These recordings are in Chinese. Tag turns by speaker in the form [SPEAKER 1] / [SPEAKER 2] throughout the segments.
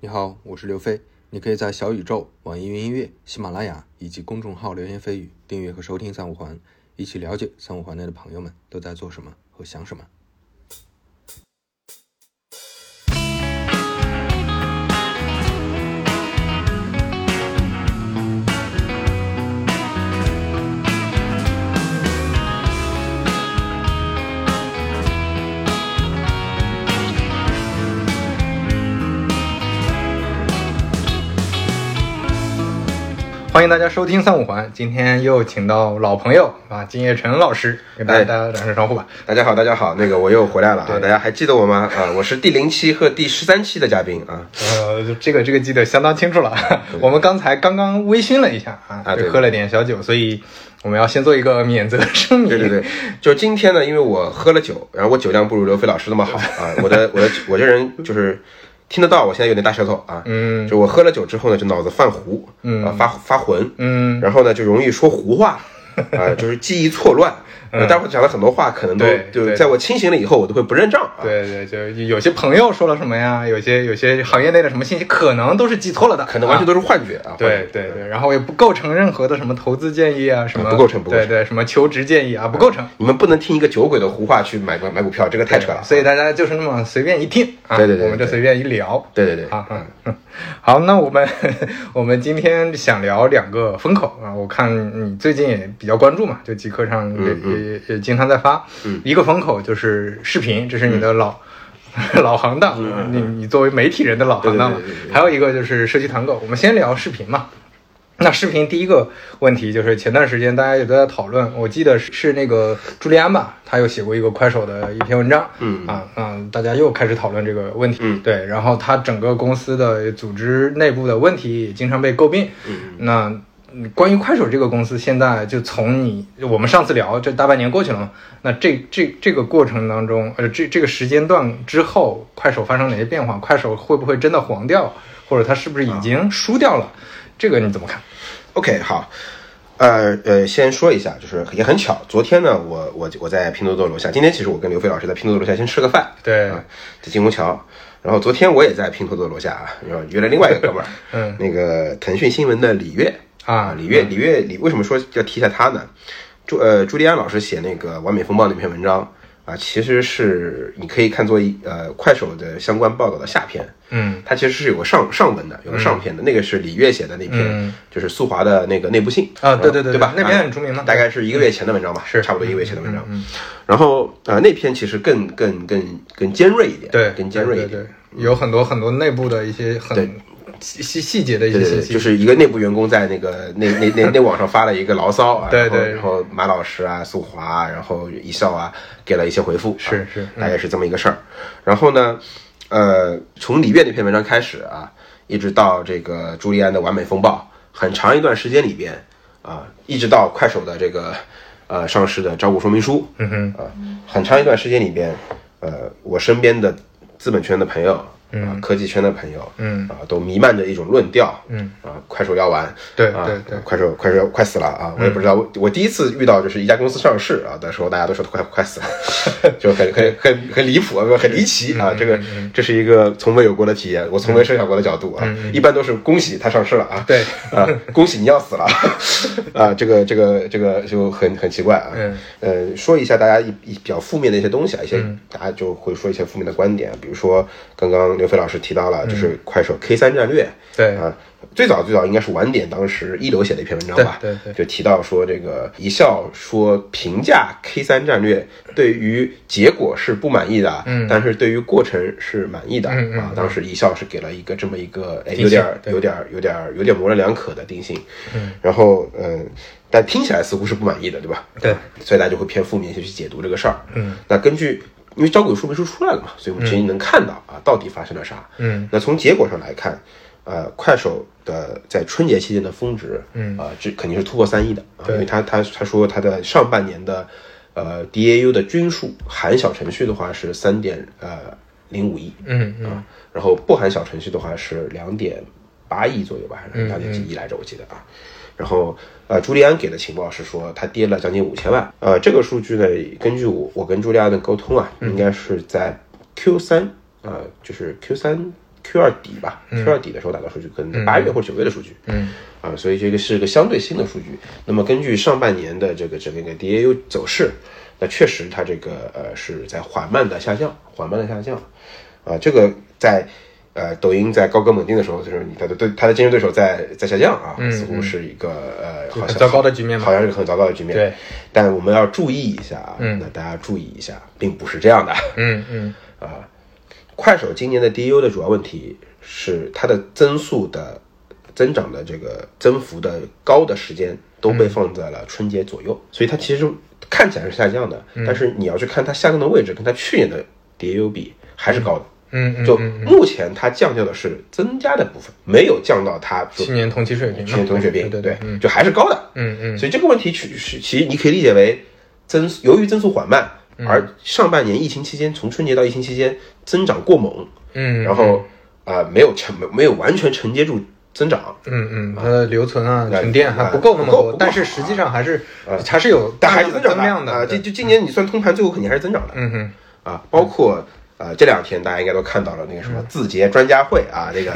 [SPEAKER 1] 你好，我是刘飞。你可以在小宇宙、网易云音乐、喜马拉雅以及公众号“流言蜚语”订阅和收听《三五环》，一起了解三五环内的朋友们都在做什么和想什么。
[SPEAKER 2] 欢迎大家收听三五环，今天又请到老朋友啊，金叶晨老师，给大家
[SPEAKER 3] 哎
[SPEAKER 2] 大家打声招呼吧。
[SPEAKER 3] 大家好，大家好，那个我又回来了啊！
[SPEAKER 2] 对
[SPEAKER 3] 大家还记得我吗？ 啊，我是第零期和第十三期的嘉宾啊。
[SPEAKER 2] 呃，这个这个记得相当清 楚了。我们刚才刚刚微醺了一下啊，
[SPEAKER 3] 啊
[SPEAKER 2] 就
[SPEAKER 3] 对
[SPEAKER 2] 喝了点小酒，所以我们要先做一个免责声明。
[SPEAKER 3] 对对对，就今天呢，因为我喝了酒，然后我酒量不如刘飞老师那么好啊。我的我的我这人就是听得到，我现在有点大舌头啊。
[SPEAKER 2] 嗯
[SPEAKER 3] 就我喝了酒之后呢，就脑子犯糊，
[SPEAKER 2] 嗯
[SPEAKER 3] 啊，发发浑，
[SPEAKER 2] 嗯，
[SPEAKER 3] 然后呢就容易说胡话， 啊，就是记忆错乱。呃待会儿讲的很多话，可能
[SPEAKER 2] 嗯
[SPEAKER 3] 都
[SPEAKER 2] 对
[SPEAKER 3] 就
[SPEAKER 2] 对
[SPEAKER 3] 是在我清醒了以后，我都会不认账啊。
[SPEAKER 2] 对对，就有些朋友说了什么呀，有些有些行业内的什么信息，可能都是记错了的，
[SPEAKER 3] 可能完
[SPEAKER 2] 啊
[SPEAKER 3] 全都是幻觉啊。
[SPEAKER 2] 对对对，然后也不构成任何的什么投资建议啊，什么
[SPEAKER 3] 啊不构成不构成
[SPEAKER 2] 对对，什么求职建议啊，不构成。
[SPEAKER 3] 你们不能听一个酒鬼的胡话去买买买股票，这个太扯了。啊
[SPEAKER 2] 所以大家就是那么随便一听啊，
[SPEAKER 3] 对对对
[SPEAKER 2] 我们就
[SPEAKER 3] 对
[SPEAKER 2] 随便一聊。
[SPEAKER 3] 对对对，
[SPEAKER 2] 啊，嗯 好，那我们我们今天想聊两个风口啊，我看你最近也比较关注嘛，就极客上也、也也经常在发、
[SPEAKER 3] 嗯
[SPEAKER 2] 一个风口就是视频，这是你的老、
[SPEAKER 3] 嗯
[SPEAKER 2] 老行当，你你作为媒体人的老行当嘛
[SPEAKER 3] 对对对对对
[SPEAKER 2] 啊还有一个就是社区团购，我们先聊视频嘛。那视频第一个问题就是前段时间大家也都在讨论，我记得是是那个朱利安吧，他有写过一个快手的一篇文章，
[SPEAKER 3] 嗯
[SPEAKER 2] 啊啊，大家又开始讨论这个问题，
[SPEAKER 3] 嗯
[SPEAKER 2] 对，然后他整个公司的组织内部的问题也经常被诟病，
[SPEAKER 3] 嗯
[SPEAKER 2] 那嗯关于快手这个公司，现在就从你我们上次聊这大半年过去了嘛，那这这这个过程当中，呃，这这个时间段之后，快手发生哪些变化？快手会不会真的黄掉，或者它是不是已经输掉了？这个你怎么看？
[SPEAKER 3] OK，好，呃呃，先说一下，就是也很巧，昨天呢，我我我在拼多多楼下，今天其实我跟刘飞老师在拼多多楼下先吃了个饭，
[SPEAKER 2] 对
[SPEAKER 3] 啊，在金虹桥。然后昨天我也在拼多多楼下啊，然后约了另外一个哥们儿，
[SPEAKER 2] 嗯，
[SPEAKER 3] 那个腾讯新闻的李悦
[SPEAKER 2] 啊
[SPEAKER 3] 李悦，李悦，李为什么说要提一下他呢？朱呃朱利安老师写那个《完美风暴》那篇文章啊，其实是你可以看作一呃快手的相关报道的下篇，
[SPEAKER 2] 嗯
[SPEAKER 3] 它其实是有个上上文的，有个上篇的，那个是李悦写的那篇，
[SPEAKER 2] 嗯
[SPEAKER 3] 就是速滑的那个内部信
[SPEAKER 2] 啊对对对
[SPEAKER 3] 对
[SPEAKER 2] 对
[SPEAKER 3] 吧？
[SPEAKER 2] 那篇
[SPEAKER 3] 啊
[SPEAKER 2] 很出名嘛
[SPEAKER 3] 大概是一个月前的文章吧，
[SPEAKER 2] 是
[SPEAKER 3] 差不多一个月前的文章。然后呃，那篇其实更更更更尖锐一点，
[SPEAKER 2] 对，
[SPEAKER 3] 更尖锐一
[SPEAKER 2] 对
[SPEAKER 3] 点。
[SPEAKER 2] 对，有很多很多内部的一些
[SPEAKER 3] 对
[SPEAKER 2] 很细细细节的一些
[SPEAKER 3] 对
[SPEAKER 2] 信
[SPEAKER 3] 对，
[SPEAKER 2] 息，
[SPEAKER 3] 就是一个内部员工在那个那那那那网上发了一个牢骚啊，
[SPEAKER 2] 对
[SPEAKER 3] 然后
[SPEAKER 2] 对
[SPEAKER 3] 然后马老师啊、速滑啊，然后一笑啊，给了一些回复，啊
[SPEAKER 2] 是是嗯
[SPEAKER 3] 大概是这么一个事儿。然后呢，呃，从李悦那篇文章开始啊，一直到这个朱利安的完美风暴，很长一段时间里边啊，一直到快手的这个呃上市的招股说明书，
[SPEAKER 2] 嗯哼，
[SPEAKER 3] 啊，很长一段时间里边，呃，我身边的资本圈的朋友，啊，科技圈的朋友，
[SPEAKER 2] 嗯
[SPEAKER 3] 啊，都弥漫着一种论调，
[SPEAKER 2] 嗯，
[SPEAKER 3] 啊，快手要完，
[SPEAKER 2] 对
[SPEAKER 3] 啊
[SPEAKER 2] 对对
[SPEAKER 3] 快手快手快死了啊！我也不知道，
[SPEAKER 2] 嗯
[SPEAKER 3] 我我第一次遇到就是一家公司上市啊的时候，大家都说快快死了， 就很很很很离谱，啊，很离奇
[SPEAKER 2] 嗯
[SPEAKER 3] 啊！这个这是一个从未有过的体验，我从未设想过的角度啊，一般都是恭喜它上市了啊，
[SPEAKER 2] 嗯对
[SPEAKER 3] 啊，恭喜你要死了啊！这个这个这个就很很奇怪啊，
[SPEAKER 2] 嗯
[SPEAKER 3] 呃，说一下大家一一比较负面的一些东西啊，一些、
[SPEAKER 2] 嗯
[SPEAKER 3] 大家就会说一些负面的观点，比如说刚刚刘飞老师提到了，
[SPEAKER 2] 嗯
[SPEAKER 3] 就是快手 K 三战略，
[SPEAKER 2] 对
[SPEAKER 3] 啊，最早最早应该是晚点当时一流写的一篇文章吧，
[SPEAKER 2] 对对
[SPEAKER 3] 就提到说这个一笑说评价 K 三战略对于结果是不满意的，嗯，但是对于过程是满意的、
[SPEAKER 2] 嗯嗯
[SPEAKER 3] 啊，当时一笑是给了一个这么一个哎
[SPEAKER 2] 定性
[SPEAKER 3] 有点儿
[SPEAKER 2] 对
[SPEAKER 3] 有点儿有点儿有点模棱两可的定性，嗯，然后嗯、呃但听起来似乎是不满意的，对吧？
[SPEAKER 2] 对，
[SPEAKER 3] 所以大家就会偏负面去解读这个事儿。
[SPEAKER 2] 嗯，
[SPEAKER 3] 那根据因为招股说明书出来了嘛，所以我们其实能看到啊，到底发生了啥。
[SPEAKER 2] 嗯，
[SPEAKER 3] 那从结果上来看，呃，快手的在春节期间的峰值，嗯啊，这肯定是突破三亿的，啊、
[SPEAKER 2] 对
[SPEAKER 3] 因为他他他说他的上半年的呃 DAU 的均数含小程序的话是三点呃零五亿，
[SPEAKER 2] 嗯嗯
[SPEAKER 3] 啊，然后不含小程序的话是两点八亿左右吧，还是两
[SPEAKER 2] 嗯
[SPEAKER 3] 点几亿来着，我记得啊。然后呃，朱利安给的情报是说它跌了将近五千万，呃，这个数据呢，根据我
[SPEAKER 2] 嗯
[SPEAKER 3] 我跟朱利安的沟通啊，应该是在 Q 三，呃，就是 Q 三。 Q 二底吧，Q 二底的时候打到数据，可能是八月或九月的数据，
[SPEAKER 2] 嗯，
[SPEAKER 3] 啊，所以这个是个相对新的数据。那么根据上半年的这个整个的 DAU 走势，那确实它这个呃是在缓慢的下降，缓慢的下降，啊，这个在呃抖音在高歌猛进的时候，就是你它的对它的竞争对手在在下降啊，似乎是一个呃好
[SPEAKER 2] 嗯很
[SPEAKER 3] 像
[SPEAKER 2] 糟糕的局面嘛
[SPEAKER 3] 好像是个很糟糕的局面。
[SPEAKER 2] 对，
[SPEAKER 3] 但我们要注意一下啊，那大家注意一下，并不是这样的。
[SPEAKER 2] 嗯嗯
[SPEAKER 3] 快手今年的 DU 的主要问题是它的增速的增长的这个增幅的高的时间都被放在了春节左右，
[SPEAKER 2] 嗯
[SPEAKER 3] 所以它其实看起来是下降的，但是你要去看它下降的位置跟它去年的 DU 比还是高的。
[SPEAKER 2] 嗯嗯，
[SPEAKER 3] 就目前它降掉的是增加的部分，没有降到它就
[SPEAKER 2] 去年同期水平嘛，
[SPEAKER 3] 去年同学病，
[SPEAKER 2] 对对
[SPEAKER 3] 对，就还是高的。
[SPEAKER 2] 嗯嗯，
[SPEAKER 3] 所以这个问题其实其实你可以理解为增速，由于增速缓慢，
[SPEAKER 2] 嗯
[SPEAKER 3] 而上半年疫情期间，从春节到疫情期间增长过猛，
[SPEAKER 2] 嗯，
[SPEAKER 3] 然后啊、呃没有承没没有完全承接住增长，
[SPEAKER 2] 嗯嗯，它的留存啊、
[SPEAKER 3] 哎
[SPEAKER 2] 沉淀还
[SPEAKER 3] 哎
[SPEAKER 2] 不够那么
[SPEAKER 3] 不够不
[SPEAKER 2] 多
[SPEAKER 3] 够，啊
[SPEAKER 2] 但是实际上还是还是有
[SPEAKER 3] 但还是
[SPEAKER 2] 大
[SPEAKER 3] 增
[SPEAKER 2] 量
[SPEAKER 3] 长
[SPEAKER 2] 的增量
[SPEAKER 3] 啊、
[SPEAKER 2] 的，
[SPEAKER 3] 这
[SPEAKER 2] 对
[SPEAKER 3] 就今年你算通盘，最后肯定还是增长的。
[SPEAKER 2] 嗯嗯，
[SPEAKER 3] 啊，包括呃这两天大家应该都看到了那个什么字节专家会啊，那个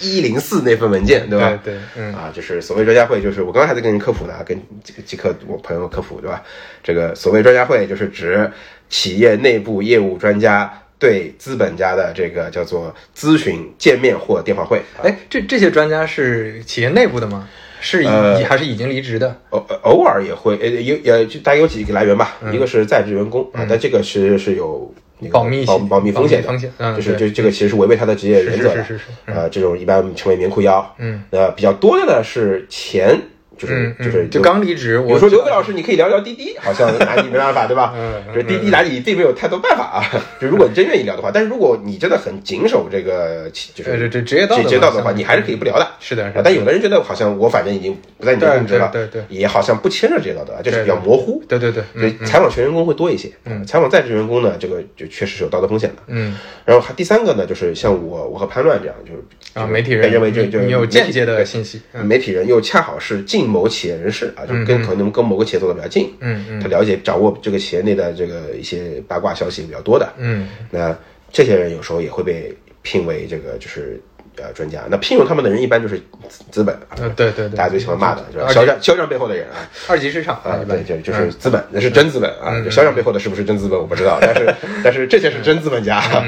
[SPEAKER 3] 一一零四那份文件，对吧？
[SPEAKER 2] 对对嗯
[SPEAKER 3] 啊，就是所谓专家会，就是我刚刚还在跟人科普呢，跟几个几个我朋友科普，对吧？这个所谓专家会，就是指企业内部业务专家对资本家的这个叫做咨询、见面或电话会。啊
[SPEAKER 2] 哎，这这些专家是企业内部的吗？是已、
[SPEAKER 3] 呃
[SPEAKER 2] 还是已经离职的？
[SPEAKER 3] 偶偶尔也会，呃，有呃，就大概有几个来源吧，一个是在职员工啊，但这个是是有那个
[SPEAKER 2] 嗯保密
[SPEAKER 3] 保
[SPEAKER 2] 性
[SPEAKER 3] 保密风险的，
[SPEAKER 2] 保密风险嗯
[SPEAKER 3] 就是
[SPEAKER 2] 对
[SPEAKER 3] 这这个其实是违背他的职业原则的，
[SPEAKER 2] 是是是是
[SPEAKER 3] 呃，这种一般成为棉裤腰，
[SPEAKER 2] 嗯，
[SPEAKER 3] 呃，比较多的呢是前，就是
[SPEAKER 2] 嗯嗯，
[SPEAKER 3] 就是
[SPEAKER 2] 就刚离职，
[SPEAKER 3] 比如
[SPEAKER 2] 我
[SPEAKER 3] 说刘伟老师，你可以聊聊滴滴，好像拿你没办法，对吧？
[SPEAKER 2] 嗯
[SPEAKER 3] 就是滴滴拿你并没有太多办法啊。就如果你真愿意聊的话，但是如果你真的很谨守这个就
[SPEAKER 2] 呃这
[SPEAKER 3] 是
[SPEAKER 2] 这职业道德嘛嗯
[SPEAKER 3] 职业道德的
[SPEAKER 2] 相
[SPEAKER 3] 话，
[SPEAKER 2] 当于
[SPEAKER 3] 你还是可以不聊的。
[SPEAKER 2] 是的是的
[SPEAKER 3] 啊但有的人觉得好像我反正已经不在你的
[SPEAKER 2] 对
[SPEAKER 3] 控制了，
[SPEAKER 2] 对对
[SPEAKER 3] 也好像不牵扯职业道德，就是比较
[SPEAKER 2] 对对
[SPEAKER 3] 模糊。
[SPEAKER 2] 对对对，嗯
[SPEAKER 3] 所以采访全员工会多一些，嗯，采访在职员工呢，这个就确实是有道德风险的，
[SPEAKER 2] 嗯，
[SPEAKER 3] 然后还第三个呢，就是像我我和潘乱这样，就是
[SPEAKER 2] 啊，媒体
[SPEAKER 3] 被
[SPEAKER 2] 人
[SPEAKER 3] 认为就
[SPEAKER 2] 你
[SPEAKER 3] 就
[SPEAKER 2] 你有
[SPEAKER 3] 媒体
[SPEAKER 2] 间接的
[SPEAKER 3] 对
[SPEAKER 2] 信息，嗯
[SPEAKER 3] 媒体人又恰好是近某企业人士啊，就跟可能跟某个企业走的比较近，
[SPEAKER 2] 嗯
[SPEAKER 3] 他了解掌握这个企业内的这个一些八卦消息比较多的，
[SPEAKER 2] 嗯，
[SPEAKER 3] 那这些人有时候也会被聘为这个就是呃专家，那聘用他们的人一般就是资资本啊，
[SPEAKER 2] 呃对对对，
[SPEAKER 3] 大家最喜欢骂的就是吧
[SPEAKER 2] 而且
[SPEAKER 3] 肖战肖战背后的人啊，
[SPEAKER 2] 二级市场
[SPEAKER 3] 啊
[SPEAKER 2] 一，般嗯
[SPEAKER 3] 对，就就是资本，那是真资本啊。就肖像背后的是不是真资本，我不知道，但 是但是这些是真资本家，啊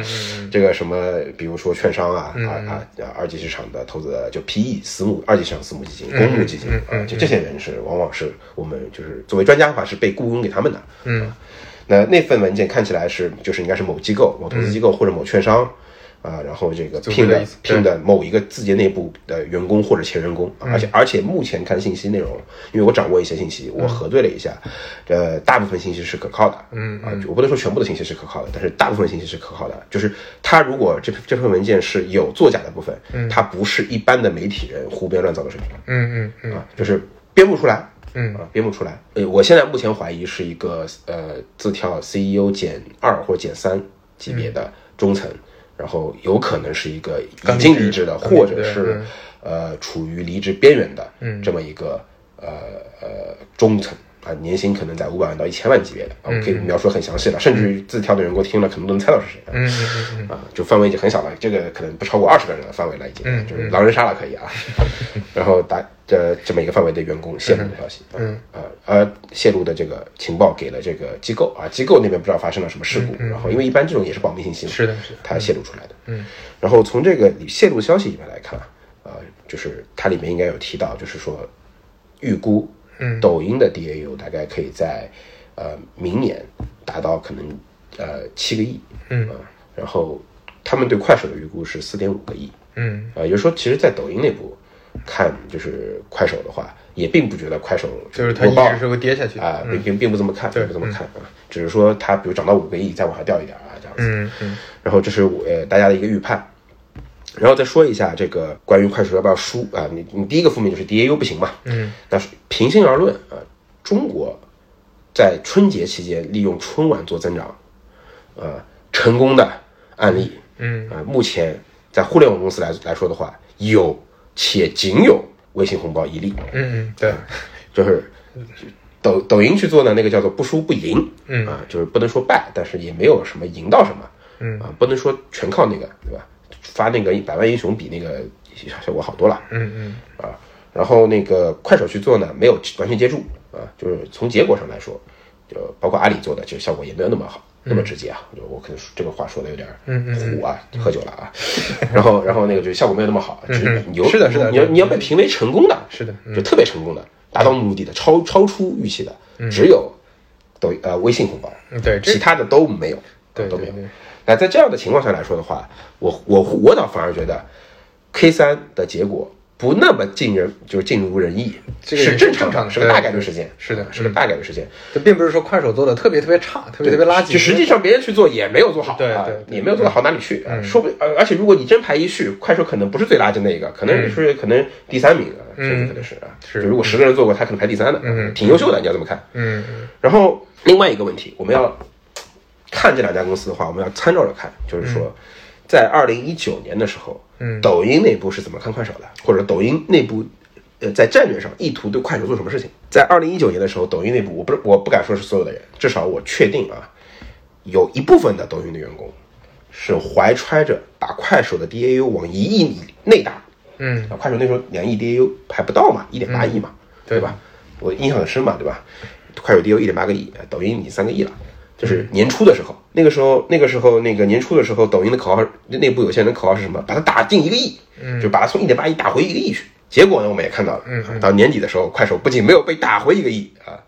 [SPEAKER 3] 这个什么，比如说券商啊啊啊，二级市场的投资的就 PE 私募、二级市场私募基金、公募基金啊，就这些人是往往是我们就是作为专家的话是被雇佣给他们的，嗯。那那份文件看起来是，就是应该是某机构、某投资机构或者某券商，啊、然后这个
[SPEAKER 2] 组织
[SPEAKER 3] 聘
[SPEAKER 2] 的
[SPEAKER 3] 的
[SPEAKER 2] 意思对
[SPEAKER 3] 聘的某一个字节内部的员工或者前员工，啊而且而且目前看信息内容，因为我掌握一些信息，我核对了一下，呃，大部分信息是可靠的，嗯啊，就我不能说全部的信息是可靠的，但是大部分信息是可靠的。就是他如果这这份文件是有作假的部分，它不是一般的媒体人胡编乱造的水平，
[SPEAKER 2] 嗯嗯嗯
[SPEAKER 3] 啊，就是编不出来，
[SPEAKER 2] 嗯
[SPEAKER 3] 啊，编不出来。呃，我现在目前怀疑是一个呃字跳 CEO 减二或减三级别的中层，然后有可能是一个已经离职的，
[SPEAKER 2] 嗯刚离职嗯
[SPEAKER 3] 或者是呃处于离职边缘的这么一个呃呃中层。啊，年薪可能在五百万到一千万级别的，
[SPEAKER 2] 嗯
[SPEAKER 3] 啊，我可以描述得很详细了，甚至于字跳的员工听了可能都能猜到是谁啊。
[SPEAKER 2] 嗯嗯嗯
[SPEAKER 3] 啊，就范围已经很小了，这个可能不超过二十个人的范围了，已经、
[SPEAKER 2] 嗯
[SPEAKER 3] 就是狼人杀了 可以啊。然后打这这么一个范围的员工泄露的消息，嗯啊呃泄露的这个情报给了这个机构啊，机构那边不知道发生了什么事故，然后因为一般这种也是保密信息
[SPEAKER 2] 嗯
[SPEAKER 3] 嘛，
[SPEAKER 2] 是的是的
[SPEAKER 3] 它泄露出来的，嗯，然后从这个里泄露消息里面来看，呃，就是它里面应该有提到，就是说预估，嗯，抖音的 DAU 大概可以在呃明年达到可能呃七个亿，嗯、然后他们对快手的预估是四点五个亿，
[SPEAKER 2] 嗯
[SPEAKER 3] 呃，也就是说，其实，在抖音内部看就是快手的话，也并不觉得快手
[SPEAKER 2] 就是它
[SPEAKER 3] 火爆
[SPEAKER 2] 一直是会跌下去的嗯
[SPEAKER 3] 啊，并并并不这么看，并不这么看啊，只是说它比如涨到五个亿，再往下掉一点啊，这样子。
[SPEAKER 2] 嗯嗯
[SPEAKER 3] 然后这是我呃大家的一个预判。然后再说一下这个关于快手要不要输啊？你你第一个负面就是 DAU 不行嘛，嗯，那是平心而论啊，中国在春节期间利用春晚做增长，呃，成功的案例，嗯，啊、目前在互联网公司来来说的话，有且仅有微信红包一例，
[SPEAKER 2] 嗯嗯，对，
[SPEAKER 3] 就是抖抖音去做呢，那个叫做不输不赢，嗯啊，就是不能说败，但是也没有什么赢到什么，嗯啊，不能说全靠那个，对吧？发那个百万英雄比那个效果好多了。
[SPEAKER 2] 嗯嗯
[SPEAKER 3] 啊，然后那个快手去做呢，没有完全接住啊，就是从结果上来说，就包括阿里做的，就效果也没有那么好，那么
[SPEAKER 2] 嗯
[SPEAKER 3] 直接啊。就我可能说这个话说的有点虎啊，喝酒了啊。然后，然后那个就效果没有那么好，只是你有
[SPEAKER 2] 嗯是的是的
[SPEAKER 3] 你要你要被评为成功的，
[SPEAKER 2] 是的嗯
[SPEAKER 3] 就特别成功的，达到目的的，超超出预期的，只有抖呃微信红包，
[SPEAKER 2] 嗯，对，这
[SPEAKER 3] 其他的都没有，
[SPEAKER 2] 对
[SPEAKER 3] 都没有
[SPEAKER 2] 对对。
[SPEAKER 3] 那在这样的情况下来说的话，我我我倒反而觉得 K 三的结果不那么尽人，就是尽如人意，
[SPEAKER 2] 这个也
[SPEAKER 3] 是
[SPEAKER 2] 是
[SPEAKER 3] 正
[SPEAKER 2] 正常
[SPEAKER 3] 的，
[SPEAKER 2] 的
[SPEAKER 3] 是个
[SPEAKER 2] 对
[SPEAKER 3] 大概率事件，嗯
[SPEAKER 2] 是的
[SPEAKER 3] 是个大概率事件，
[SPEAKER 2] 这并不是说快手做的特别特别差，特别特别垃圾，
[SPEAKER 3] 就实际上别人去做也没有做好，
[SPEAKER 2] 对
[SPEAKER 3] 啊
[SPEAKER 2] 对对嗯
[SPEAKER 3] 也没有做到好哪里去，啊说不，而而且如果你真排一序，快手可能不是最垃圾那一个，可能也是可能第三名啊，甚至可能是啊，
[SPEAKER 2] 嗯是
[SPEAKER 3] 就如果十个人做过，他可能排第三的，啊挺优秀的，你要这么看，
[SPEAKER 2] 嗯嗯
[SPEAKER 3] 然后另外一个问题，我们要看这两家公司的话，我们要参照着看，就是说，在二零一九年的时候，
[SPEAKER 2] 嗯
[SPEAKER 3] 抖音内部是怎么看快手的，或者抖音内部。呃，在战略上意图对快手做什么事情？在二零一九年的时候，抖音内部，我不是我不敢说是所有的人，至少我确定啊，有一部分的抖音的员工是怀揣着把快手的 DAU 往一亿以内打，
[SPEAKER 2] 嗯，
[SPEAKER 3] 啊，快手那时候两亿 DAU 还不到嘛，一点八亿嘛，
[SPEAKER 2] 对
[SPEAKER 3] 对吧？我印象很深嘛，对吧？快手 DAU 一点八个亿，呃抖音你三个亿了，就是年初的时候，那个时候那个时候那个年初的时候，抖音的口号内部有些人的口号是什么？把它打进一个亿，就把它从一点八亿打回一个亿去。结果呢，我们也看到了，到年底的时候，快手不仅没有被打回一个亿啊，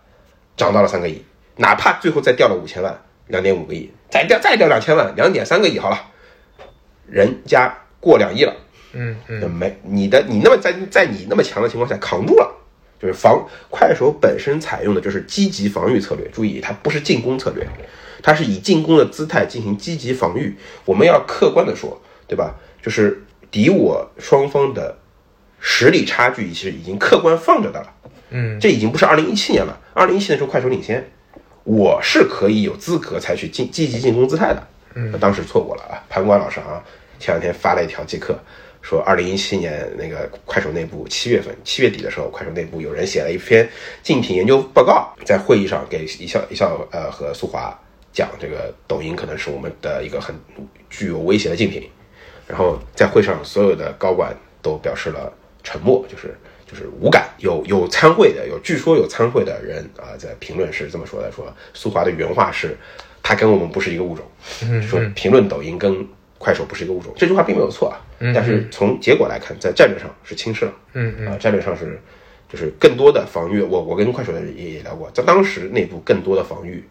[SPEAKER 3] 涨到了三个亿，哪怕最后再掉了五千万，两点五个亿，再掉再掉两千万，两点三个亿好了，人家过两亿了。
[SPEAKER 2] 嗯嗯
[SPEAKER 3] 那没你的你那么在在你那么强的情况下扛住了，就是防快手本身采用的就是积极防御策略，注意它不是进攻策略，它是以进攻的姿态进行积极防御。我们要客观的说，对吧？就是敌我双方的实力差距是已经客观放着的了，
[SPEAKER 2] 嗯，
[SPEAKER 3] 这已经不是二零一七年了，二零一七年时候快手领先，我是可以有资格采取进积极进攻姿态的。嗯，当时错过了啊，潘关老师啊，前两天发了一条即刻，说二零一七年那个快手内部七月份七月底的时候，快手内部有人写了一篇竞品研究报告，在会议上给一笑一笑呃和苏华讲，这个抖音可能是我们的一个很具有威胁的竞品。然后在会上，所有的高管都表示了沉默，就是就是无感。有有参会的，有据说有参会的人啊，在评论是这么说的：说苏华的原话是，他跟我们不是一个物种，说评论抖音跟快手不是一个物种。这句话并没有错啊，但是从结果来看，在战略上是轻视了，
[SPEAKER 2] 嗯
[SPEAKER 3] 啊，战略上是就是更多的防御。我我跟快手的人也也聊过，在当时内部更多的防御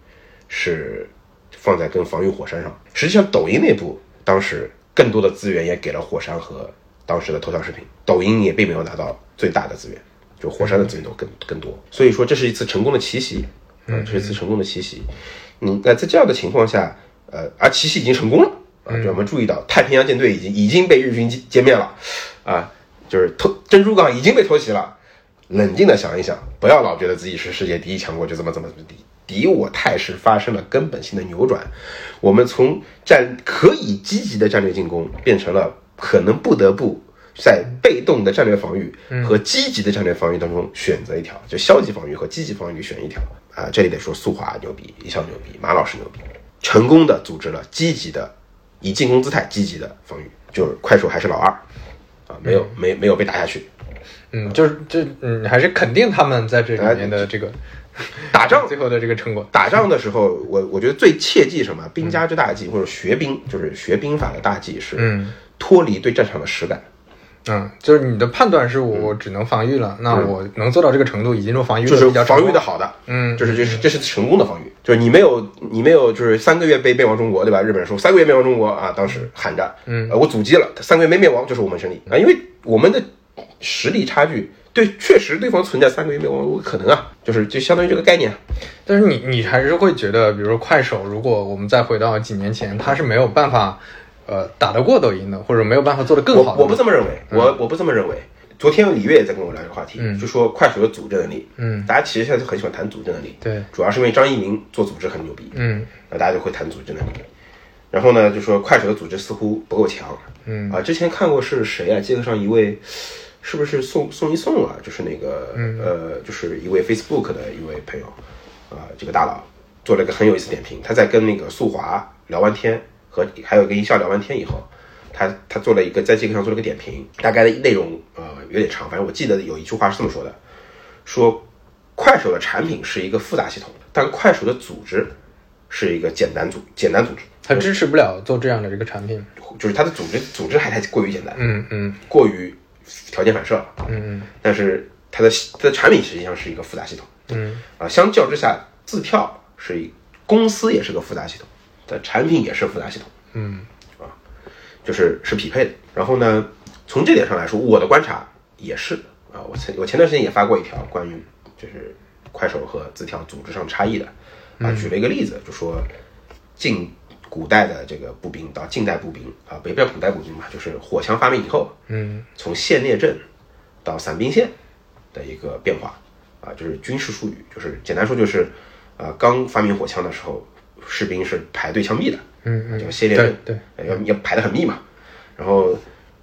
[SPEAKER 3] 是放在跟防御火山上。实际上，抖音内部当时更多的资源也给了火山和当时的头条视频，抖音也并没有拿到最大的资源，就火山的资源都更更多。所以说，这是一次成功的奇袭，嗯，这是一次成功的奇袭。嗯，那在这样的情况下，呃，而奇袭已经成功了啊，就我们注意到太平洋舰队已经已经被日军歼歼灭了，啊，就是偷珍珠港已经被偷袭了。冷静的想一想，不要老觉得自己是世界第一强国就怎么怎么怎么地。敌我态势发生了根本性的扭转，我们从战可以积极的战略进攻，变成了可能不得不在被动的战略防御和积极的战略防御当中选择一条，就消极防御和积极防御选一条。啊，这里得说速滑牛逼，一笑牛逼，马老师牛逼，成功的组织了积极的以进攻姿态积极的防御，就是快手还是老二啊，没有没没有被打下去。
[SPEAKER 2] 嗯，就是这，嗯，还是肯定他们在这
[SPEAKER 3] 哎
[SPEAKER 2] 里面的这个
[SPEAKER 3] 打仗
[SPEAKER 2] 最后的这个成果。
[SPEAKER 3] 打仗的时候，我我觉得最切记什么？兵家之大忌，或者学兵，就是学兵法的大忌是
[SPEAKER 2] 嗯
[SPEAKER 3] 脱离对战场的实感。
[SPEAKER 2] 嗯，就是你的判断是我我只能防御了，那我能做到这个程度，已经是防御
[SPEAKER 3] 嗯就
[SPEAKER 2] 的
[SPEAKER 3] 是
[SPEAKER 2] 比较成
[SPEAKER 3] 防
[SPEAKER 2] 功
[SPEAKER 3] 御的好的，
[SPEAKER 2] 嗯
[SPEAKER 3] 就是这是这是成功的防御，就是你没有你没有就是三个月被灭亡中国，对吧？日本人说三个月灭亡中国啊，当时喊着，嗯，我阻击了，三个月没灭亡就是我们胜利
[SPEAKER 2] 嗯
[SPEAKER 3] 啊，因为我们的实力差距，对，确实对方存在三个月灭亡中国可能啊，就是就相当于这个概念啊，
[SPEAKER 2] 但是你你还是会觉得，比如说快手，如果我们再回到几年前，它是没有办法呃打得过抖音的，或者没有办法做得更
[SPEAKER 3] 我
[SPEAKER 2] 好的。嗯
[SPEAKER 3] 我不这么认为，我我不这么认为。昨天李月也在跟我聊这个话题，就说快手有组织能力，
[SPEAKER 2] 嗯，
[SPEAKER 3] 大家其实现在就很喜欢谈组织能力，
[SPEAKER 2] 对，
[SPEAKER 3] 主要是因为张一鸣做组织很牛逼，
[SPEAKER 2] 嗯
[SPEAKER 3] 那大家就会谈组织能力。然后呢，就说快手的组织似乎不够强，
[SPEAKER 2] 嗯
[SPEAKER 3] 啊，之前看过是谁啊？街头上一位，是不是宋宋一宋啊？就是那个、
[SPEAKER 2] 嗯
[SPEAKER 3] 呃，就是一位 Facebook 的一位朋友，啊，这个大佬做了一个很有意思的点评。他在跟那个速华聊完天和还有跟一笑聊完天以后，他他做了一个在这个上做了个点评，大概的内容呃有点长，反正我记得有一句话是这么说的，说快手的产品是一个复杂系统，但快手的组织是一个简单组简单组织，
[SPEAKER 2] 它支持不了做这样的这个产品。
[SPEAKER 3] 就是它的组织组织还太过于简单，
[SPEAKER 2] 嗯嗯
[SPEAKER 3] 过于条件反射了。
[SPEAKER 2] 嗯
[SPEAKER 3] 但是它的它的产品实际上是一个复杂系统
[SPEAKER 2] 嗯
[SPEAKER 3] 啊。相较之下，字票是一公司也是个复杂系统，它产品也是复杂系统，啊
[SPEAKER 2] 嗯
[SPEAKER 3] 就是是匹配的。然后呢，从这点上来说，我的观察也是啊。我前我前段时间也发过一条关于就是快手和字条组织上差异的啊，
[SPEAKER 2] 嗯
[SPEAKER 3] 举了一个例子，就说近古代的这个步兵到近代步兵啊，不也不叫古代步兵吧，就是火枪发明以后，
[SPEAKER 2] 嗯
[SPEAKER 3] 从县列阵到散兵线的一个变化啊，就是军事术语，就是简单说就是，呃，刚发明火枪的时候，士兵是排队枪毙的，
[SPEAKER 2] 嗯
[SPEAKER 3] 啊
[SPEAKER 2] 嗯，
[SPEAKER 3] 叫先列
[SPEAKER 2] 对
[SPEAKER 3] 阵，
[SPEAKER 2] 对，
[SPEAKER 3] 呃要要排得很密嘛。然后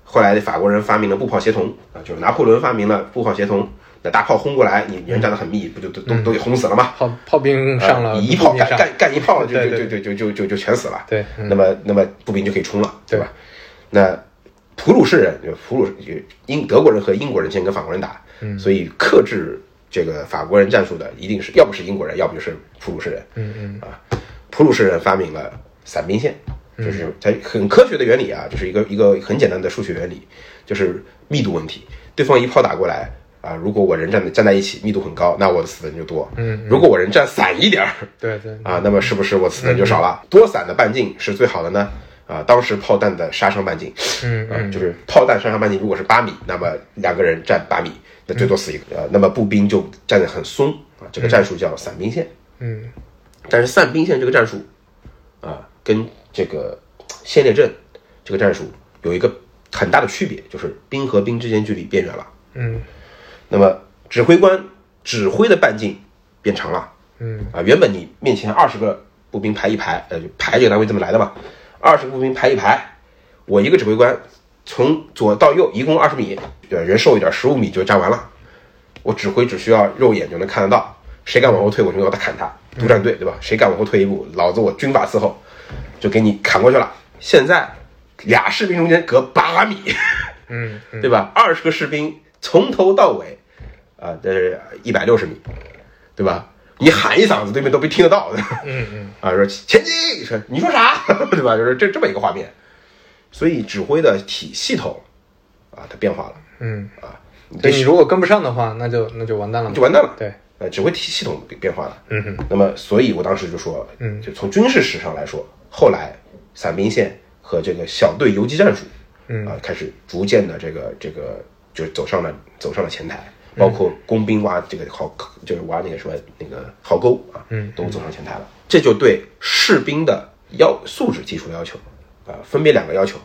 [SPEAKER 3] 后来法国人发明了步炮协同啊，就是拿破仑发明了步炮协同，那大炮轰过来，你人站得很密，不就都都都给轰死了吗？
[SPEAKER 2] 炮炮兵
[SPEAKER 3] 啊
[SPEAKER 2] 上了，
[SPEAKER 3] 你一
[SPEAKER 2] 步
[SPEAKER 3] 炮
[SPEAKER 2] 兵
[SPEAKER 3] 干
[SPEAKER 2] 上
[SPEAKER 3] 干干一炮就
[SPEAKER 2] 对
[SPEAKER 3] 就
[SPEAKER 2] 对
[SPEAKER 3] 就就就就就就全死了。
[SPEAKER 2] 对，嗯
[SPEAKER 3] 那么那么步兵就可以冲了，
[SPEAKER 2] 对
[SPEAKER 3] 吧？那普鲁士人，就普鲁士就英德国人和英国人先跟法国人打，
[SPEAKER 2] 嗯
[SPEAKER 3] 所以克制这个法国人战术的一定是要不是英国人，要不就是普鲁士人。
[SPEAKER 2] 嗯嗯
[SPEAKER 3] 啊，普鲁士人发明了散兵线，
[SPEAKER 2] 嗯
[SPEAKER 3] 就是它很科学的原理啊，就是一个一个很简单的数学原理，就是密度问题。对方一炮打过来啊，如果我人站站在一起，密度很高，那我的死人就多。
[SPEAKER 2] 嗯，
[SPEAKER 3] 如果我人站散一点儿，
[SPEAKER 2] 对对，嗯
[SPEAKER 3] 啊，那么是不是我死人就少了？多散的半径是最好的呢？啊，当时炮弹的杀伤半径，
[SPEAKER 2] 嗯
[SPEAKER 3] 啊，就是炮弹杀伤半径如果是八米，那么两个人占八米，那最多死一个。呃，那么步兵就站得很松啊，这个战术叫散兵线。
[SPEAKER 2] 嗯
[SPEAKER 3] 但是散兵线这个战术，啊，跟这个先列阵这个战术有一个很大的区别，就是兵和兵之间距离变远了。
[SPEAKER 2] 嗯
[SPEAKER 3] 那么指挥官指挥的半径变长了。
[SPEAKER 2] 嗯
[SPEAKER 3] 啊，原本你面前二十个步兵排一排，呃，就排这个单位这么来的嘛，二十步兵排一排，我一个指挥官从左到右一共二十米，呃，人瘦一点，十五米就站完了。我指挥只需要肉眼就能看得到，谁敢往后退，我就要他砍他，督战队对吧？谁敢往后退一步，老子我军法伺候，就给你砍过去了。现在俩士兵中间隔八米，
[SPEAKER 2] 嗯
[SPEAKER 3] 对吧？二十个士兵从头到尾，啊、这是一百六十米，对吧？你喊一嗓子，对面都没听得到的。
[SPEAKER 2] 嗯嗯，
[SPEAKER 3] 啊，说前进，说你说啥， 对吧？就是这这么一个画面。所以指挥的体系统啊，它变化了，
[SPEAKER 2] 嗯
[SPEAKER 3] 你
[SPEAKER 2] 对
[SPEAKER 3] 对
[SPEAKER 2] 你如果跟不上的话，那就那就完蛋了嘛，
[SPEAKER 3] 就完蛋了。
[SPEAKER 2] 对，
[SPEAKER 3] 呃，指挥体系统变变化了。
[SPEAKER 2] 嗯哼
[SPEAKER 3] 那么，所以我当时就说，
[SPEAKER 2] 嗯
[SPEAKER 3] 就从军事史上来说，后来散兵线和这个小队游击战术，
[SPEAKER 2] 嗯
[SPEAKER 3] 啊，开始逐渐的这个这个就走上了走上了前台，包括工兵挖这个壕，就是挖那个什么那个壕沟啊，
[SPEAKER 2] 嗯
[SPEAKER 3] 都走上前台了。这就对士兵的要素质提出了要求，啊，分别两个要求，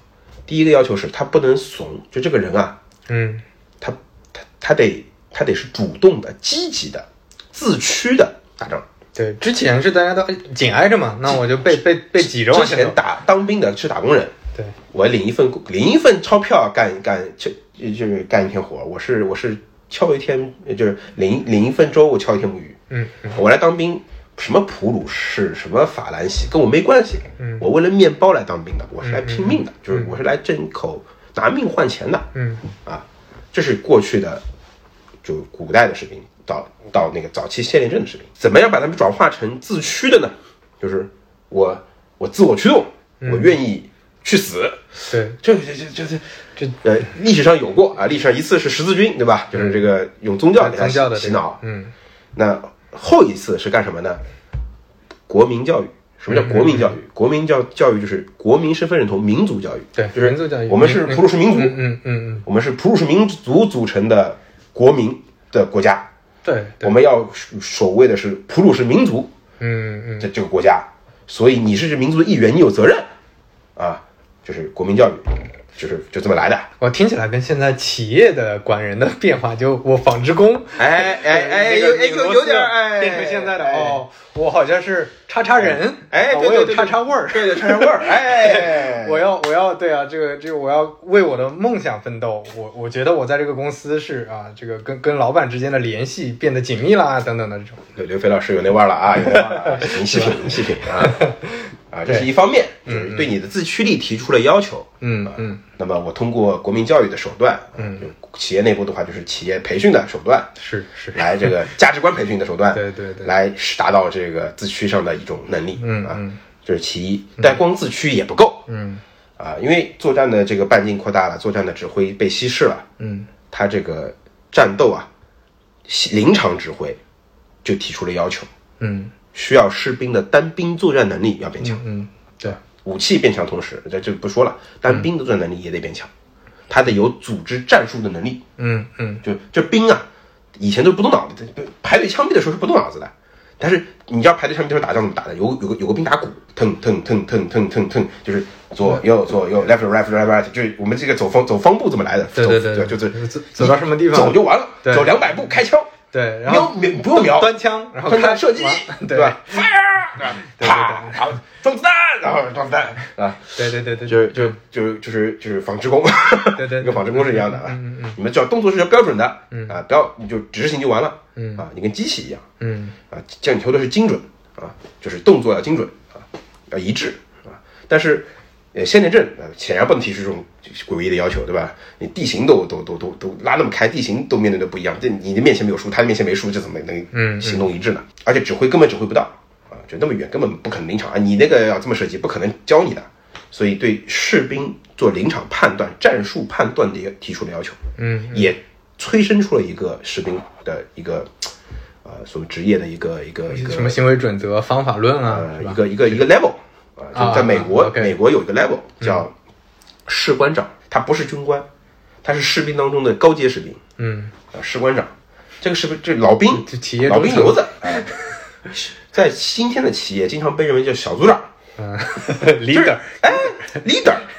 [SPEAKER 3] 第一个要求是他不能怂，就这个人啊，
[SPEAKER 2] 嗯
[SPEAKER 3] 他他他得他得是主动的、积极的、自驱的打仗。
[SPEAKER 2] 对，之前是大家都紧挨着嘛，那我就被被被挤着往
[SPEAKER 3] 之
[SPEAKER 2] 前走
[SPEAKER 3] 前，打当兵的是打工人，
[SPEAKER 2] 对，
[SPEAKER 3] 我领一份工领一份钞票干干就就是干一天活，我是我是敲一天呃就是领领一份粥，我敲一天木鱼。
[SPEAKER 2] 嗯
[SPEAKER 3] 我来当兵，什么普鲁士，什么法兰西，跟我没关系。
[SPEAKER 2] 嗯
[SPEAKER 3] 我为了面包来当兵的，我是来拼命的，就是我是来挣口拿命换钱的。
[SPEAKER 2] 嗯
[SPEAKER 3] 啊，这是过去的，就古代的士兵到到那个早期县令镇的士兵，怎么样把他们转化成自驱的呢？就是我我自我驱动，
[SPEAKER 2] 嗯
[SPEAKER 3] 我愿意去死。
[SPEAKER 2] 对，
[SPEAKER 3] 这这这这
[SPEAKER 2] 这
[SPEAKER 3] 呃，历史上有过啊，历史上一次是十字军，对吧？就是这个用宗教给他
[SPEAKER 2] 嗯宗
[SPEAKER 3] 洗
[SPEAKER 2] 教的
[SPEAKER 3] 洗
[SPEAKER 2] 这个
[SPEAKER 3] 脑。
[SPEAKER 2] 嗯
[SPEAKER 3] 那后一次是干什么呢？国民教育。什么叫国民教
[SPEAKER 2] 嗯
[SPEAKER 3] 育？国民教教育就是国民身份认同民族教育。
[SPEAKER 2] 对
[SPEAKER 3] 就是
[SPEAKER 2] 民族教育
[SPEAKER 3] 我们是
[SPEAKER 2] 民
[SPEAKER 3] 普鲁士民族，
[SPEAKER 2] 嗯嗯嗯嗯，
[SPEAKER 3] 我们是普鲁士民族组成的国民的国家，
[SPEAKER 2] 对，对
[SPEAKER 3] 我们要守卫的是普鲁士民族
[SPEAKER 2] 嗯嗯
[SPEAKER 3] 这这个国家，所以你是这民族的一员，你有责任啊，就是国民教育，就是就这么来的。
[SPEAKER 2] 我听起来跟现在企业的管人的变化，就我纺织工，
[SPEAKER 3] 哎哎哎，
[SPEAKER 2] 那
[SPEAKER 3] 有
[SPEAKER 2] 个那
[SPEAKER 3] 哎
[SPEAKER 2] 个
[SPEAKER 3] 有
[SPEAKER 2] 螺
[SPEAKER 3] 有
[SPEAKER 2] 丝
[SPEAKER 3] 点儿哎，
[SPEAKER 2] 变成现在的
[SPEAKER 3] 哎，
[SPEAKER 2] 哦，我好像是叉叉人，
[SPEAKER 3] 哎，
[SPEAKER 2] 啊
[SPEAKER 3] 对
[SPEAKER 2] 我
[SPEAKER 3] 对
[SPEAKER 2] 有
[SPEAKER 3] 对，
[SPEAKER 2] 叉叉味儿，
[SPEAKER 3] 对对叉叉味儿，哎，
[SPEAKER 2] 我要我要对啊，这个这个我要为我的梦想奋斗，我我觉得我在这个公司是啊，这个跟跟老板之间的联系变得紧密啦，等等的这种，
[SPEAKER 3] 刘刘飞老师有那味儿了啊，有那味儿了啊，你细品，你细品啊。啊，这是一方面，就是对嗯你的自驱力提出了要求。啊
[SPEAKER 2] 嗯嗯，
[SPEAKER 3] 那么我通过国民教育的手段，嗯，企业内部的话就是企业培训的手段，
[SPEAKER 2] 是是，
[SPEAKER 3] 来这个价值观培训的手段，
[SPEAKER 2] 对对对，
[SPEAKER 3] 来达到这个自驱上的一种能力。
[SPEAKER 2] 嗯
[SPEAKER 3] 啊，
[SPEAKER 2] 嗯
[SPEAKER 3] 这是其一，但光自驱也不够
[SPEAKER 2] 嗯
[SPEAKER 3] 啊，因为作战的这个半径扩大了，作战的指挥被稀释了，
[SPEAKER 2] 嗯
[SPEAKER 3] 他这个战斗啊，临场指挥就提出了要求，
[SPEAKER 2] 嗯
[SPEAKER 3] 需要士兵的单兵作战能力要变强。
[SPEAKER 2] 嗯，对，
[SPEAKER 3] 武器变强，同时这就不说了，单兵的作战能力也得变强，他得有组织战术的能力。
[SPEAKER 2] 嗯嗯
[SPEAKER 3] 就这兵啊，以前都不动脑子，这排队枪毙的时候是不动脑子的。但是你知道排队枪毙的时候打仗怎么打的？有有个有个兵打鼓，腾腾腾腾腾腾腾，就是
[SPEAKER 2] 嗯
[SPEAKER 3] 左右左右 left right right right，就是我们这个走方走方步怎么来的？
[SPEAKER 2] 对
[SPEAKER 3] 走
[SPEAKER 2] 对对对
[SPEAKER 3] 就是
[SPEAKER 2] 走走到什么地方
[SPEAKER 3] 走就完了，
[SPEAKER 2] 对
[SPEAKER 3] 走两百步开枪，
[SPEAKER 2] 对，然
[SPEAKER 3] 瞄
[SPEAKER 2] 后
[SPEAKER 3] 瞄不用瞄，
[SPEAKER 2] 端枪，然后
[SPEAKER 3] 看
[SPEAKER 2] 开
[SPEAKER 3] 他射击，
[SPEAKER 2] 对
[SPEAKER 3] 吧？fire，
[SPEAKER 2] 对对对
[SPEAKER 3] 啪，然后装子弹，然后装子弹啊。
[SPEAKER 2] 对对对对，
[SPEAKER 3] 就是就就是就是就是纺织工，
[SPEAKER 2] 对对
[SPEAKER 3] 跟纺织工是一样的啊。
[SPEAKER 2] 嗯
[SPEAKER 3] 你们只要动作是要标准的，啊，不要你就执行就完了，
[SPEAKER 2] 嗯
[SPEAKER 3] 啊，你跟机器一样
[SPEAKER 2] 嗯
[SPEAKER 3] 啊，这样你求的是精准啊，就是动作要精准啊，要一致啊。但是呃，先烈镇呃显然不能提出这种诡异的要求，对吧？你地形都都都都都拉那么开，地形都面对的不一样，这你的面前没有树，他的面前没树，这怎么能
[SPEAKER 2] 嗯
[SPEAKER 3] 行动一致呢？而且指挥根本指挥不到啊，就那么远根本不可能临场啊，你那个要这么设计不可能教你的，所以对士兵做临场判断、战术判断的一个提出了要求，
[SPEAKER 2] 嗯，
[SPEAKER 3] 也催生出了一个士兵的一个呃所谓职业的一个一个一个
[SPEAKER 2] 什么行为准则、方法论啊，
[SPEAKER 3] 呃
[SPEAKER 2] 是
[SPEAKER 3] 一
[SPEAKER 2] 吧？
[SPEAKER 3] 个一个一个 level 啊，
[SPEAKER 2] 啊
[SPEAKER 3] 就在美国
[SPEAKER 2] 啊，，OK 嗯
[SPEAKER 3] 美国有一个 level 叫士官长，他不是军官，他是士兵当中的高阶士兵
[SPEAKER 2] 嗯，
[SPEAKER 3] 啊，士官长，这个士兵这老兵
[SPEAKER 2] 就企业
[SPEAKER 3] 老
[SPEAKER 2] 中
[SPEAKER 3] 兵
[SPEAKER 2] 层
[SPEAKER 3] 头子，哎在今天的企业经常被认为叫小组长，
[SPEAKER 2] 嗯
[SPEAKER 3] 就是
[SPEAKER 2] ，leader，
[SPEAKER 3] 哎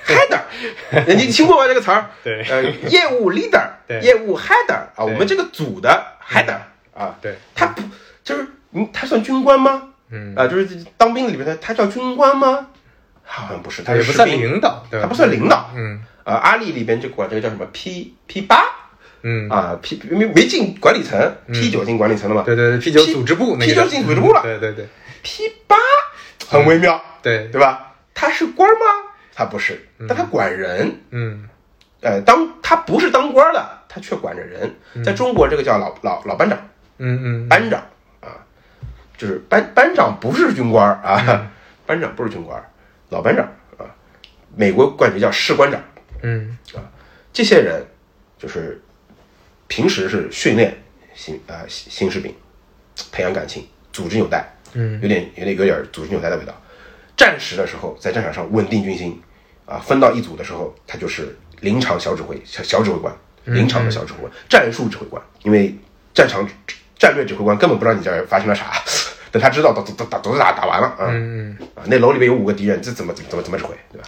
[SPEAKER 3] ，leader，header，你听过吗这个词儿？
[SPEAKER 2] 对
[SPEAKER 3] 呃，业务 leader，
[SPEAKER 2] 对嗯
[SPEAKER 3] 业务 header 啊，我们这个组的 header 啊，
[SPEAKER 2] 对，
[SPEAKER 3] 他不就是嗯，他算军官吗？
[SPEAKER 2] 嗯
[SPEAKER 3] 啊，就是当兵里面的，他叫军官吗？好像不是，他
[SPEAKER 2] 也
[SPEAKER 3] 是
[SPEAKER 2] 不
[SPEAKER 3] 士
[SPEAKER 2] 算
[SPEAKER 3] 兵，
[SPEAKER 2] 领导，对
[SPEAKER 3] 他
[SPEAKER 2] 吧？
[SPEAKER 3] 不算领导。
[SPEAKER 2] 嗯
[SPEAKER 3] 啊，阿里里边就管这个叫什么 P P 八
[SPEAKER 2] 嗯，
[SPEAKER 3] 啊，P 没没进管理层，P 九进管理层了嘛
[SPEAKER 2] 对对对，P 九
[SPEAKER 3] P-
[SPEAKER 2] 组织部那个嗯
[SPEAKER 3] P 九进组织部了
[SPEAKER 2] 对对对
[SPEAKER 3] ，P 八嗯很微妙，
[SPEAKER 2] 对，
[SPEAKER 3] 对吧？他是官吗？他不是，但他管人。
[SPEAKER 2] 嗯
[SPEAKER 3] 呃，当他不是当官的，他却管着人，在中国这个叫老老老班长，
[SPEAKER 2] 嗯嗯
[SPEAKER 3] 班长啊，就是班班长不是军官儿啊， 班长不是军官儿，老班长啊，美国管这叫士官长，啊
[SPEAKER 2] 嗯
[SPEAKER 3] 这些人就是平时是训练新呃新新士兵，培养感情，组织纽带，
[SPEAKER 2] 嗯，
[SPEAKER 3] 有点有点有点组织纽带的味道。战时的时候，在战场上稳定军心，啊，分到一组的时候，他就是临场小指挥小小指挥官，
[SPEAKER 2] 嗯
[SPEAKER 3] 临场的小指挥官，战术指挥官，因为战场战略指挥官根本不知道你这儿发生了啥，等他知道打打打打打打完了，啊、
[SPEAKER 2] 嗯嗯，
[SPEAKER 3] 啊，那楼里面有五个敌人，这怎么怎么怎么怎么指挥，对吧？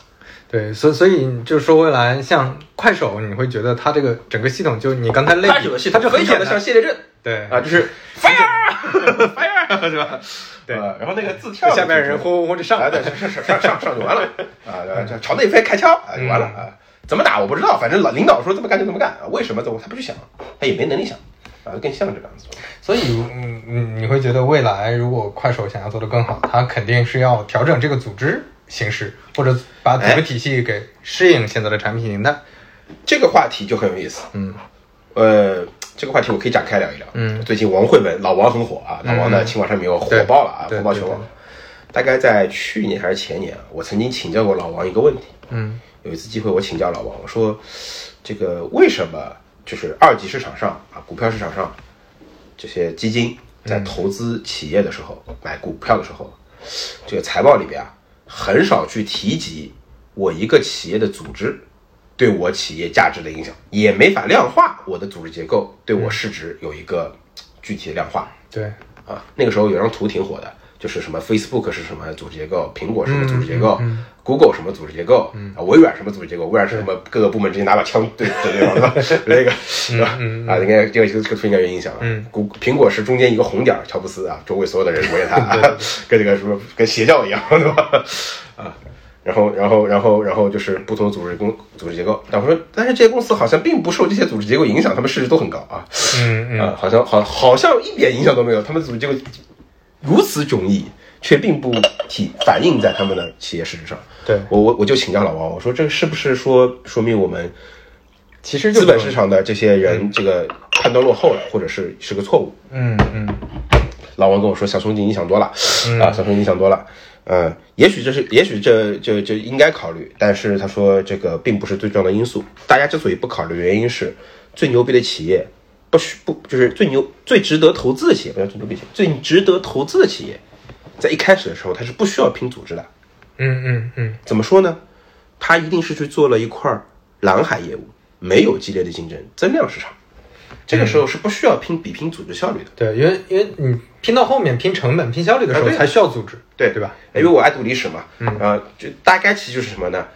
[SPEAKER 2] 对，所所以就说回来，像快手，你会觉得它这个整个系统，就你刚才类比，它就很
[SPEAKER 3] 非常
[SPEAKER 2] 简
[SPEAKER 3] 的像
[SPEAKER 2] 单，
[SPEAKER 3] 谢列阵
[SPEAKER 2] 对
[SPEAKER 3] 啊，就是 fire fire 是吧？
[SPEAKER 2] 对
[SPEAKER 3] 啊然后那个字跳
[SPEAKER 2] 就下面人
[SPEAKER 3] 呼。
[SPEAKER 2] 轰轰轰就上
[SPEAKER 3] 啊，对，上上上上上就完了啊，这朝内飞开枪啊，就完了啊。怎么打我不知道，反正老领导说这么干就这么干啊。为什么？他不去想，他也没能力想啊，更像这个样子。
[SPEAKER 2] 所以，嗯，你你会觉得未来如果快手想要做得更好，它肯定是要调整这个组织形式，或者把
[SPEAKER 3] 哎
[SPEAKER 2] 组织体系给适应现在的产品形态。
[SPEAKER 3] 这个话题就很有意思，
[SPEAKER 2] 嗯，
[SPEAKER 3] 呃，这个话题我可以展开聊一聊。
[SPEAKER 2] 嗯
[SPEAKER 3] 最近王慧文，老王很火啊，老王呢，清华上面又火爆了啊，
[SPEAKER 2] 对
[SPEAKER 3] 火爆
[SPEAKER 2] 对
[SPEAKER 3] 全
[SPEAKER 2] 对
[SPEAKER 3] 网。大概在去年还是前年啊，我曾经请教过老王一个问题，
[SPEAKER 2] 嗯
[SPEAKER 3] 有一次机会，我请教老王，我说这个为什么就是二级市场上啊，股票市场上这些基金在投资企业的时候，买股票的时候，这个财报里边啊，很少去提及我一个企业的组织对我企业价值的影响，也没法量化我的组织结构对我市值有一个具体的量化。
[SPEAKER 2] 对，
[SPEAKER 3] 啊，那个时候有张图挺火的，就是什么 Facebook 是什么组织结构，苹果是什么组织结构、g o o g l e 什么组织结构，啊，微软什么组织结构，微软是什么各个部门之间拿把枪对对对方的那个是吧？啊，应该这个这个图应该有印象啊。谷苹果是中间一个红点儿，乔布斯啊，周围所有的人围着他，啊跟这个什么跟邪教一样，对吧？啊。然后，然后，然后，然后就是不同的组织公组织结构。但我说，但是这些公司好像并不受这些组织结构影响，他们市值都很高啊。
[SPEAKER 2] 嗯嗯
[SPEAKER 3] 啊，好像好好像一点影响都没有，他们组织结构如此迥异，却并不体反映在他们的企业市值上。
[SPEAKER 2] 对，
[SPEAKER 3] 我我我就请教老王，我说这是不是说说明我们
[SPEAKER 2] 其实就
[SPEAKER 3] 资本市，场的这些人这个判断落后了，或者是是个错误？
[SPEAKER 2] 嗯嗯，
[SPEAKER 3] 老王跟我说：“小兄弟，你想多了啊，小兄弟，你想多了。”嗯，也许这是，也许这这这应该考虑，但是他说这个并不是最重要的因素。大家之所以不考虑，原因是最牛逼的企业不需不就是最牛最值得投资的企业，不叫最牛逼企业，最值得投资的企业，在一开始的时候它是不需要拼组织的。
[SPEAKER 2] 嗯嗯嗯，
[SPEAKER 3] 怎么说呢？它一定是去做了一块蓝海业务，没有激烈的竞争，增量市场。这个时候是不需要拼比拼组织效率的。
[SPEAKER 2] 对，因为因为你拼到后面拼成本、拼效率的时
[SPEAKER 3] 啊
[SPEAKER 2] 候，
[SPEAKER 3] 对
[SPEAKER 2] 才需要组织，
[SPEAKER 3] 对
[SPEAKER 2] 对吧？？
[SPEAKER 3] 因为我爱读历史嘛，
[SPEAKER 2] 嗯
[SPEAKER 3] 啊，就大概其实就是什么呢？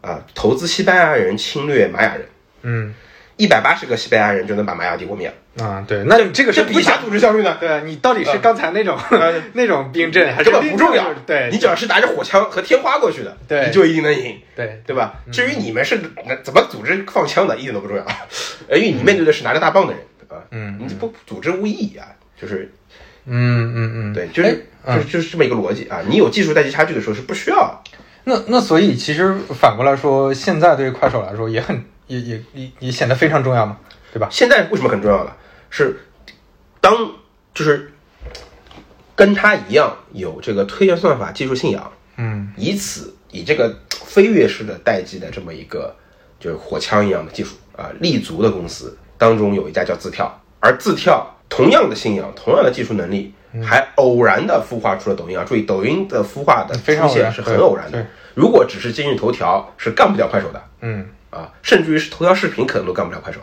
[SPEAKER 3] 啊，投资西班牙人侵略玛雅人，
[SPEAKER 2] 嗯
[SPEAKER 3] 一百八十个西班牙人就能把玛雅帝国灭了，
[SPEAKER 2] 啊，对，那这个是
[SPEAKER 3] 这不
[SPEAKER 2] 比
[SPEAKER 3] 啥
[SPEAKER 2] 较，
[SPEAKER 3] 组织效率呢？
[SPEAKER 2] 对啊，你到底是刚才那种 那种兵阵，还是
[SPEAKER 3] 根本不
[SPEAKER 2] 另
[SPEAKER 3] 重
[SPEAKER 2] 一
[SPEAKER 3] 要
[SPEAKER 2] 种，对，
[SPEAKER 3] 你只要是拿着火枪和天花过去的，
[SPEAKER 2] 对嗯
[SPEAKER 3] 你就一定能赢，
[SPEAKER 2] 对
[SPEAKER 3] 对吧？至于你们是拿怎么组织放枪的，一点都不重要， 因为你面对的是拿着大棒的人啊，
[SPEAKER 2] 嗯，
[SPEAKER 3] 你不组织无意义啊，就是
[SPEAKER 2] 嗯嗯嗯，
[SPEAKER 3] 对，就是就是就是这么一个逻辑啊，你有技术代际差距的时候是不需要
[SPEAKER 2] 那那所以其实反过来说，现在对于快手来说也很也也也也显得非常重要嘛，对吧？
[SPEAKER 3] 现在为什么很重要了？是当就是跟他一样有这个推荐算法技术信仰，
[SPEAKER 2] 嗯
[SPEAKER 3] 以此以这个飞跃式的代际的这么一个就是火枪一样的技术啊，立足的公司当中有一家叫字跳，而字跳同样的信仰，同样的技术能力，
[SPEAKER 2] 嗯
[SPEAKER 3] 还偶然的孵化出了抖音啊！注意，抖音的孵化的
[SPEAKER 2] 非常
[SPEAKER 3] 出
[SPEAKER 2] 偶然
[SPEAKER 3] 现是很偶然
[SPEAKER 2] 对
[SPEAKER 3] 的
[SPEAKER 2] 对，
[SPEAKER 3] 如果只是今日头条，是干不掉快手的。
[SPEAKER 2] 嗯
[SPEAKER 3] 啊，甚至于是头条视频可能都干不了快手，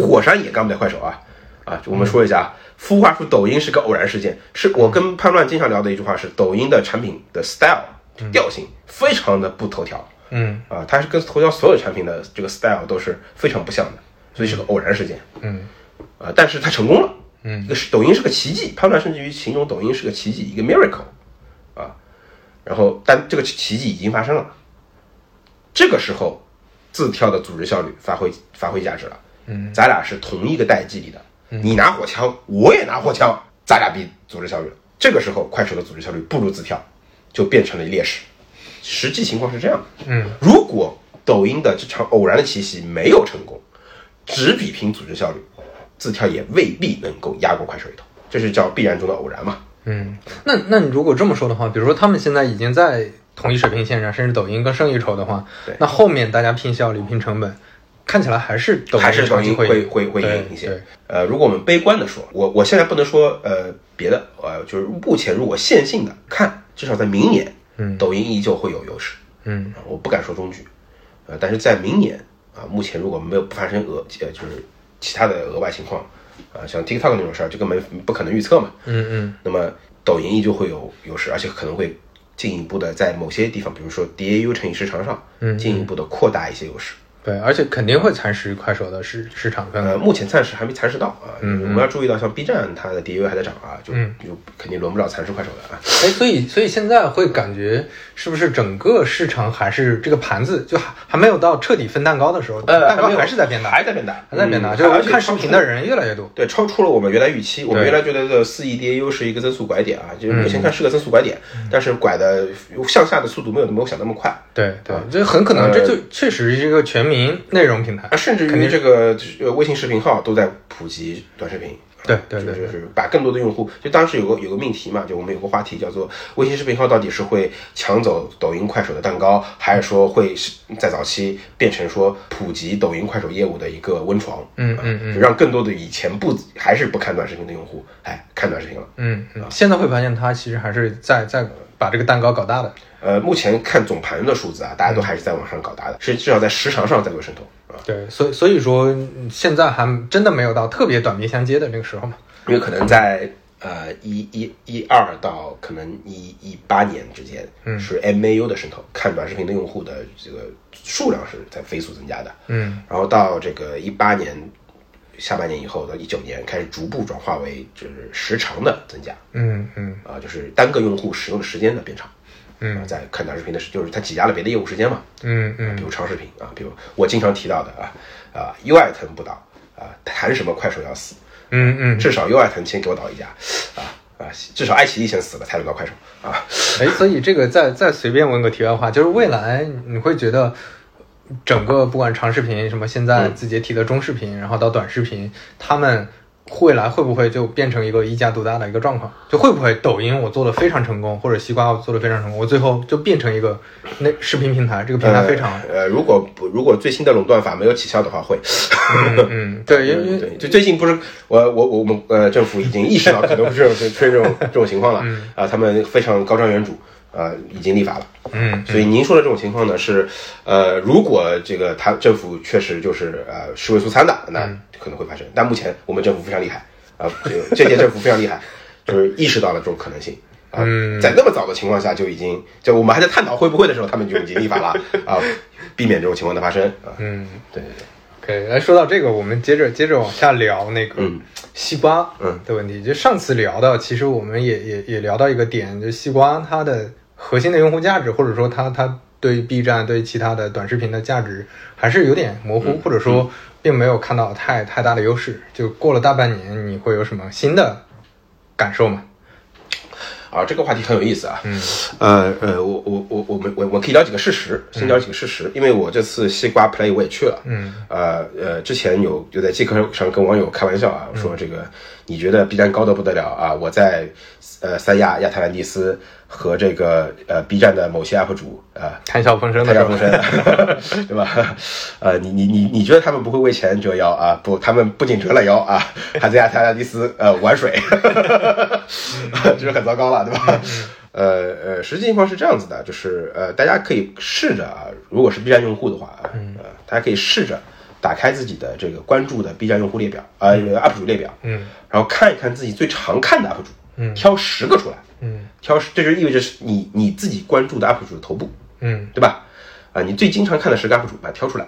[SPEAKER 3] 火山也干不了快手啊啊！我们说一下啊，孵化出抖音是个偶然事件，是我跟潘乱经常聊的一句话是，抖音的产品的 style 就调性非常的不头条
[SPEAKER 2] 嗯
[SPEAKER 3] 啊，它是跟头条所有产品的这个 style 都是非常不像的，所以是个偶然事件
[SPEAKER 2] 嗯
[SPEAKER 3] 啊，但是它成功了，
[SPEAKER 2] 嗯
[SPEAKER 3] 一个是抖音是个奇迹，潘乱甚至于形容抖音是个奇迹，一个 miracle 啊，然后但这个奇迹已经发生了。这个时候，自跳的组织效率发挥发挥价值了。嗯，咱俩是同一个代际里的，
[SPEAKER 2] 嗯
[SPEAKER 3] 你拿火枪，我也拿火枪，咱俩比组织效率了。这个时候，快手的组织效率不如自跳，就变成了劣势。实际情况是这样的。
[SPEAKER 2] 嗯，
[SPEAKER 3] 如果抖音的这场偶然的奇袭没有成功，只比拼组织效率，自跳也未必能够压过快手一头。这是叫必然中的偶然嘛？
[SPEAKER 2] 嗯。那那你如果这么说的话，比如说他们现在已经在同一水平线上，甚至抖音更胜一筹的话
[SPEAKER 3] 对，
[SPEAKER 2] 那后面大家拼效率、拼成本，看起来还是抖音
[SPEAKER 3] 还是抖
[SPEAKER 2] 长期
[SPEAKER 3] 音
[SPEAKER 2] 会
[SPEAKER 3] 会会会
[SPEAKER 2] 对
[SPEAKER 3] 赢一
[SPEAKER 2] 对
[SPEAKER 3] 些。呃，如果我们悲观的说，我我现在不能说呃别的，呃，就是目前如果线性的看，至少在明年，
[SPEAKER 2] 嗯
[SPEAKER 3] 抖音依旧会有优势。
[SPEAKER 2] 嗯
[SPEAKER 3] 啊我不敢说中局，呃，但是在明年啊，目前如果没有不发生额呃就是其他的额外情况，啊，像 TikTok 那种事儿，这根本不可能预测嘛。
[SPEAKER 2] 嗯嗯
[SPEAKER 3] 那么抖音依旧会有优势，而且可能会进一步的在某些地方，比如说 DAU 乘以时长上，
[SPEAKER 2] 嗯
[SPEAKER 3] 进一步的扩大一些优势。
[SPEAKER 2] 对，而且肯定会蚕食快手的市市场份额。
[SPEAKER 3] 呃，目前暂时还没蚕食到啊，
[SPEAKER 2] 嗯
[SPEAKER 3] 我们要注意到，像 B 站它的 DAU 还在涨啊，就、
[SPEAKER 2] 嗯
[SPEAKER 3] 就肯定轮不着蚕食快手的啊。
[SPEAKER 2] 哎，所以所以现在会感觉是不是整个市场还是这个盘子就还还没有到彻底分蛋糕的时候，蛋糕
[SPEAKER 3] 呃没有
[SPEAKER 2] 呃还是在变大，
[SPEAKER 3] 还在变大，
[SPEAKER 2] 还在变大，
[SPEAKER 3] 嗯
[SPEAKER 2] 就
[SPEAKER 3] 而
[SPEAKER 2] 是
[SPEAKER 3] 且
[SPEAKER 2] 看视频
[SPEAKER 3] 超
[SPEAKER 2] 的
[SPEAKER 3] 出
[SPEAKER 2] 人越来越多。
[SPEAKER 3] 对，超出了我们原来预期。我们
[SPEAKER 2] 对嗯
[SPEAKER 3] 原来觉得这四亿 DAU 是一个增速拐点啊，就是目前看是个增速拐点，但是拐的向下的速度没有没有想那么快
[SPEAKER 2] 对对，这很可能
[SPEAKER 3] 呃
[SPEAKER 2] 这就确实是一个全民内容平台
[SPEAKER 3] 啊，。甚至于这个呃微信视频号都在普及短视频。啊
[SPEAKER 2] 对对
[SPEAKER 3] 就
[SPEAKER 2] 对
[SPEAKER 3] 是就是把更多的用户，就当时有个有个命题嘛，就我们有个话题叫做微信视频号到底是会抢走抖音、快手的蛋糕，还是说会是在早期变成说普及抖音、快手业务的一个温床？
[SPEAKER 2] 嗯
[SPEAKER 3] 啊
[SPEAKER 2] 嗯嗯
[SPEAKER 3] 就让更多的以前不还是不看短视频的用户，哎，看短视频了。
[SPEAKER 2] 嗯嗯，现在会发现它其实还是在在把这个蛋糕搞大的。
[SPEAKER 3] 呃，目前看总盘的数字啊，
[SPEAKER 2] 嗯
[SPEAKER 3] 大家都还是在往上搞大的，是至少在时长上在做渗透啊，
[SPEAKER 2] 对，所以所以说嗯现在还真的没有到特别短兵相接的那个时候嘛。
[SPEAKER 3] 因为可能在呃一一一二到可能一一八年之间，
[SPEAKER 2] 嗯
[SPEAKER 3] 是 MAU 的渗透，看短视频的用户的这个数量是在飞速增加的，
[SPEAKER 2] 嗯，
[SPEAKER 3] 然后到这个一八年下半年以后到一九年开始逐步转化为就是时长的增加，
[SPEAKER 2] 嗯嗯
[SPEAKER 3] 啊，就是单个用户使用的时间的变长，
[SPEAKER 2] 嗯
[SPEAKER 3] 啊，在看短视频的时，就是它挤压了别的业务时间嘛，
[SPEAKER 2] 嗯嗯
[SPEAKER 3] 比如长视频啊，比如我经常提到的啊啊，优爱腾不倒啊，谈什么快手要死，
[SPEAKER 2] 嗯嗯，
[SPEAKER 3] 至少优爱腾先给我倒一家啊啊，至少爱奇艺先死了才轮到快手啊
[SPEAKER 2] 哎，所以这个再再随便问个题外话，就是未来你会觉得整个不管长视频什么，现在字节提的中视频，然后到短视频，他们未来会不会就变成一个一家独大的一个状况？就会不会抖音我做的非常成功，或者西瓜我做的非常成功，我最后就变成一个那视频平台，这个平台非常。
[SPEAKER 3] 呃，如果不如果最新的垄断法没有起效的话，会。
[SPEAKER 2] 嗯嗯，对，因为
[SPEAKER 3] 对，就最近不是我我我们呃政府已经意识到可能会这种出现这种这种情况了啊，他们非常高瞻远瞩啊，已经立法了。
[SPEAKER 2] 嗯，
[SPEAKER 3] 所以您说的这种情况呢是，呃，如果这个他政府确实就是呃尸位素餐的，那
[SPEAKER 2] 嗯
[SPEAKER 3] 可能会发生。但目前我们政府非常厉害啊、这个这届政府非常厉害，就是意识到了这种可能性。啊，
[SPEAKER 2] 嗯
[SPEAKER 3] 在那么早的情况下就已经，就我们还在探讨会不会的时候，他们就已经立法了啊，避免这种情况的发生啊。
[SPEAKER 2] 嗯。
[SPEAKER 3] 对对对，
[SPEAKER 2] 可以，来哎说到这个，我们接着接着往下聊那个
[SPEAKER 3] 嗯
[SPEAKER 2] 西瓜
[SPEAKER 3] 嗯
[SPEAKER 2] 的问题。就上次聊到，其实我们也也也聊到一个点，就西瓜它的核心的用户价值，或者说它它对 B 站对其他的短视频的价值还是有点模糊，
[SPEAKER 3] 嗯
[SPEAKER 2] 或者说并没有看到太太大的优势。就过了大半年，你会有什么新的感受吗？
[SPEAKER 3] 啊，这个话题很有意思啊。嗯，呃呃，我我我我们我我可以聊几个事实，先聊几个事实，因为我这次西瓜 play 我也去了。
[SPEAKER 2] 嗯，
[SPEAKER 3] 呃呃，之前有就在即刻上跟网友开玩笑啊，
[SPEAKER 2] 嗯
[SPEAKER 3] 说这个你觉得 B 站高的不得了啊，我在呃三亚亚特兰蒂斯和这个呃 B 站的某些 UP 主啊。
[SPEAKER 2] 谈笑风生的
[SPEAKER 3] 太
[SPEAKER 2] 时
[SPEAKER 3] 阳
[SPEAKER 2] 候
[SPEAKER 3] 风，生， 对吧？呃，你你你你觉得他们不会为钱折腰啊？不，他们不仅折了腰啊，还在亚特兰蒂斯呃玩水，
[SPEAKER 2] 嗯
[SPEAKER 3] 这 就很糟糕了，对吧？呃呃，实际情况是这样子的，就是呃，大家可以试着啊，如果是 B 站用户的话啊，
[SPEAKER 2] 嗯
[SPEAKER 3] 呃，大家可以试着打开自己的这个关注的 B 站用户列表啊、呃 UP 主列表，
[SPEAKER 2] 嗯，
[SPEAKER 3] 然后看一看自己最常看的 UP 主，
[SPEAKER 2] 嗯
[SPEAKER 3] 挑十个出来，
[SPEAKER 2] 嗯
[SPEAKER 3] 挑十，这就意味着是你你自己关注的 UP 主的头部，
[SPEAKER 2] 嗯
[SPEAKER 3] 对吧？啊、你最经常看的十个 UP 主把它挑出来，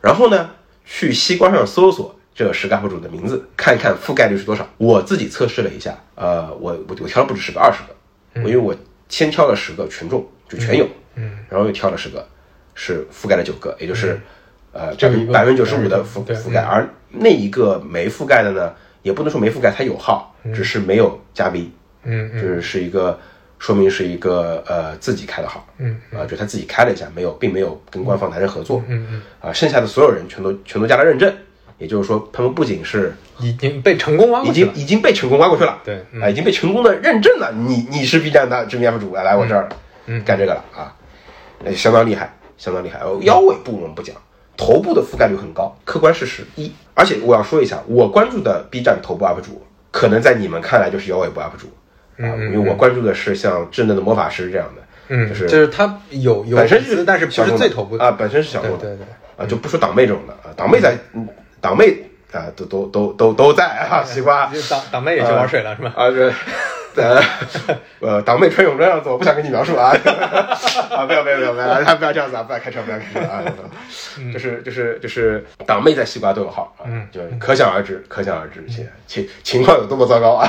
[SPEAKER 3] 然后呢，去西瓜上搜索这十个 UP 主的名字，看一看覆盖率是多少。我自己测试了一下，呃，我我我挑了不止十个，二十个，我因为我先挑了十个群众，就全有，
[SPEAKER 2] 嗯，
[SPEAKER 3] 然后又挑了十个，是覆盖了九个，也就是、呃
[SPEAKER 2] 就嗯一个
[SPEAKER 3] 百分之九十五的覆
[SPEAKER 2] 对
[SPEAKER 3] 覆盖，而那一个没覆盖的呢，也不能说没覆盖，它有号，只是没有加 V，
[SPEAKER 2] 嗯
[SPEAKER 3] 就
[SPEAKER 2] 嗯
[SPEAKER 3] 是是一个说明是一个呃自己开的号，
[SPEAKER 2] 嗯
[SPEAKER 3] 啊、就他自己开了一下，没有，并没有跟官方达成合作，
[SPEAKER 2] 嗯嗯，
[SPEAKER 3] 啊、剩下的所有人全都全都加了认证，也就是说，他们不仅是
[SPEAKER 2] 已经被成功挖
[SPEAKER 3] 已
[SPEAKER 2] 过去
[SPEAKER 3] 经
[SPEAKER 2] 了。
[SPEAKER 3] 已经被成功挖过去了，
[SPEAKER 2] 对嗯
[SPEAKER 3] 啊，已经被成功的认证了，你你是 B 站的知名 UP 主，来来我这儿
[SPEAKER 2] 嗯
[SPEAKER 3] 干这个了啊，哎相当厉害，相当厉害。呃腰尾部我们不讲，头部的覆盖率很高，客观事实一。而且我要说一下，我关注的 B 站头部 UP 主，可能在你们看来就是腰尾部 UP 主啊，因为我关注的是像稚嫩的魔法师这样的，
[SPEAKER 2] 嗯，
[SPEAKER 3] 就是
[SPEAKER 2] 就是它有有
[SPEAKER 3] 本身
[SPEAKER 2] 粉
[SPEAKER 3] 是
[SPEAKER 2] 丝但是不
[SPEAKER 3] 小
[SPEAKER 2] 是
[SPEAKER 3] 众
[SPEAKER 2] 最头部的
[SPEAKER 3] 啊，本身是小众的，
[SPEAKER 2] 对对对
[SPEAKER 3] 啊，就不说党妹这种的啊，党妹在，嗯党妹啊，都都都都都在 啊，西瓜
[SPEAKER 2] 就党党妹也去玩水了是吧？
[SPEAKER 3] 啊，这 呃呃，党妹穿泳装样子，我不想跟你描述啊， 啊，不要不要不要不要，他不要这样子啊，不要开车不要开车啊，
[SPEAKER 2] 嗯
[SPEAKER 3] 就是就是就是党妹在西瓜都有号啊，就是
[SPEAKER 2] 嗯
[SPEAKER 3] 可想而知，可想而知情情情况有多么糟糕 啊，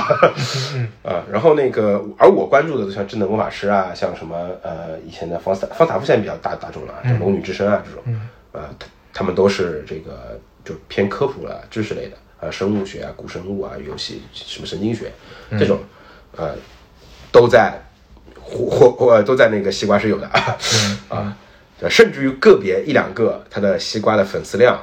[SPEAKER 2] 嗯
[SPEAKER 3] 啊，然后那个而我关注的就像智能魔法师啊，像什么呃以前的方萨方塔夫现在比较大大众了啊，
[SPEAKER 2] 嗯
[SPEAKER 3] 像龙女之声啊这种，呃，他他们都是这个就偏科普了知识类的，呃，生物学啊、古生物啊、游戏什么神经学
[SPEAKER 2] 嗯
[SPEAKER 3] 这种，呃，都在或或或都在那个西瓜是有的
[SPEAKER 2] 嗯
[SPEAKER 3] 啊，对甚至于个别一两个他的西瓜的粉丝量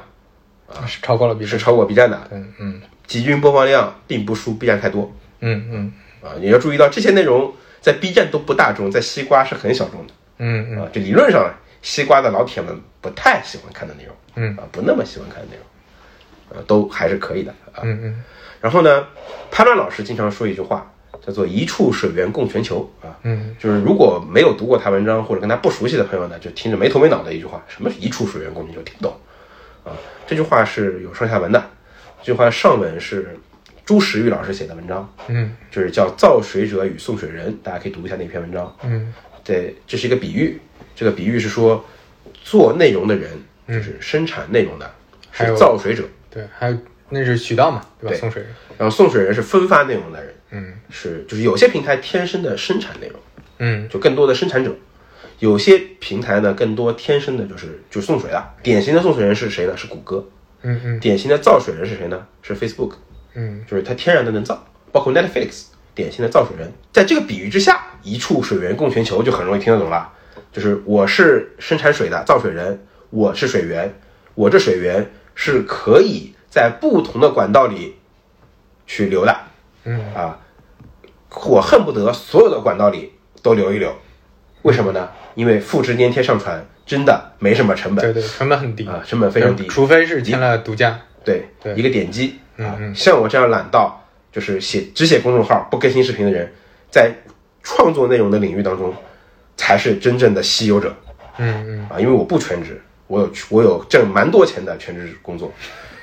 [SPEAKER 2] 是超过了 B
[SPEAKER 3] 是
[SPEAKER 2] 站。
[SPEAKER 3] 超过 B 站的，
[SPEAKER 2] 嗯嗯
[SPEAKER 3] 集均播放量并不输 B 站太多
[SPEAKER 2] 嗯嗯
[SPEAKER 3] 啊，你要注意到这些内容在 B 站都不大众，在西瓜是很小众的。
[SPEAKER 2] 嗯嗯
[SPEAKER 3] 啊，这理论上西瓜的老铁们不太喜欢看的内容，
[SPEAKER 2] 嗯
[SPEAKER 3] 啊，不那么喜欢看的内容，呃，都还是可以的啊。
[SPEAKER 2] 嗯嗯
[SPEAKER 3] 然后呢，潘乱老师经常说一句话，叫做“一处水源供全球”啊，
[SPEAKER 2] 嗯，
[SPEAKER 3] 就是如果没有读过他文章或者跟他不熟悉的朋友呢，就听着没头没脑的一句话，什么是一处水源供全球，听不懂啊。这句话是有上下文的，这句话上文是朱时玉老师写的文章，
[SPEAKER 2] 嗯
[SPEAKER 3] 就是叫《造水者与送水人》，大家可以读一下那篇文章，
[SPEAKER 2] 嗯
[SPEAKER 3] 对，这是一个比喻，这个比喻是说做内容的人，就是生产内容的，
[SPEAKER 2] 嗯还有
[SPEAKER 3] 是造水者，
[SPEAKER 2] 对，还有那是渠道嘛，对吧？
[SPEAKER 3] 对
[SPEAKER 2] 送水人。
[SPEAKER 3] 然呃后送水人是分发内容的人，
[SPEAKER 2] 嗯
[SPEAKER 3] 是就是有些平台天生的生产内容，
[SPEAKER 2] 嗯
[SPEAKER 3] 就更多的生产者，有些平台呢更多天生的就是就送水了。典型的送水人是谁呢？是谷歌。
[SPEAKER 2] 嗯嗯
[SPEAKER 3] 典型的造水人是谁呢？是 Facebook，
[SPEAKER 2] 嗯
[SPEAKER 3] 就是它天然的能造，包括 Netflix，典型的造水人。在这个比喻之下，一处水源供全球就很容易听得懂了，就是我是生产水的造水人，我是水源，我这水源是可以在不同的管道里去流的，嗯啊，我恨不得所有的管道里都流一流，为什么呢？因为复制粘贴上传真的没什么成本，
[SPEAKER 2] 对对，成本很低
[SPEAKER 3] 啊成本非常低
[SPEAKER 2] 除非是签了独家。
[SPEAKER 3] 对，
[SPEAKER 2] 对
[SPEAKER 3] 一个点击啊
[SPEAKER 2] 嗯，
[SPEAKER 3] 像我这样懒到就是写只写公众号不更新视频的人，在创作内容的领域当中，才是真正的稀有者
[SPEAKER 2] 嗯嗯，
[SPEAKER 3] 啊！因为我不全职，我有我有挣蛮多钱的全职 工作，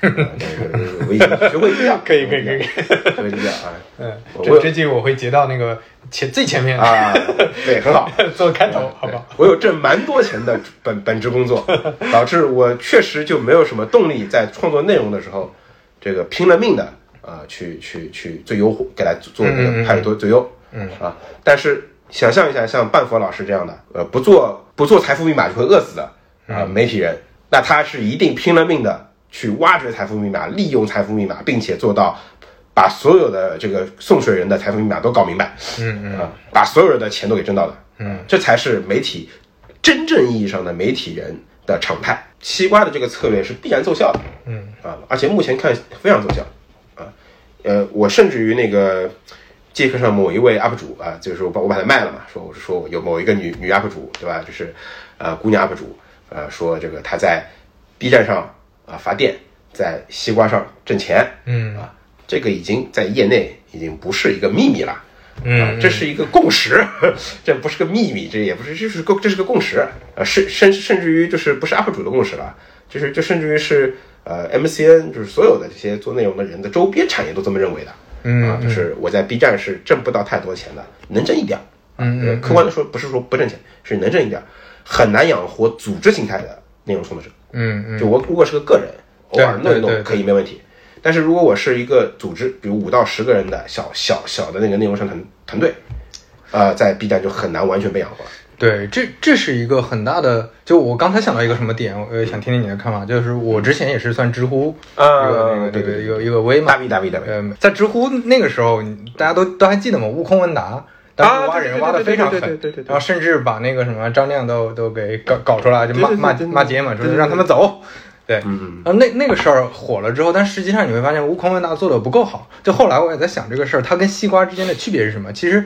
[SPEAKER 3] 啊对对对我已经学会低调，
[SPEAKER 2] 可以可以可以
[SPEAKER 3] 学会低调啊！
[SPEAKER 2] 嗯，
[SPEAKER 3] 我
[SPEAKER 2] 这这季我会截到那个前最前面
[SPEAKER 3] 啊，对，很好。
[SPEAKER 2] 做开头，好不好？
[SPEAKER 3] 我有挣蛮多钱的本本职 工作，导致我确实就没有什么动力在创作内容的时候，这个拼了命的啊、呃去去去最优给它做那
[SPEAKER 2] 嗯嗯
[SPEAKER 3] 个
[SPEAKER 2] 嗯
[SPEAKER 3] 派做最优，嗯啊，但是想象一下，像半佛老师这样的，呃，不做不做财富密码就会饿死的啊、
[SPEAKER 2] 嗯
[SPEAKER 3] 媒体人，那他是一定拼了命的去挖掘财富密码，利用财富密码，并且做到。把所有的这个送水人的财富密码都搞明白，
[SPEAKER 2] 嗯
[SPEAKER 3] 啊，把所有人的钱都给挣到了，嗯，这才是媒体真正意义上的媒体人的常态。西瓜的这个策略是必然奏效的，
[SPEAKER 2] 嗯
[SPEAKER 3] 啊，而且目前看非常奏效，啊，呃，我甚至于那个杰克上某一位 UP 主啊，就是我把我把它卖了嘛，说我是说我有某一个女女 UP 主对吧，就是呃姑娘 UP 主，呃说这个她在 B 站上啊、发电，在西瓜上挣钱，
[SPEAKER 2] 嗯
[SPEAKER 3] 啊，这个已经在业内已经不是一个秘密了。啊
[SPEAKER 2] 嗯，
[SPEAKER 3] 这是一个共识， 这不是个秘密，这也不是，这是个这是个共识，呃，甚甚甚至于就是不是 UP 主的共识了，就是就甚至于是呃 MCN，就是所有的这些做内容的人的周边产业都这么认为的，
[SPEAKER 2] 嗯
[SPEAKER 3] 啊，就是我在 B 站是挣不到太多钱的，能挣一点儿，
[SPEAKER 2] 嗯
[SPEAKER 3] 呃客观的说不是说不挣钱，是能挣一点儿，很难养活组织形态的内容创作者，
[SPEAKER 2] 嗯嗯
[SPEAKER 3] 就我如果是个个人，偶
[SPEAKER 2] 对
[SPEAKER 3] 尔弄
[SPEAKER 2] 对
[SPEAKER 3] 一
[SPEAKER 2] 对
[SPEAKER 3] 弄可以没问题。但是如果我是一个组织，比如五到十个人的小小小的那个内容生产团队，呃，在 B 站就很难完全被养活了。
[SPEAKER 2] 对，这这是一个很大的，就我刚才想到一个什么点，我呃想听听你的看法，就是我之前也是算知乎
[SPEAKER 3] 啊
[SPEAKER 2] 一个那个那
[SPEAKER 3] 对对
[SPEAKER 2] 个
[SPEAKER 3] 对
[SPEAKER 2] 一个一个微嘛
[SPEAKER 3] 大，V 大 V 大 V，
[SPEAKER 2] 嗯，在知乎那个时候，大家都都还记得吗？悟空问答。当时挖人挖的非常狠，然后甚至把那个什么张亮都都给搞搞出来，就骂骂骂街嘛，就是让他们走。对，啊，那那个事儿火了之后，但实际上你会发现，悟空问答做的不够好。就后来我也在想这个事儿，它跟西瓜之间的区别是什么？其实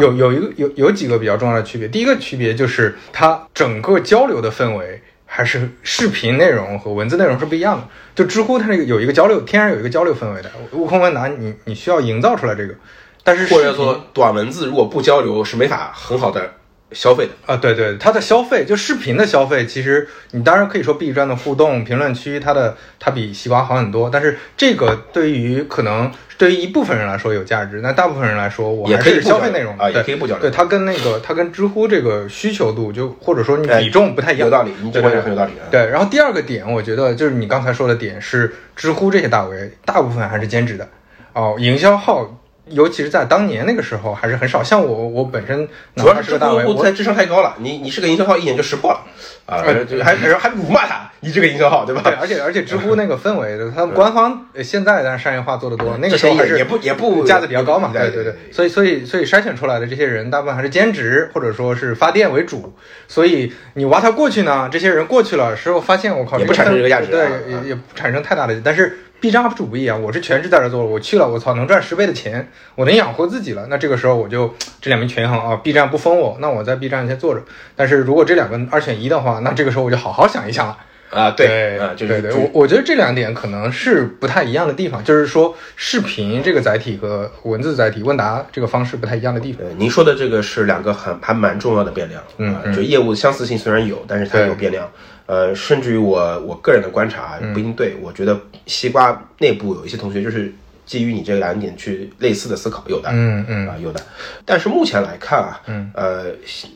[SPEAKER 2] 有有一个有有几个比较重要的区别。第一个区别就是它整个交流的氛围还是视频内容和文字内容是不一样的。就知乎它那个有一个交流，天然有一个交流氛围的。悟空问答你你需要营造出来这个，但是视
[SPEAKER 3] 或者
[SPEAKER 2] 频
[SPEAKER 3] 说短文字如果不交流是没法很好的消费的。
[SPEAKER 2] 啊，对对，它的消费就视频的消费，其实你当然可以说 B 站的互动、评论区，它的它比西瓜好很多，但是这个对于可能对于一部分人来说有价值，那大部分人来说，我
[SPEAKER 3] 也
[SPEAKER 2] 还
[SPEAKER 3] 可以
[SPEAKER 2] 是
[SPEAKER 3] 不
[SPEAKER 2] 消费
[SPEAKER 3] 交流
[SPEAKER 2] 内容
[SPEAKER 3] 啊也
[SPEAKER 2] 对
[SPEAKER 3] 可以不交流
[SPEAKER 2] 对，它跟那个它跟知乎这个需求度就或者说你比重不太一样，
[SPEAKER 3] 哎有道理，你这
[SPEAKER 2] 对
[SPEAKER 3] 观
[SPEAKER 2] 对
[SPEAKER 3] 点很有道理啊。
[SPEAKER 2] 对，然后第二个点，我觉得就是你刚才说的点是，知乎这些大 V 大部分还是兼职的，哦，营销号，尤其是在当年那个时候还是很少。像我，我本身哪
[SPEAKER 3] 主要
[SPEAKER 2] 怕
[SPEAKER 3] 是
[SPEAKER 2] 个
[SPEAKER 3] 知
[SPEAKER 2] 大 V，
[SPEAKER 3] 乎
[SPEAKER 2] 我嗯
[SPEAKER 3] 在智商太高了，你你是个营销号，一眼就识破了啊，就还还还辱骂他，你这个营销号对吧
[SPEAKER 2] 对，？啊而且而且知乎那个氛围，他们官方呃现在当然商业化做的多，那个时候还是
[SPEAKER 3] 也不也不
[SPEAKER 2] 架子比较高嘛，
[SPEAKER 3] 对
[SPEAKER 2] 对
[SPEAKER 3] 对
[SPEAKER 2] 对，所以所以所以筛选出来的这些人，大部分还是兼职或者说是发电为主，所以你挖他过去呢，这些人过去了之后发现我靠，
[SPEAKER 3] 也不
[SPEAKER 2] 个
[SPEAKER 3] 产生
[SPEAKER 2] 氛
[SPEAKER 3] 这个价值啊
[SPEAKER 2] 对
[SPEAKER 3] 啊，
[SPEAKER 2] 也也不产生太大的，但是。B 站 UP 主不一样，我是全职在这做，我去了，我操，能赚十倍的钱，我能养活自己了。那这个时候我就这两边权衡啊，B 站不封我，那我在 B 站先坐着。但是如果这两个二选一的话，那这个时候我就好好想一想了。
[SPEAKER 3] 啊对啊，就
[SPEAKER 2] 对
[SPEAKER 3] 是
[SPEAKER 2] 对，我我觉得这两点可能是不太一样的地方，就是说视频这个载体和文字载体问答这个方式不太一样的地方。
[SPEAKER 3] 呃，您说的这个是两个很还蛮重要的变量，
[SPEAKER 2] 嗯
[SPEAKER 3] 啊
[SPEAKER 2] 嗯
[SPEAKER 3] 就业务相似性虽然有，但是它
[SPEAKER 2] 对
[SPEAKER 3] 有变量。呃，甚至于我我个人的观察啊
[SPEAKER 2] 嗯
[SPEAKER 3] 不一定对，我觉得西瓜内部有一些同学就是基于你这两点去类似的思考，有的，
[SPEAKER 2] 嗯嗯
[SPEAKER 3] 啊，有的。但是目前来看啊，
[SPEAKER 2] 嗯，
[SPEAKER 3] 呃，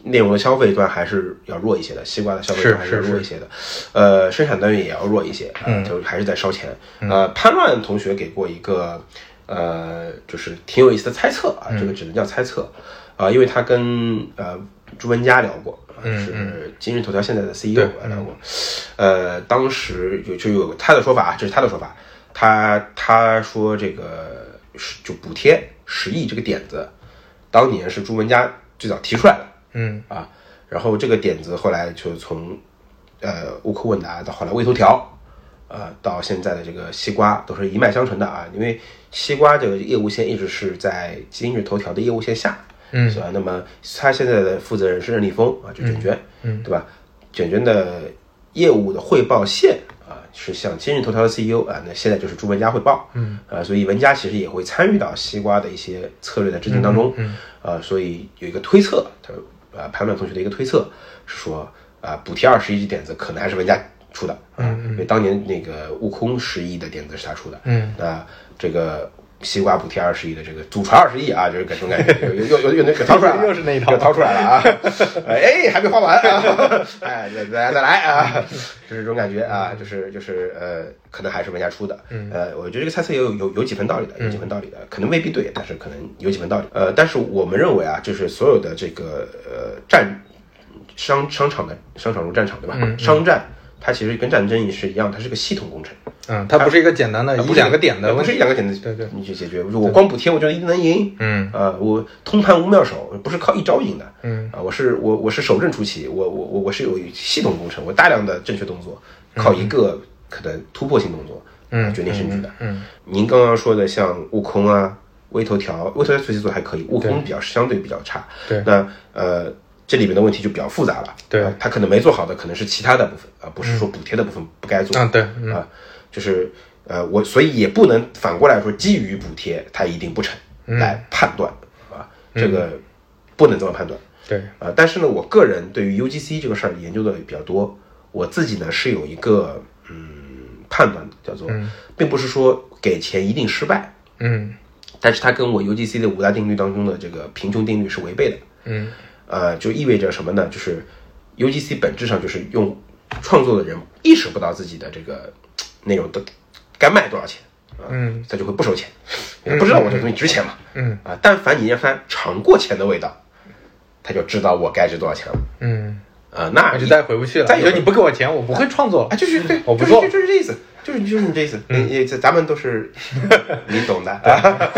[SPEAKER 3] 内容的消费端还是要弱一些的，西瓜的消费
[SPEAKER 2] 是
[SPEAKER 3] 端还是要
[SPEAKER 2] 是
[SPEAKER 3] 弱一些的，呃，生产单元也要弱一些，啊、嗯，就还是在烧钱。呃，潘乱同学给过一个呃，就是挺有意思的猜测啊，这个只能叫猜测啊、因为他跟呃朱文佳聊过。啊就是今日头条现在的 CEO 啊聊过，呃，当时有就有他的说法，啊，这是他的说法，他他说这个是就补贴十亿这个点子，当年是朱文佳最早提出来的，
[SPEAKER 2] 嗯
[SPEAKER 3] 啊，然后这个点子后来就从呃悟空问答到后来微头条，呃，到现在的这个西瓜都是一脉相承的啊，因为西瓜这个业务线一直是在今日头条的业务线下，
[SPEAKER 2] 嗯
[SPEAKER 3] 是吧？那么他现在的负责人是任立峰啊，就卷卷，
[SPEAKER 2] 嗯嗯
[SPEAKER 3] 对吧？卷卷的业务的汇报线啊，是向今日头条的 CEO 啊，那现在就是朱文佳汇报，
[SPEAKER 2] 嗯，
[SPEAKER 3] 啊，所以文佳其实也会参与到西瓜的一些策略的制定当中，
[SPEAKER 2] 嗯
[SPEAKER 3] 啊，所以有一个推测，他啊潘本同学的一个推测是说啊，补贴二十亿的点子可能还是文佳出的，啊，因为当年那个悟空十亿的点子是他出的，
[SPEAKER 2] 嗯，
[SPEAKER 3] 那这个。西瓜补贴二十亿的这个祖传二十亿啊，就是各种感觉，又又又又那个掏出来了，
[SPEAKER 2] 又是那一套
[SPEAKER 3] 又掏出来了啊！ 哎，还没花完啊！哎，再再来再来啊！就是这种感觉啊，就是就是呃，可能还是玩家出的。
[SPEAKER 2] 嗯
[SPEAKER 3] 呃，我觉得这个猜测有有有几分道理的，有几分道理的，可能未必对，但是可能有几分道理。呃，但是我们认为啊，就是所有的这个呃战商商场的商场如战场对吧？
[SPEAKER 2] 嗯
[SPEAKER 3] 商战它其实跟战争也是一样，它是个系统工程。
[SPEAKER 2] 嗯，它不是一个简单的
[SPEAKER 3] 啊不
[SPEAKER 2] 一
[SPEAKER 3] 是
[SPEAKER 2] 两个点的
[SPEAKER 3] 不
[SPEAKER 2] 问
[SPEAKER 3] 是一
[SPEAKER 2] 题，
[SPEAKER 3] 两个点的，
[SPEAKER 2] 对对
[SPEAKER 3] 你去解决。我光补贴，我觉得一定能赢。
[SPEAKER 2] 嗯，
[SPEAKER 3] 呃，我通盘无妙手，不是靠一招赢的。
[SPEAKER 2] 嗯，
[SPEAKER 3] 啊，我是我我是守正出奇，我我我我是有系统工程，我大量的正确动作，靠一个可能突破性动作，
[SPEAKER 2] 嗯
[SPEAKER 3] 决定胜局的。
[SPEAKER 2] 嗯，
[SPEAKER 3] 您刚刚说的像悟空啊、微头条、微头条最近做得还可以，悟空比较相对比较差。
[SPEAKER 2] 对
[SPEAKER 3] 那呃。这里面的问题就比较复杂了，
[SPEAKER 2] 对
[SPEAKER 3] 啊他可能没做好的可能是其他的部分，啊而不是说补贴的部分不该做
[SPEAKER 2] 啊对
[SPEAKER 3] 啊、就是呃，我所以也不能反过来说，基于补贴它一定不成
[SPEAKER 2] 嗯
[SPEAKER 3] 来判断啊，这个不能这么判断
[SPEAKER 2] 对，
[SPEAKER 3] 啊。但是呢，我个人对于 UGC 这个事儿研究的比较多，我自己呢是有一个嗯判断的，叫做，并不是说给钱一定失败，
[SPEAKER 2] 嗯
[SPEAKER 3] 但是它跟我 UGC 的五大定律当中的这个贫穷定律是违背的。
[SPEAKER 2] 嗯
[SPEAKER 3] 呃，就意味着什么呢？就是 UGC 本质上就是用创作的人意识不到自己的这个嘖内容的该卖多少钱，啊、
[SPEAKER 2] 嗯，
[SPEAKER 3] 他就会不收钱，也不知道我这东西值钱嘛，
[SPEAKER 2] 嗯
[SPEAKER 3] 啊，但凡你让他尝过钱的味道，他就知道我该值多少钱了，
[SPEAKER 2] 嗯，
[SPEAKER 3] 啊，那
[SPEAKER 2] 那就
[SPEAKER 3] 一
[SPEAKER 2] 再也回不去了。
[SPEAKER 3] 再
[SPEAKER 2] 你
[SPEAKER 3] 有
[SPEAKER 2] 说你不给我钱，我不会创作
[SPEAKER 3] 啊，
[SPEAKER 2] 了。
[SPEAKER 3] 就是对，
[SPEAKER 2] 我不
[SPEAKER 3] 就是
[SPEAKER 2] 做嗯
[SPEAKER 3] 就就是这意思，就是就是你这意思，你你咱们 都是你懂的啊，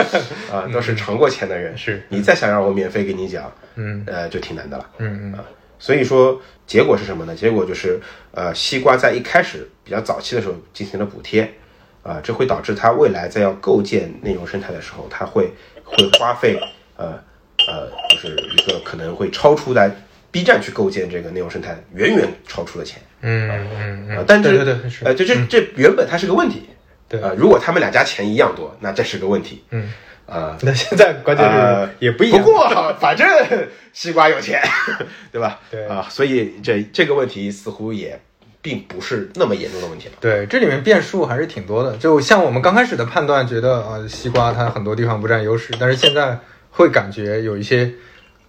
[SPEAKER 3] 啊，都是尝过钱的人，
[SPEAKER 2] 嗯是
[SPEAKER 3] 你再想让我免费给你讲，
[SPEAKER 2] 嗯，
[SPEAKER 3] 呃，就挺难的了，
[SPEAKER 2] 嗯
[SPEAKER 3] 啊，所以说结果是什么呢？结果就是呃，西瓜在一开始比较早期的时候进行了补贴，啊、这会导致它未来在要构建内容生态的时候，它会会花费呃呃，就是一个可能会超出来 B 站去构建这个内容生态，远远超出了钱。
[SPEAKER 2] 嗯嗯
[SPEAKER 3] 啊
[SPEAKER 2] 嗯，，
[SPEAKER 3] 但是
[SPEAKER 2] 对对对是嗯
[SPEAKER 3] 呃，这这这原本它是个问题，
[SPEAKER 2] 对
[SPEAKER 3] 啊，如果他们两家钱一样多，那这是个问题，
[SPEAKER 2] 嗯
[SPEAKER 3] 啊，
[SPEAKER 2] 那现在关键
[SPEAKER 3] 呃
[SPEAKER 2] 是也不一样
[SPEAKER 3] 不。过反正 西瓜有钱， 对吧？
[SPEAKER 2] 对
[SPEAKER 3] 啊，所以这这个问题似乎也并不是那么严重的问题了。
[SPEAKER 2] 对，这里面变数还是挺多的。就像我们刚开始的判断，觉得啊，西瓜它很多地方不占优势，但是现在会感觉有一些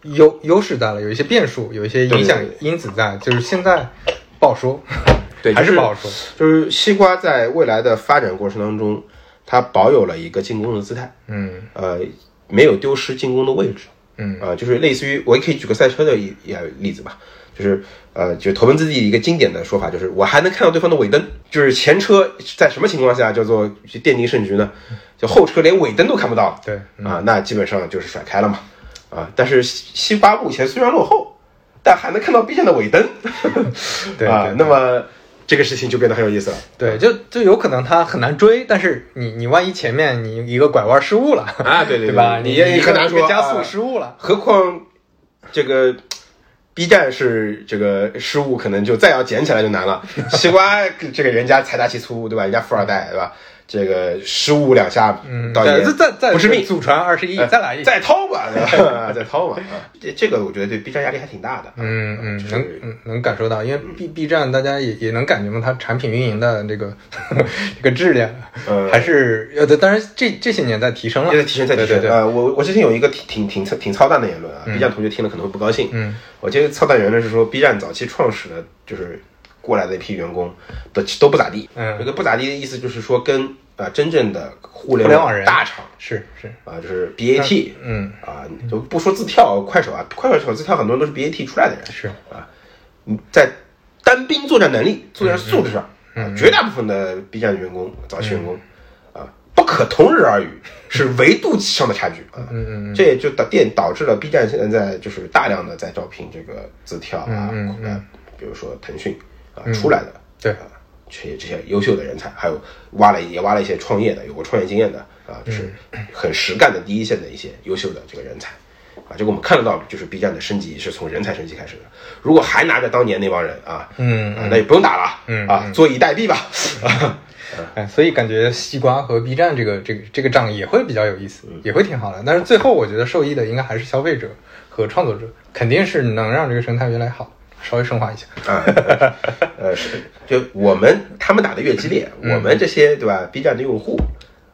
[SPEAKER 2] 优优势在了，有一些变数，有一些影响
[SPEAKER 3] 对对
[SPEAKER 2] 因子在，就是现在不好说，
[SPEAKER 3] 对
[SPEAKER 2] 还
[SPEAKER 3] 就是
[SPEAKER 2] 不好说。
[SPEAKER 3] 就是西瓜在未来的发展过程当中，它保有了一个进攻的姿态，
[SPEAKER 2] 嗯
[SPEAKER 3] 呃，没有丢失进攻的位置。
[SPEAKER 2] 嗯
[SPEAKER 3] 啊、就是类似于我也可以举个赛车的一一例子吧，就是呃，就头文字 D 一个经典的说法，就是我还能看到对方的尾灯，就是前车在什么情况下叫做奠定胜局呢？就后车连尾灯都看不到了，
[SPEAKER 2] 对
[SPEAKER 3] 啊，那基本上就是甩开了嘛，啊，但是西西瓜目前虽然落后，但还能看到 B 站的尾灯，
[SPEAKER 2] 对
[SPEAKER 3] 啊
[SPEAKER 2] 对，
[SPEAKER 3] 那么这个事情就变得很 有意思了。
[SPEAKER 2] 对，就就有可能它很难追，但是你你万一前面你一个拐弯失误了
[SPEAKER 3] 啊 对对对
[SPEAKER 2] 吧？
[SPEAKER 3] 你
[SPEAKER 2] 你
[SPEAKER 3] 也
[SPEAKER 2] 一
[SPEAKER 3] 很
[SPEAKER 2] 个
[SPEAKER 3] 难
[SPEAKER 2] 一
[SPEAKER 3] 说
[SPEAKER 2] 个加速
[SPEAKER 3] 啊
[SPEAKER 2] 失误了，
[SPEAKER 3] 何况这个 B 站是这个失误，可能就再要捡起来就难了。西瓜这个人家财大气粗，对吧？人家富二代，对吧？这个失误两下，
[SPEAKER 2] 嗯，
[SPEAKER 3] 导
[SPEAKER 2] 对
[SPEAKER 3] 演
[SPEAKER 2] 再再再
[SPEAKER 3] 不是命，
[SPEAKER 2] 祖传二十一，
[SPEAKER 3] 呃
[SPEAKER 2] 再来一，
[SPEAKER 3] 再掏吧， 对吧再掏吧。啊这这个我觉得对 B 站压力还挺大的。啊
[SPEAKER 2] 嗯嗯
[SPEAKER 3] 就，
[SPEAKER 2] 能
[SPEAKER 3] 是
[SPEAKER 2] 嗯能感受到，因为 B B 站大家也也能感觉嘛，它产品运营的这个 这个质量
[SPEAKER 3] 呃
[SPEAKER 2] 还是呃，对当然这这些年在提升了，
[SPEAKER 3] 现在提升再提
[SPEAKER 2] 对
[SPEAKER 3] 升。
[SPEAKER 2] 对对，
[SPEAKER 3] 呃，我我之前有一个挺挺挺挺操蛋的言论啊、b 站同学听了可能会不高兴。
[SPEAKER 2] 嗯，
[SPEAKER 3] 我这个操蛋言论是说，B 站早期创始的就是过来的一批员工都都不咋地。
[SPEAKER 2] 嗯
[SPEAKER 3] 这个不咋地的意思就是说跟呃真正的互
[SPEAKER 2] 互
[SPEAKER 3] 联
[SPEAKER 2] 联网人
[SPEAKER 3] 大厂
[SPEAKER 2] 是是，
[SPEAKER 3] 啊、就是 BAT
[SPEAKER 2] 嗯
[SPEAKER 3] 啊、就不说字跳快手啊，快手小字跳很多人都是 BAT 出来的人。
[SPEAKER 2] 是，
[SPEAKER 3] 啊，你在单兵
[SPEAKER 2] 嗯嗯
[SPEAKER 3] 作战能力、作战素质上，啊，绝大部分的 B 站员工、早期员工，啊，不可同日而语，是维度上的差距啊。
[SPEAKER 2] 嗯嗯嗯，
[SPEAKER 3] 这也就导电导致了 B 站现在就是大量的在招聘这个字跳啊，
[SPEAKER 2] 嗯嗯
[SPEAKER 3] 呃比如说腾讯啊、出来的，
[SPEAKER 2] 对
[SPEAKER 3] 啊，这些这些优秀的人才，还有挖了也挖了一些创业的，有过创业经验的啊，就是
[SPEAKER 2] 嗯
[SPEAKER 3] 很实干的第一线的一些优秀的这个人才啊，这个我们看得到，就是 B 站的升级是从人才升级开始的。如果还拿着当年那帮人啊，
[SPEAKER 2] 嗯
[SPEAKER 3] 啊那也不用打了，
[SPEAKER 2] 嗯
[SPEAKER 3] 啊，坐以 待毙吧。啊
[SPEAKER 2] 哎，所以感觉西瓜和 B 站这个这个这个仗也会比较有意
[SPEAKER 3] 嗯
[SPEAKER 2] 思，也会挺好的。但是最后我觉得受益的应该还是消费者和创作者，肯定是能让这个生态越来越好，稍微升华一下。
[SPEAKER 3] 啊，呃，是，就我们他们打的越激烈，我们这些对吧？B 站的用户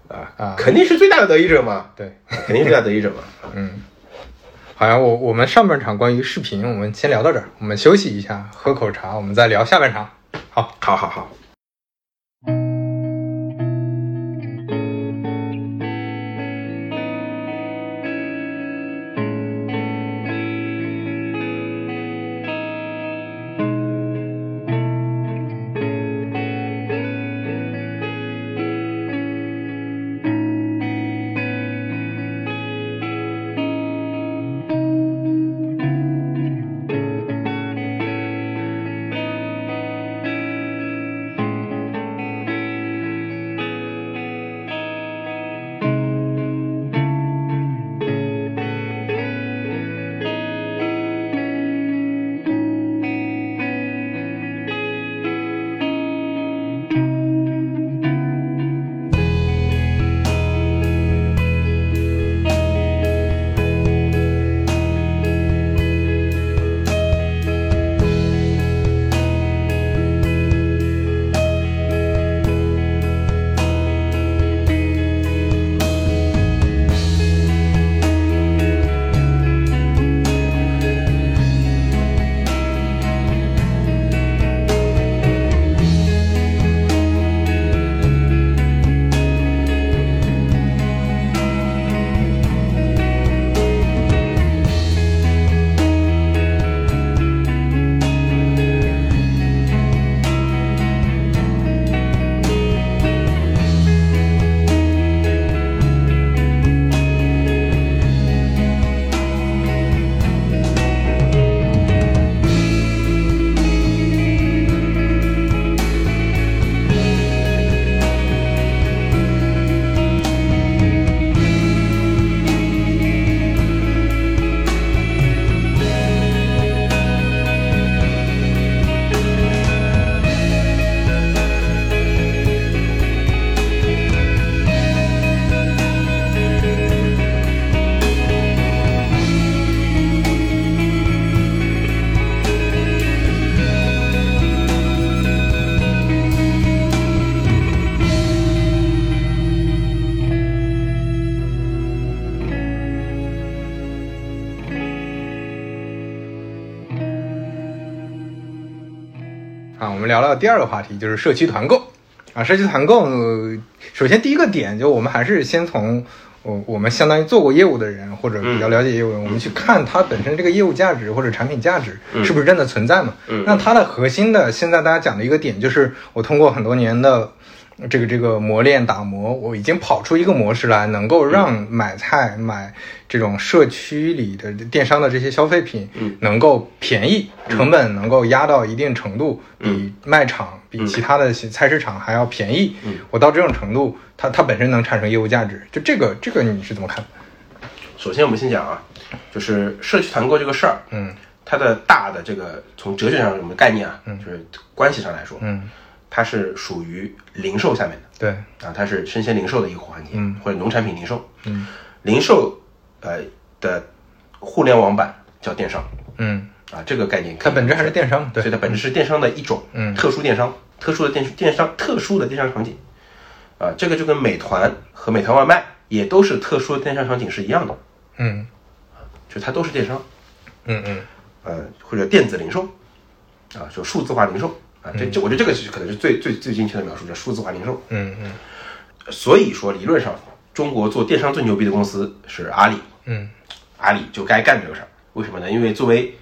[SPEAKER 3] 啊，
[SPEAKER 2] 嗯啊
[SPEAKER 3] 肯定是最大的得益者嘛，
[SPEAKER 2] 对，
[SPEAKER 3] 啊肯定是最大的得益者嘛。
[SPEAKER 2] 好像我我们上半场关于视频，我们先聊到这儿，我们休息一下，喝口茶，我们再聊下半场。好，
[SPEAKER 3] 好好好，
[SPEAKER 2] 啊，我们聊聊第二个话题，就是社区团购。啊，社区团购，呃首先第一个点就我们还是先从我、我们相当于做过业务的人或者比较了解业务的人，我们去看它本身这个业务价值或者产品价值是不是真的存在嘛？
[SPEAKER 3] 嗯
[SPEAKER 2] 那它的核心的现在大家讲的一个点就是，我通过很多年的这个这个磨练打磨，我已经跑出一个模式来，能够让买菜、买这种社区里的电商的这些消费品
[SPEAKER 3] 嗯
[SPEAKER 2] 能够便宜，成本能够压到一定程度，比卖场、比其他的菜市场还要便宜。我到这种程度，它它本身能产生业务价值，就这个这个你是怎么看？
[SPEAKER 3] 首先我们先讲啊，就是社区团购这个事儿，
[SPEAKER 2] 嗯，
[SPEAKER 3] 它的大的这个从哲学上我们概念啊，就是关系上来说，
[SPEAKER 2] 嗯，
[SPEAKER 3] 它是属于零售下面的。
[SPEAKER 2] 对，
[SPEAKER 3] 啊，它是生鲜零售的一个环节，
[SPEAKER 2] 嗯
[SPEAKER 3] 或者农产品零售，嗯，零售呃的互联网版叫电商
[SPEAKER 2] 嗯，
[SPEAKER 3] 啊，这个概念可
[SPEAKER 2] 它
[SPEAKER 3] 以
[SPEAKER 2] 本质还是电商，
[SPEAKER 3] 所以
[SPEAKER 2] 对，
[SPEAKER 3] 它本质是电商的一种，
[SPEAKER 2] 嗯
[SPEAKER 3] 特殊电商，特殊的电电商，特殊的电商场景，啊，这个就跟美团和美团外卖也都是特殊的电商场景是一样的，
[SPEAKER 2] 嗯
[SPEAKER 3] 就它都是电商，
[SPEAKER 2] 嗯嗯
[SPEAKER 3] 呃，或者电子零售，啊，就数字化零售啊，这这我觉得这个是可能是最最最精确的描述，叫数字化零售。
[SPEAKER 2] 嗯嗯
[SPEAKER 3] 所以说，理论上中国做电商最牛逼的公司是阿里，
[SPEAKER 2] 嗯
[SPEAKER 3] 阿里就该干这个事儿。为什么呢？因为作为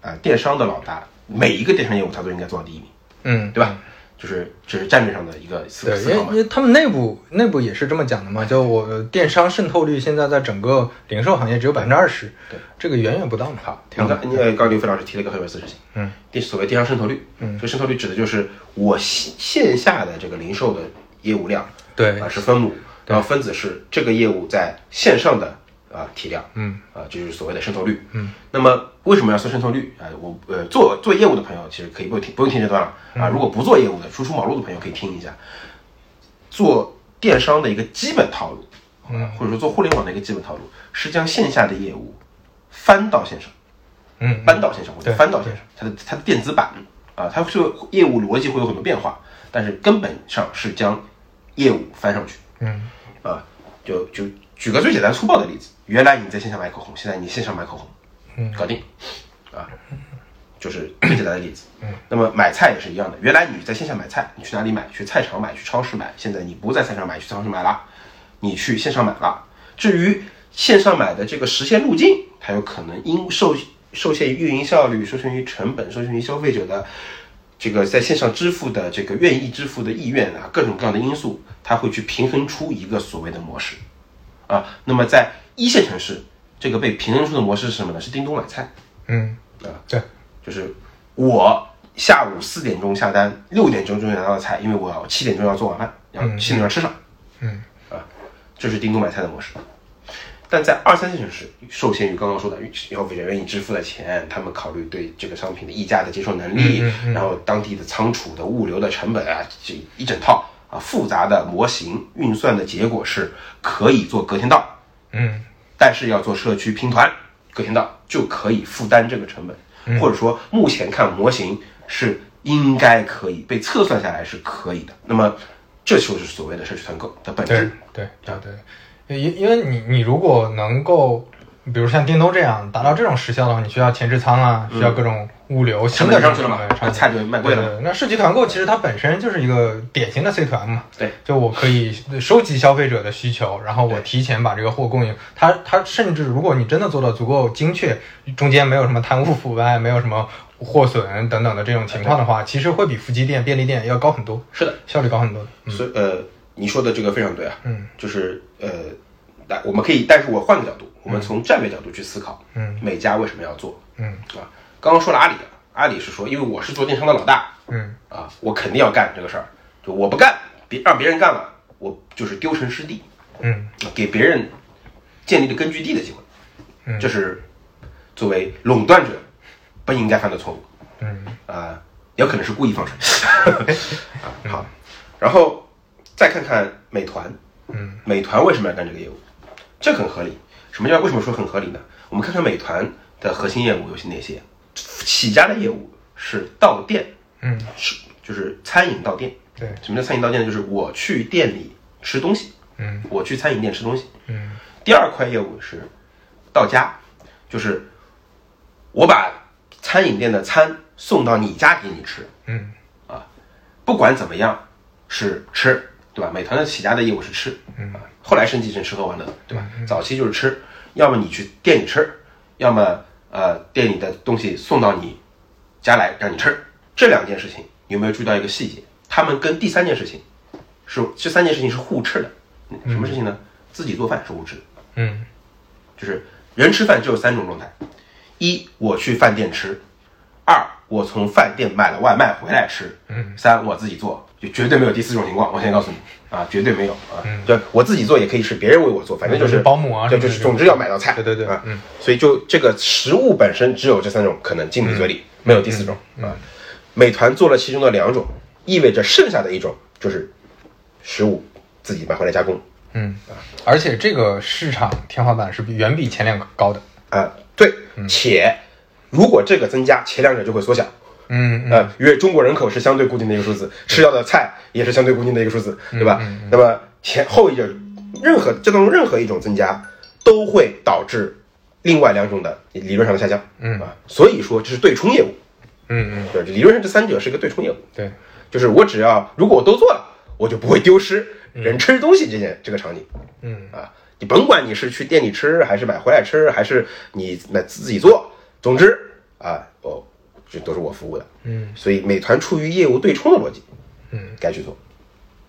[SPEAKER 3] 啊、呃电商的老大，每一个电商业务它都应该做到第一名，
[SPEAKER 2] 嗯，
[SPEAKER 3] 对吧？就是只是战略上的一个思
[SPEAKER 2] 对，因
[SPEAKER 3] 思
[SPEAKER 2] 为
[SPEAKER 3] 考
[SPEAKER 2] 因
[SPEAKER 3] 嘛。
[SPEAKER 2] 为他们内部内部也是这么讲的嘛，就我电商渗透率现在在整个零售行业只有百分之二十，
[SPEAKER 3] 对，
[SPEAKER 2] 这个远远不到嘛。嗯好，挺
[SPEAKER 3] 你
[SPEAKER 2] 好
[SPEAKER 3] 看，。那个刚刘飞老师提了一个很有意思的事情，
[SPEAKER 2] 嗯，
[SPEAKER 3] 第所谓电商渗透率，嗯，这个渗透率指的就是我线线下的这个零售的业务量，
[SPEAKER 2] 对
[SPEAKER 3] 啊，是分母，然后分子是这个业务在线上的啊体量，
[SPEAKER 2] 嗯，
[SPEAKER 3] 啊，这就是所谓的渗透率，嗯。那么为什么要算渗透率？啊，我呃做做业务的朋友其实可以不用听不用听这段了
[SPEAKER 2] 嗯
[SPEAKER 3] 啊，如果不做业务的初出茅庐的朋友可以听一下，做电商的一个基本套路，
[SPEAKER 2] 嗯
[SPEAKER 3] 啊或者说做互联网的一个基本套路是将线下的业务翻到线上。
[SPEAKER 2] 嗯，
[SPEAKER 3] 搬到线上或者
[SPEAKER 2] 对
[SPEAKER 3] 翻到线上，它的它的电子版啊，它是有业务逻辑会有很多变化，但是根本上是将业务翻上去。
[SPEAKER 2] 嗯，
[SPEAKER 3] 啊，就就举个最简单粗暴的例子，原来你在线下买口红，现在你线上买口红，嗯，搞定，啊，就是最简单的例子。嗯，那么买菜也是一样的，原来你在线下买菜，你去哪里买？去菜场买，去超市买。现在你不在菜场买，去超市买了，你去线上买了。至于线上买的这个实现路径，它有可能因受受限于运营效率、受限于成本、受限于消费者的这个在线上支付的这个愿意支付的意愿啊，各种各样的因素，它会去平衡出一个所谓的模式啊。那么在一线城市，这个被平衡出的模式是什么呢？是叮咚买菜，
[SPEAKER 2] 嗯，对，
[SPEAKER 3] 就是我下午四点钟下单，六点钟就能拿到菜，因为我要七点钟要做晚饭，要七点钟要吃上。
[SPEAKER 2] 嗯，
[SPEAKER 3] 啊，这是叮咚买菜的模式。但在二三线城市，受限于刚刚说的消费者愿意支付的钱，他们考虑对这个商品的溢价的接受能
[SPEAKER 2] 嗯
[SPEAKER 3] 力，然后当地的仓储的物流的成本啊，这一整套啊复杂的模型运算的结果是可以做隔天到，
[SPEAKER 2] 嗯，
[SPEAKER 3] 但是要做社区拼团，各天到就可以负担这个成本，
[SPEAKER 2] 嗯
[SPEAKER 3] 或者说目前看模型是应该可以被测算下来是可以的。那么这就是所谓的社区团购的本
[SPEAKER 2] 对
[SPEAKER 3] 质。，
[SPEAKER 2] 对，对，对，因因为你你如果能够，比如像叮咚这样达到这种时效的话，你需要前置仓啊，需要各种物流，
[SPEAKER 3] 嗯
[SPEAKER 2] 成
[SPEAKER 3] 成本
[SPEAKER 2] 本
[SPEAKER 3] 上去了嘛
[SPEAKER 2] 嘛，，
[SPEAKER 3] 那菜就卖贵了嘛。
[SPEAKER 2] 对那市集团购其实它本身就是一个典型的 C 团嘛，
[SPEAKER 3] 对，
[SPEAKER 2] 就我可以收集消费者的需求，然后我提前把这个货供应。它它甚至如果你真的做到足够精确，中间没有什么贪污腐败，没有什么货损等等的这种情况的话，其实会比伏击店、便利店要高很多，
[SPEAKER 3] 是的，
[SPEAKER 2] 效率高很多。嗯
[SPEAKER 3] 所以呃，你说的这个非常对啊，
[SPEAKER 2] 嗯，
[SPEAKER 3] 就是呃，但我们可以，但是我换个角度，我们从战略角度去思考，
[SPEAKER 2] 嗯，
[SPEAKER 3] 每家为什么要做
[SPEAKER 2] 嗯
[SPEAKER 3] 啊？刚刚说了阿里的，阿里是说，因为我是做电商的老大，
[SPEAKER 2] 嗯
[SPEAKER 3] 啊，我肯定要干这个事儿，就我不干，别让别人干了，我就是丢城失地，
[SPEAKER 2] 嗯
[SPEAKER 3] 给别人建立了根据地的机会。
[SPEAKER 2] 嗯
[SPEAKER 3] 这是作为垄断者不应该犯的错误。
[SPEAKER 2] 嗯
[SPEAKER 3] 啊，有可能是故意放水。 啊，好，然后再看看美团，
[SPEAKER 2] 嗯，
[SPEAKER 3] 美团为什么要干这个业务？这很合理。什么叫为什么说很合理呢？我们看看美团的核心业务有哪些？起家的业务是到店，
[SPEAKER 2] 嗯，
[SPEAKER 3] 是就是餐饮到店。
[SPEAKER 2] 对，
[SPEAKER 3] 什么叫餐饮到店呢？就是我去店里吃东西，
[SPEAKER 2] 嗯，
[SPEAKER 3] 我去餐饮店吃东西。
[SPEAKER 2] 嗯，
[SPEAKER 3] 第二块业务是到家，就是我把餐饮店的餐送到你家给你吃，啊
[SPEAKER 2] 嗯
[SPEAKER 3] 不管怎么样是吃，对吧？美团的起家的业务是吃，啊，后来升级成吃喝玩乐，对吧？早期就是吃，要么你去店里吃，要么呃店里的东西送到你家来让你吃。这两件事情，你有没有注意到一个细节？他们跟第三件事情是这三件事情是互斥的。嗯什么事情呢？自己做饭是互斥的，
[SPEAKER 2] 嗯
[SPEAKER 3] 就是人吃饭只有三种状态：一，我去饭店吃；二，我从饭店买了外卖回来吃；
[SPEAKER 2] 嗯
[SPEAKER 3] 三，我自己做，就绝对没有第四种情况。我现在告诉你啊，绝对没有啊。对，我自己做也可以吃，别人为我做，反正就是
[SPEAKER 2] 嗯保姆啊
[SPEAKER 3] 对，
[SPEAKER 2] 什么
[SPEAKER 3] 就
[SPEAKER 2] 的
[SPEAKER 3] 是
[SPEAKER 2] 这
[SPEAKER 3] 总
[SPEAKER 2] 种
[SPEAKER 3] 之要买到菜。
[SPEAKER 2] 对对对
[SPEAKER 3] 啊
[SPEAKER 2] 嗯，
[SPEAKER 3] 所以就这个食物本身只有这三种可能进你嘴里，
[SPEAKER 2] 嗯
[SPEAKER 3] 没有第四种啊。美团做了其中的两种，意味着剩下的一种就是食物自己买回来加工。
[SPEAKER 2] 嗯，而且这个市场天花板是比远比前两个高的。
[SPEAKER 3] 啊，对，且如果这个增加，前两者就会缩小。
[SPEAKER 2] 嗯
[SPEAKER 3] 呃，因为中国人口是相对固定的一个数字，吃到的菜也是相对固定的一个数字，对吧？
[SPEAKER 2] 嗯
[SPEAKER 3] 那么前后一者，任何这当中任何一种增加，都会导致另外两种的理论上的下降。
[SPEAKER 2] 嗯
[SPEAKER 3] 啊，所以说这是对冲业务，
[SPEAKER 2] 嗯嗯，
[SPEAKER 3] 对，理论上这三者是一个对冲业务，
[SPEAKER 2] 对，
[SPEAKER 3] 就是我只要如果我都做了，我就不会丢失人吃东西这件这个场景。
[SPEAKER 2] 嗯
[SPEAKER 3] 啊，你甭管你是去店里吃，还是买回来吃，还是你买自己做，总之啊，我、这都是我服务的。
[SPEAKER 2] 嗯，
[SPEAKER 3] 所以美团出于业务对冲的逻辑，
[SPEAKER 2] 嗯，
[SPEAKER 3] 该去做，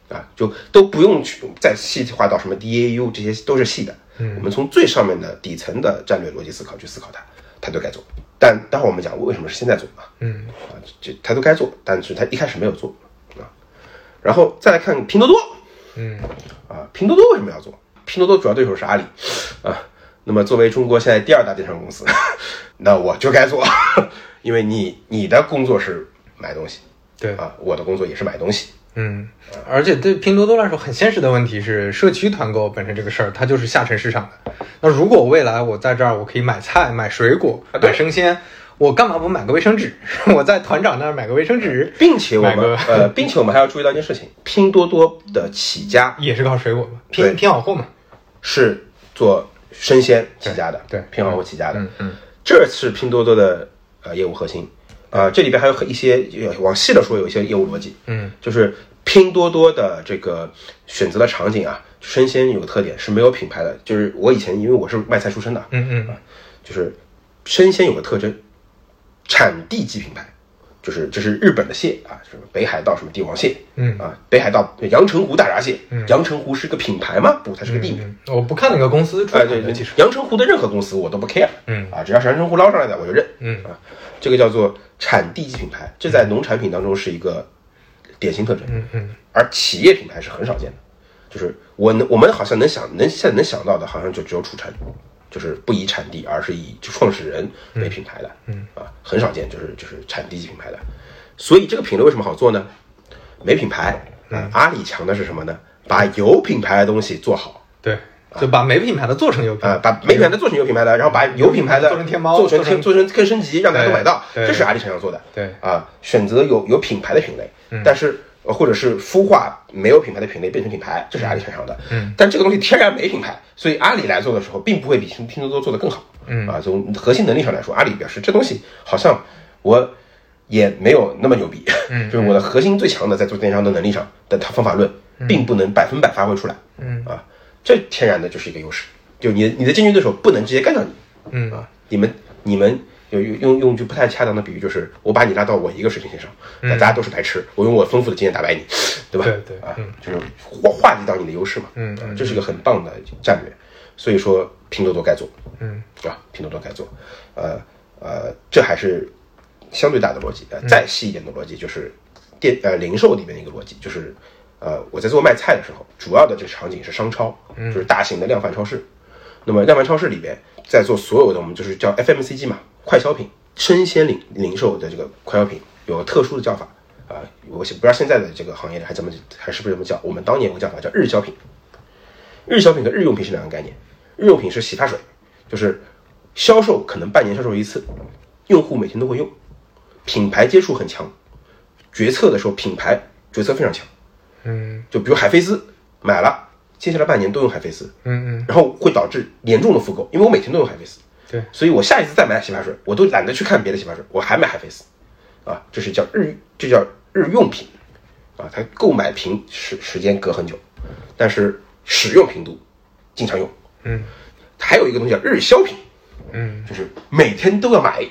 [SPEAKER 3] 啊，就都不用去再细化到什么 DAU 这些都是细的，
[SPEAKER 2] 嗯
[SPEAKER 3] 我们从最上面的底层的战略逻辑思考去思考它，它都该做。但待会儿我们讲为什么是现在做啊，
[SPEAKER 2] 嗯，
[SPEAKER 3] 啊，这它都该做，但是它一开始没有做啊。然后再来看拼多多，
[SPEAKER 2] 嗯，
[SPEAKER 3] 啊，拼多多为什么要做？拼多多主要对手是阿里，啊，那么作为中国现在第二大电商公司， 那我就该做， 因为你你的工作是买东西
[SPEAKER 2] 对，
[SPEAKER 3] 啊，我的工作也是买东西，
[SPEAKER 2] 嗯，而且对拼多多来说，很现实的问题是，社区团购本身这个事儿，它就是下沉市场的。那如果未来我在这儿，我可以买菜、买水果、
[SPEAKER 3] 啊
[SPEAKER 2] 买生鲜，我干嘛不买个卫生纸？ 我在团长那儿买个卫生纸，
[SPEAKER 3] 并且我
[SPEAKER 2] 买个
[SPEAKER 3] 们呃，并且我们还要注意到一件事情，拼多多的起家
[SPEAKER 2] 也是靠水果嘛，
[SPEAKER 3] 对
[SPEAKER 2] 拼拼好货嘛。
[SPEAKER 3] 是做生鲜起家的，
[SPEAKER 2] 对对
[SPEAKER 3] 拼好货起家的，
[SPEAKER 2] 嗯嗯
[SPEAKER 3] 这是拼多多的呃业务核心啊、呃这里边还有一些呃往细了说，有一些业务逻辑，
[SPEAKER 2] 嗯，
[SPEAKER 3] 就是拼多多的这个选择的场景啊，生鲜有个特点是没有品牌的，就是我以前因为我是卖菜出身的，啊
[SPEAKER 2] 嗯嗯，
[SPEAKER 3] 就是生鲜有个特征，产地级品牌，就是这是日本的蟹啊，什么北海道什么帝王蟹，
[SPEAKER 2] 嗯
[SPEAKER 3] 啊，北海道阳澄湖大闸蟹，
[SPEAKER 2] 嗯
[SPEAKER 3] 阳澄湖是个品牌吗？不，它是个地名。
[SPEAKER 2] 嗯我不看哪个公司出
[SPEAKER 3] 哎，
[SPEAKER 2] 来
[SPEAKER 3] 对
[SPEAKER 2] 的，
[SPEAKER 3] 对
[SPEAKER 2] 其实，，
[SPEAKER 3] 阳澄湖的任何公司我都不 care，
[SPEAKER 2] 嗯
[SPEAKER 3] 啊，只要是阳澄湖捞上来的我就认，
[SPEAKER 2] 嗯
[SPEAKER 3] 啊，这个叫做产地级品牌，这在农产品当中是一个典型特征，
[SPEAKER 2] 嗯嗯
[SPEAKER 3] 而企业品牌是很少见的，就是我能我们好像能想能现在能想到的，好像就只有楚城，就是不以产地，而是以就创始人为品牌的，嗯啊，很少见，就是就是产地级品牌的。所以这个品类为什么好做呢？没品牌，啊，阿里强的是什么呢？把有品牌的东西做好，
[SPEAKER 2] 对，就把没品牌的做成有品
[SPEAKER 3] 啊，
[SPEAKER 2] 牌。
[SPEAKER 3] 把没品牌的做成有品牌的，然后把有品牌
[SPEAKER 2] 嗯
[SPEAKER 3] 的
[SPEAKER 2] 做成天猫
[SPEAKER 3] 做成
[SPEAKER 2] 做成
[SPEAKER 3] 天做成更升级，让大家都买到，
[SPEAKER 2] 对对
[SPEAKER 3] 这是阿里擅长做的。
[SPEAKER 2] 对嗯
[SPEAKER 3] 啊，选择有有品牌的品类，但是呃或者是孵化没有品牌的品类变成品牌，这是阿里擅长的。
[SPEAKER 2] 嗯，
[SPEAKER 3] 但这个东西天然没品牌，所以阿里来做的时候，并不会比拼拼多多做的更好。
[SPEAKER 2] 嗯
[SPEAKER 3] 啊，从核心能力上来说，阿里表示这东西好像我。也没有那么牛逼，
[SPEAKER 2] 嗯
[SPEAKER 3] 就是我的核心最强的在做电商的能力上，但它方法论并不能百分百发挥出来，
[SPEAKER 2] 嗯
[SPEAKER 3] 啊，这天然的就是一个优势，就你你的竞争对手不能直接干掉你
[SPEAKER 2] 嗯
[SPEAKER 3] 啊，你们你们有用用用句不太恰当的比喻，就是我把你拉到我一个水平线上，那大家都是白痴，我用我丰富的经验打败你，对吧？
[SPEAKER 2] 嗯对对
[SPEAKER 3] 啊，就是化化解到你的优势嘛，
[SPEAKER 2] 嗯嗯
[SPEAKER 3] 啊这是一个很棒的战略，所以说拼多多该做，
[SPEAKER 2] 嗯
[SPEAKER 3] 啊，拼多多该做，呃呃，这还是相对大的逻辑。
[SPEAKER 2] 嗯
[SPEAKER 3] 呃，再细一点的逻辑就是电呃零售里面的一个逻辑，就是呃我在做卖菜的时候，主要的这个场景是商超，
[SPEAKER 2] 嗯
[SPEAKER 3] 就是大型的量贩超市。那么量贩超市里边在做所有的我们就是叫 FMCG 嘛，快消品、生鲜零零售的这个快消品有个特殊的叫法。啊、我不知道现在的这个行业还怎么还是不是这么叫，我们当年有个叫法叫日销品，日销品和日用品是两个概念。日用品是洗发水，就是销售可能半年销售一次，用户每天都会用，品牌接触很强，决策的时候品牌决策非常强。
[SPEAKER 2] 嗯
[SPEAKER 3] 就比如海飞丝买了，接下来半年都用海飞丝，
[SPEAKER 2] 嗯嗯，
[SPEAKER 3] 然后会导致严重的复购，因为我每天都用海飞丝，
[SPEAKER 2] 对，
[SPEAKER 3] 所以我下一次再买洗发水，我都懒得去看别的洗发水，我还买海飞丝，啊，这是叫日，这叫日用品，啊，它购买频时时间隔很久，但是使用频度经常用，
[SPEAKER 2] 嗯
[SPEAKER 3] 还有一个东西叫日销品，
[SPEAKER 2] 嗯
[SPEAKER 3] 就是每天都要买，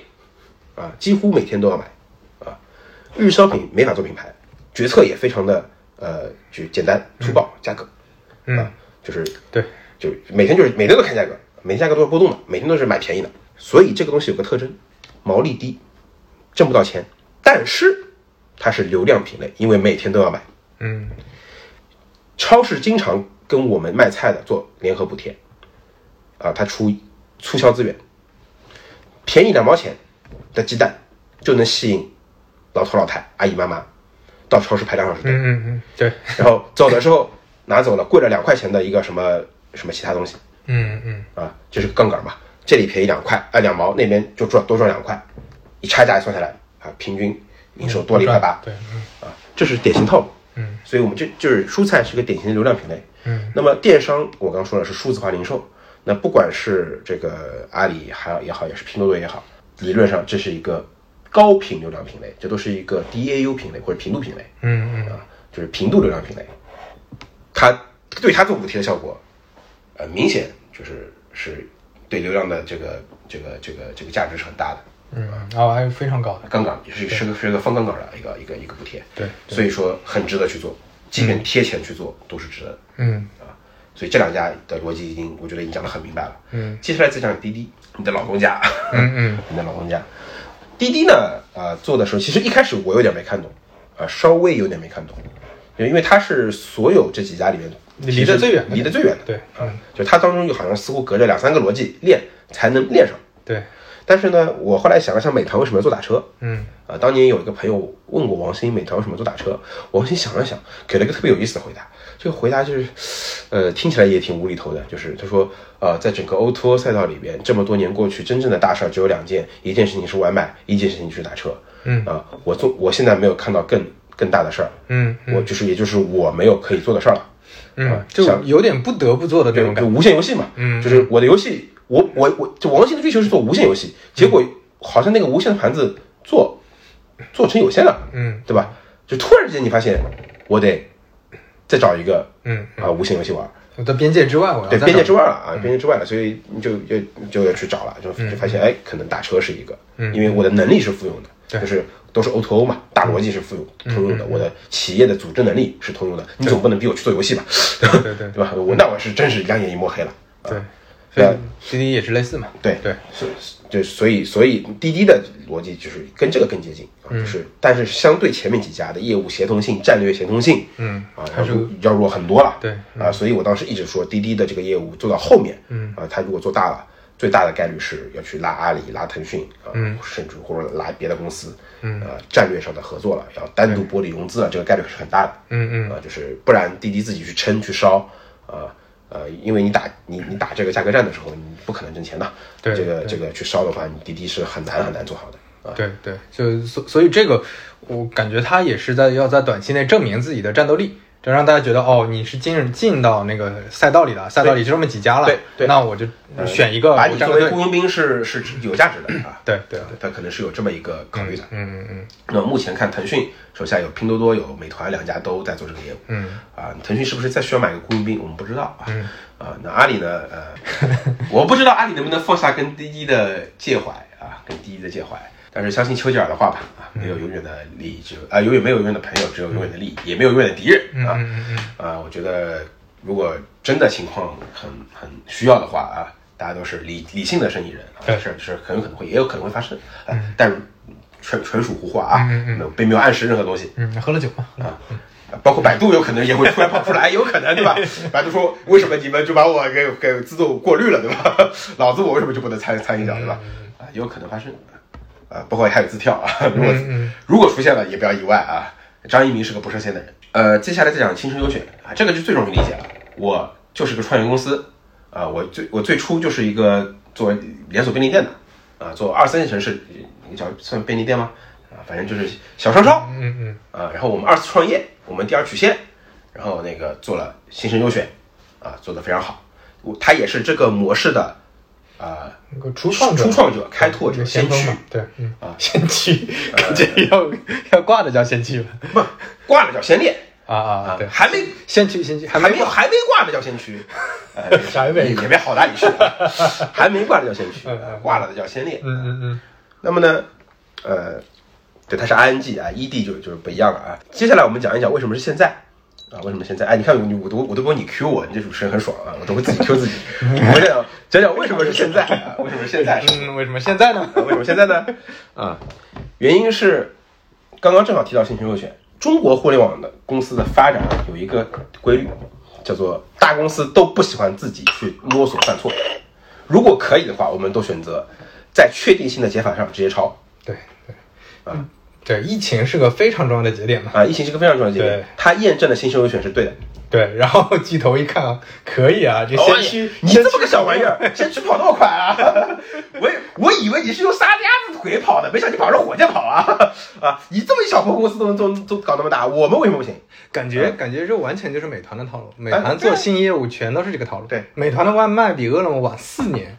[SPEAKER 3] 啊，几乎每天都要买，啊，日销品没法做品牌，决策也非常的呃，就简单粗暴，价格，
[SPEAKER 2] 嗯
[SPEAKER 3] 啊，，就是
[SPEAKER 2] 对，
[SPEAKER 3] 就每天就是每天都看价格，每天价格都是波动的，每天都是买便宜的，所以这个东西有个特征，毛利低，挣不到钱，但是它是流量品类，因为每天都要买，
[SPEAKER 2] 嗯
[SPEAKER 3] 超市经常跟我们卖菜的做联合补贴，啊，它出促销资源，便宜两毛钱的鸡蛋就能吸引老头老太、阿姨妈妈到超市排两小时队，
[SPEAKER 2] 嗯嗯嗯，对，
[SPEAKER 3] 然后走的时候拿走了贵了两块钱的一个什么什么其他东西
[SPEAKER 2] 嗯嗯
[SPEAKER 3] 啊，这是杠杆嘛，这里便宜两块啊两毛，那边就赚多赚两块，一差价一算下来啊，平均营收多了一块八，
[SPEAKER 2] 对，嗯
[SPEAKER 3] 啊，这是典型套路。
[SPEAKER 2] 嗯，
[SPEAKER 3] 所以我们这就是蔬菜是个典型的流量品类。
[SPEAKER 2] 嗯，
[SPEAKER 3] 那么电商我刚说了是数字化零售，那不管是这个阿里还也好，也是拼多多也好，理论上这是一个高频流量品类，这都是一个 DAU 品类或者频度品类
[SPEAKER 2] 嗯嗯
[SPEAKER 3] 啊，就是频度流量品类。它对它做补贴的效果，呃，明显就是是对流量的这个这个这个这个价值是很大的。
[SPEAKER 2] 嗯，ROI 非常高的，
[SPEAKER 3] 杠杆也是是个是个方杠杆的一个一个一个补贴，
[SPEAKER 2] 对，
[SPEAKER 3] 所以说很值得去做，即便贴钱去做都是值得的。啊
[SPEAKER 2] 嗯
[SPEAKER 3] 所以这两家的逻辑已经，我觉得已经讲得很明白了。
[SPEAKER 2] 嗯，
[SPEAKER 3] 接下来再讲滴滴，你的老东家，
[SPEAKER 2] 嗯嗯
[SPEAKER 3] 你的老东家。滴滴呢，呃，做的时候其实一开始我有点没看懂，呃，稍微有点没看懂，因为因为它是所有这几家里面
[SPEAKER 2] 离得最远的
[SPEAKER 3] 离得最远的，
[SPEAKER 2] 对，嗯
[SPEAKER 3] 就它当中又好像似乎隔着两三个逻辑链才能链上。
[SPEAKER 2] 对，
[SPEAKER 3] 但是呢，我后来想了想，美团为什么要做打车？
[SPEAKER 2] 嗯
[SPEAKER 3] 啊，当年有一个朋友问过王鑫，美团为什么做打车？王鑫想了想，给了一个特别有意思的回答。这个回答就是，呃，听起来也挺无厘头的，就是他说，呃，在整个 O2O 赛道里边，这么多年过去，真正的大事儿只有两件，一件事情是外卖，一件事情就是打车。
[SPEAKER 2] 嗯
[SPEAKER 3] 啊、我做，我现在没有看到更更大的事儿，
[SPEAKER 2] 嗯
[SPEAKER 3] 我就是也就是我没有可以做的事儿了。
[SPEAKER 2] 嗯，就有点不得不做的这
[SPEAKER 3] 啊对，
[SPEAKER 2] 种感
[SPEAKER 3] 就
[SPEAKER 2] 觉，
[SPEAKER 3] 无限游戏嘛，
[SPEAKER 2] 嗯
[SPEAKER 3] 就是我的游戏，我我我，就王鑫的追求是做无限游戏，结
[SPEAKER 2] 嗯
[SPEAKER 3] 果好像那个无限的盘子做做成有限了，
[SPEAKER 2] 嗯
[SPEAKER 3] 对吧？就突然之间你发现，我得再找一个
[SPEAKER 2] 嗯，
[SPEAKER 3] 啊、无限游戏玩，
[SPEAKER 2] 我在边界之外，我要
[SPEAKER 3] 对，
[SPEAKER 2] 再
[SPEAKER 3] 边界
[SPEAKER 2] 找
[SPEAKER 3] 之外了
[SPEAKER 2] 嗯
[SPEAKER 3] 啊，边界之外了，所以你就就就要去找了，就就发现哎，可能打车是一个，因为我的能力是附庸的，
[SPEAKER 2] 嗯对嗯
[SPEAKER 3] 就是都是 O to O 嘛，大逻辑是附庸通用的，我的企业的组织能力是通用的，你总不能逼我去做游戏吧，
[SPEAKER 2] 对对对
[SPEAKER 3] 对吧？我那我是真是两眼一抹黑了。
[SPEAKER 2] 对，所以滴滴也是类似嘛，
[SPEAKER 3] 对
[SPEAKER 2] 对，
[SPEAKER 3] 所就所以所以滴滴的逻辑就是跟这个更接近啊，
[SPEAKER 2] 嗯
[SPEAKER 3] 就是但是相对前面几家的业务协同性、战略协同性，
[SPEAKER 2] 嗯
[SPEAKER 3] 啊，
[SPEAKER 2] 还
[SPEAKER 3] 要
[SPEAKER 2] 是
[SPEAKER 3] 弱要弱很多了，
[SPEAKER 2] 对
[SPEAKER 3] 啊，所以我当时一直说滴滴的这个业务做到后面，
[SPEAKER 2] 嗯
[SPEAKER 3] 啊，它如果做大了，最大的概率是要去拉阿里、拉腾讯啊，
[SPEAKER 2] 嗯
[SPEAKER 3] 甚至或者拉别的公司，
[SPEAKER 2] 嗯
[SPEAKER 3] 啊，战略上的合作了，要单独剥离融资啊了，这个概率是很大的，
[SPEAKER 2] 嗯嗯
[SPEAKER 3] 啊，就是不然滴滴自己去撑去烧，呃呃，因为你打你你打这个价格战的时候，你不可能挣钱的。
[SPEAKER 2] 对
[SPEAKER 3] 这个
[SPEAKER 2] 对
[SPEAKER 3] 这个去烧的话，你滴滴是很难很难做好的。
[SPEAKER 2] 对对，就所所以这个，我感觉他也是在要在短期内证明自己的战斗力，就让大家觉得哦，你是进进到那个赛道里的，赛道里就这么几家了，
[SPEAKER 3] 对对呃
[SPEAKER 2] 那我就嗯选一个
[SPEAKER 3] 把
[SPEAKER 2] 我
[SPEAKER 3] 你
[SPEAKER 2] 站
[SPEAKER 3] 作
[SPEAKER 2] 个队
[SPEAKER 3] 为雇，佣兵是是有价值的啊。
[SPEAKER 2] 对对
[SPEAKER 3] 啊，它可能是有这么一个考虑的。
[SPEAKER 2] 嗯嗯嗯
[SPEAKER 3] 那目前看，腾讯手下有拼多多、有美团两家都在做这个业务。
[SPEAKER 2] 嗯，
[SPEAKER 3] 啊，腾讯是不是再需要买个雇佣兵？我们不知道啊。啊，那阿里呢？呃， 我不知道阿里能不能放下跟滴滴的介怀啊，跟滴滴的介怀。但是相信丘吉尔的话吧，啊，没有永远的利益，只有啊，永远没有永远的朋友，只有永远的利
[SPEAKER 2] 嗯
[SPEAKER 3] 益，也没有永远的敌人啊。啊，我觉得如果真的情况很很需要的话啊，大家都是理理性的生意人啊，
[SPEAKER 2] 对
[SPEAKER 3] 是是很有可能会，也有可能会发生，啊，但纯纯属胡话啊，没有并没有暗示任何东西。
[SPEAKER 2] 嗯，喝了酒嘛，
[SPEAKER 3] 啊，包括百度有可能也会突然跑 出来，有可能对吧？百度说为什么你们就把我给给自动过滤了，对吧？ 老子我为什么就不能参参与到，对
[SPEAKER 2] 嗯
[SPEAKER 3] 吧？啊，有可能发生啊，包括还有字跳
[SPEAKER 2] 嗯
[SPEAKER 3] 啊， 如果如果出现了也不要意外啊。张一鸣是个不设限的人。呃，接下来再讲轻生优选啊，这个就最容易理解了。我就是个创业公司啊，我最我最初就是一个做连锁便利店的啊，做二三线城市，你叫算便利店吗？啊，反正就是小商超，
[SPEAKER 2] 嗯嗯
[SPEAKER 3] 啊，然后我们二次创业，我们第二曲线，然后那个做了新生优选，啊，做得非常好。我它也是这个模式的，呃，
[SPEAKER 2] 那个初创者
[SPEAKER 3] 初创者、开拓者、
[SPEAKER 2] 先
[SPEAKER 3] 先
[SPEAKER 2] 锋
[SPEAKER 3] 驱
[SPEAKER 2] 嘛，对，嗯
[SPEAKER 3] 啊
[SPEAKER 2] 先 驱，感觉要要挂的叫先驱了，
[SPEAKER 3] 不挂了叫先烈
[SPEAKER 2] 啊啊
[SPEAKER 3] 啊
[SPEAKER 2] 对，，
[SPEAKER 3] 还没
[SPEAKER 2] 先驱先驱还
[SPEAKER 3] 还
[SPEAKER 2] 没
[SPEAKER 3] 没有还没挂呢叫 先驱，呃，
[SPEAKER 2] 还没
[SPEAKER 3] 也也别好哪里 去了，还没挂的叫先驱，啊挂了的叫先烈。
[SPEAKER 2] 嗯嗯嗯
[SPEAKER 3] 那么呢，呃，对，它是 ing 啊，ed 就就是不一样了啊。接下来我们讲一讲为什么是现在啊？为什么现在？哎，你看我我都我都不用你 Q 我，你这主持人很爽啊，我都会自己 Q 自己。我讲讲讲讲为什么是现在啊？为什么是现在？
[SPEAKER 2] 嗯，为什么现在呢？
[SPEAKER 3] 啊为什么现在呢？啊，原因是刚刚正好提到新生优选，中国互联网的公司的发展啊有一个规律，叫做大公司都不喜欢自己去摸索犯错，如果可以的话，我们都选择在确定性的解法上直接抄。
[SPEAKER 2] 对对，嗯
[SPEAKER 3] 啊
[SPEAKER 2] 对，疫情是个非常重要的节点嘛。
[SPEAKER 3] 啊，疫情是个非常重要的节
[SPEAKER 2] 对
[SPEAKER 3] 点，它验证了新生优选是对的。
[SPEAKER 2] 对，然后巨头一看啊，可以 啊，
[SPEAKER 3] 哦
[SPEAKER 2] 这先驱，
[SPEAKER 3] 你
[SPEAKER 2] 先
[SPEAKER 3] 这么
[SPEAKER 2] 驱
[SPEAKER 3] 个小玩意儿，先去跑那么快啊！我以我以为你是用沙家子腿跑的，没想到你跑上火箭跑啊！啊，你这么一小破公司都能都都搞那么大，我们为什么不行？
[SPEAKER 2] 感觉感觉这完全哎就是美团的套路。美团
[SPEAKER 3] 对
[SPEAKER 2] 做新业务全都是这个套路。
[SPEAKER 3] 对，
[SPEAKER 2] 美团的外卖比饿了么晚四年，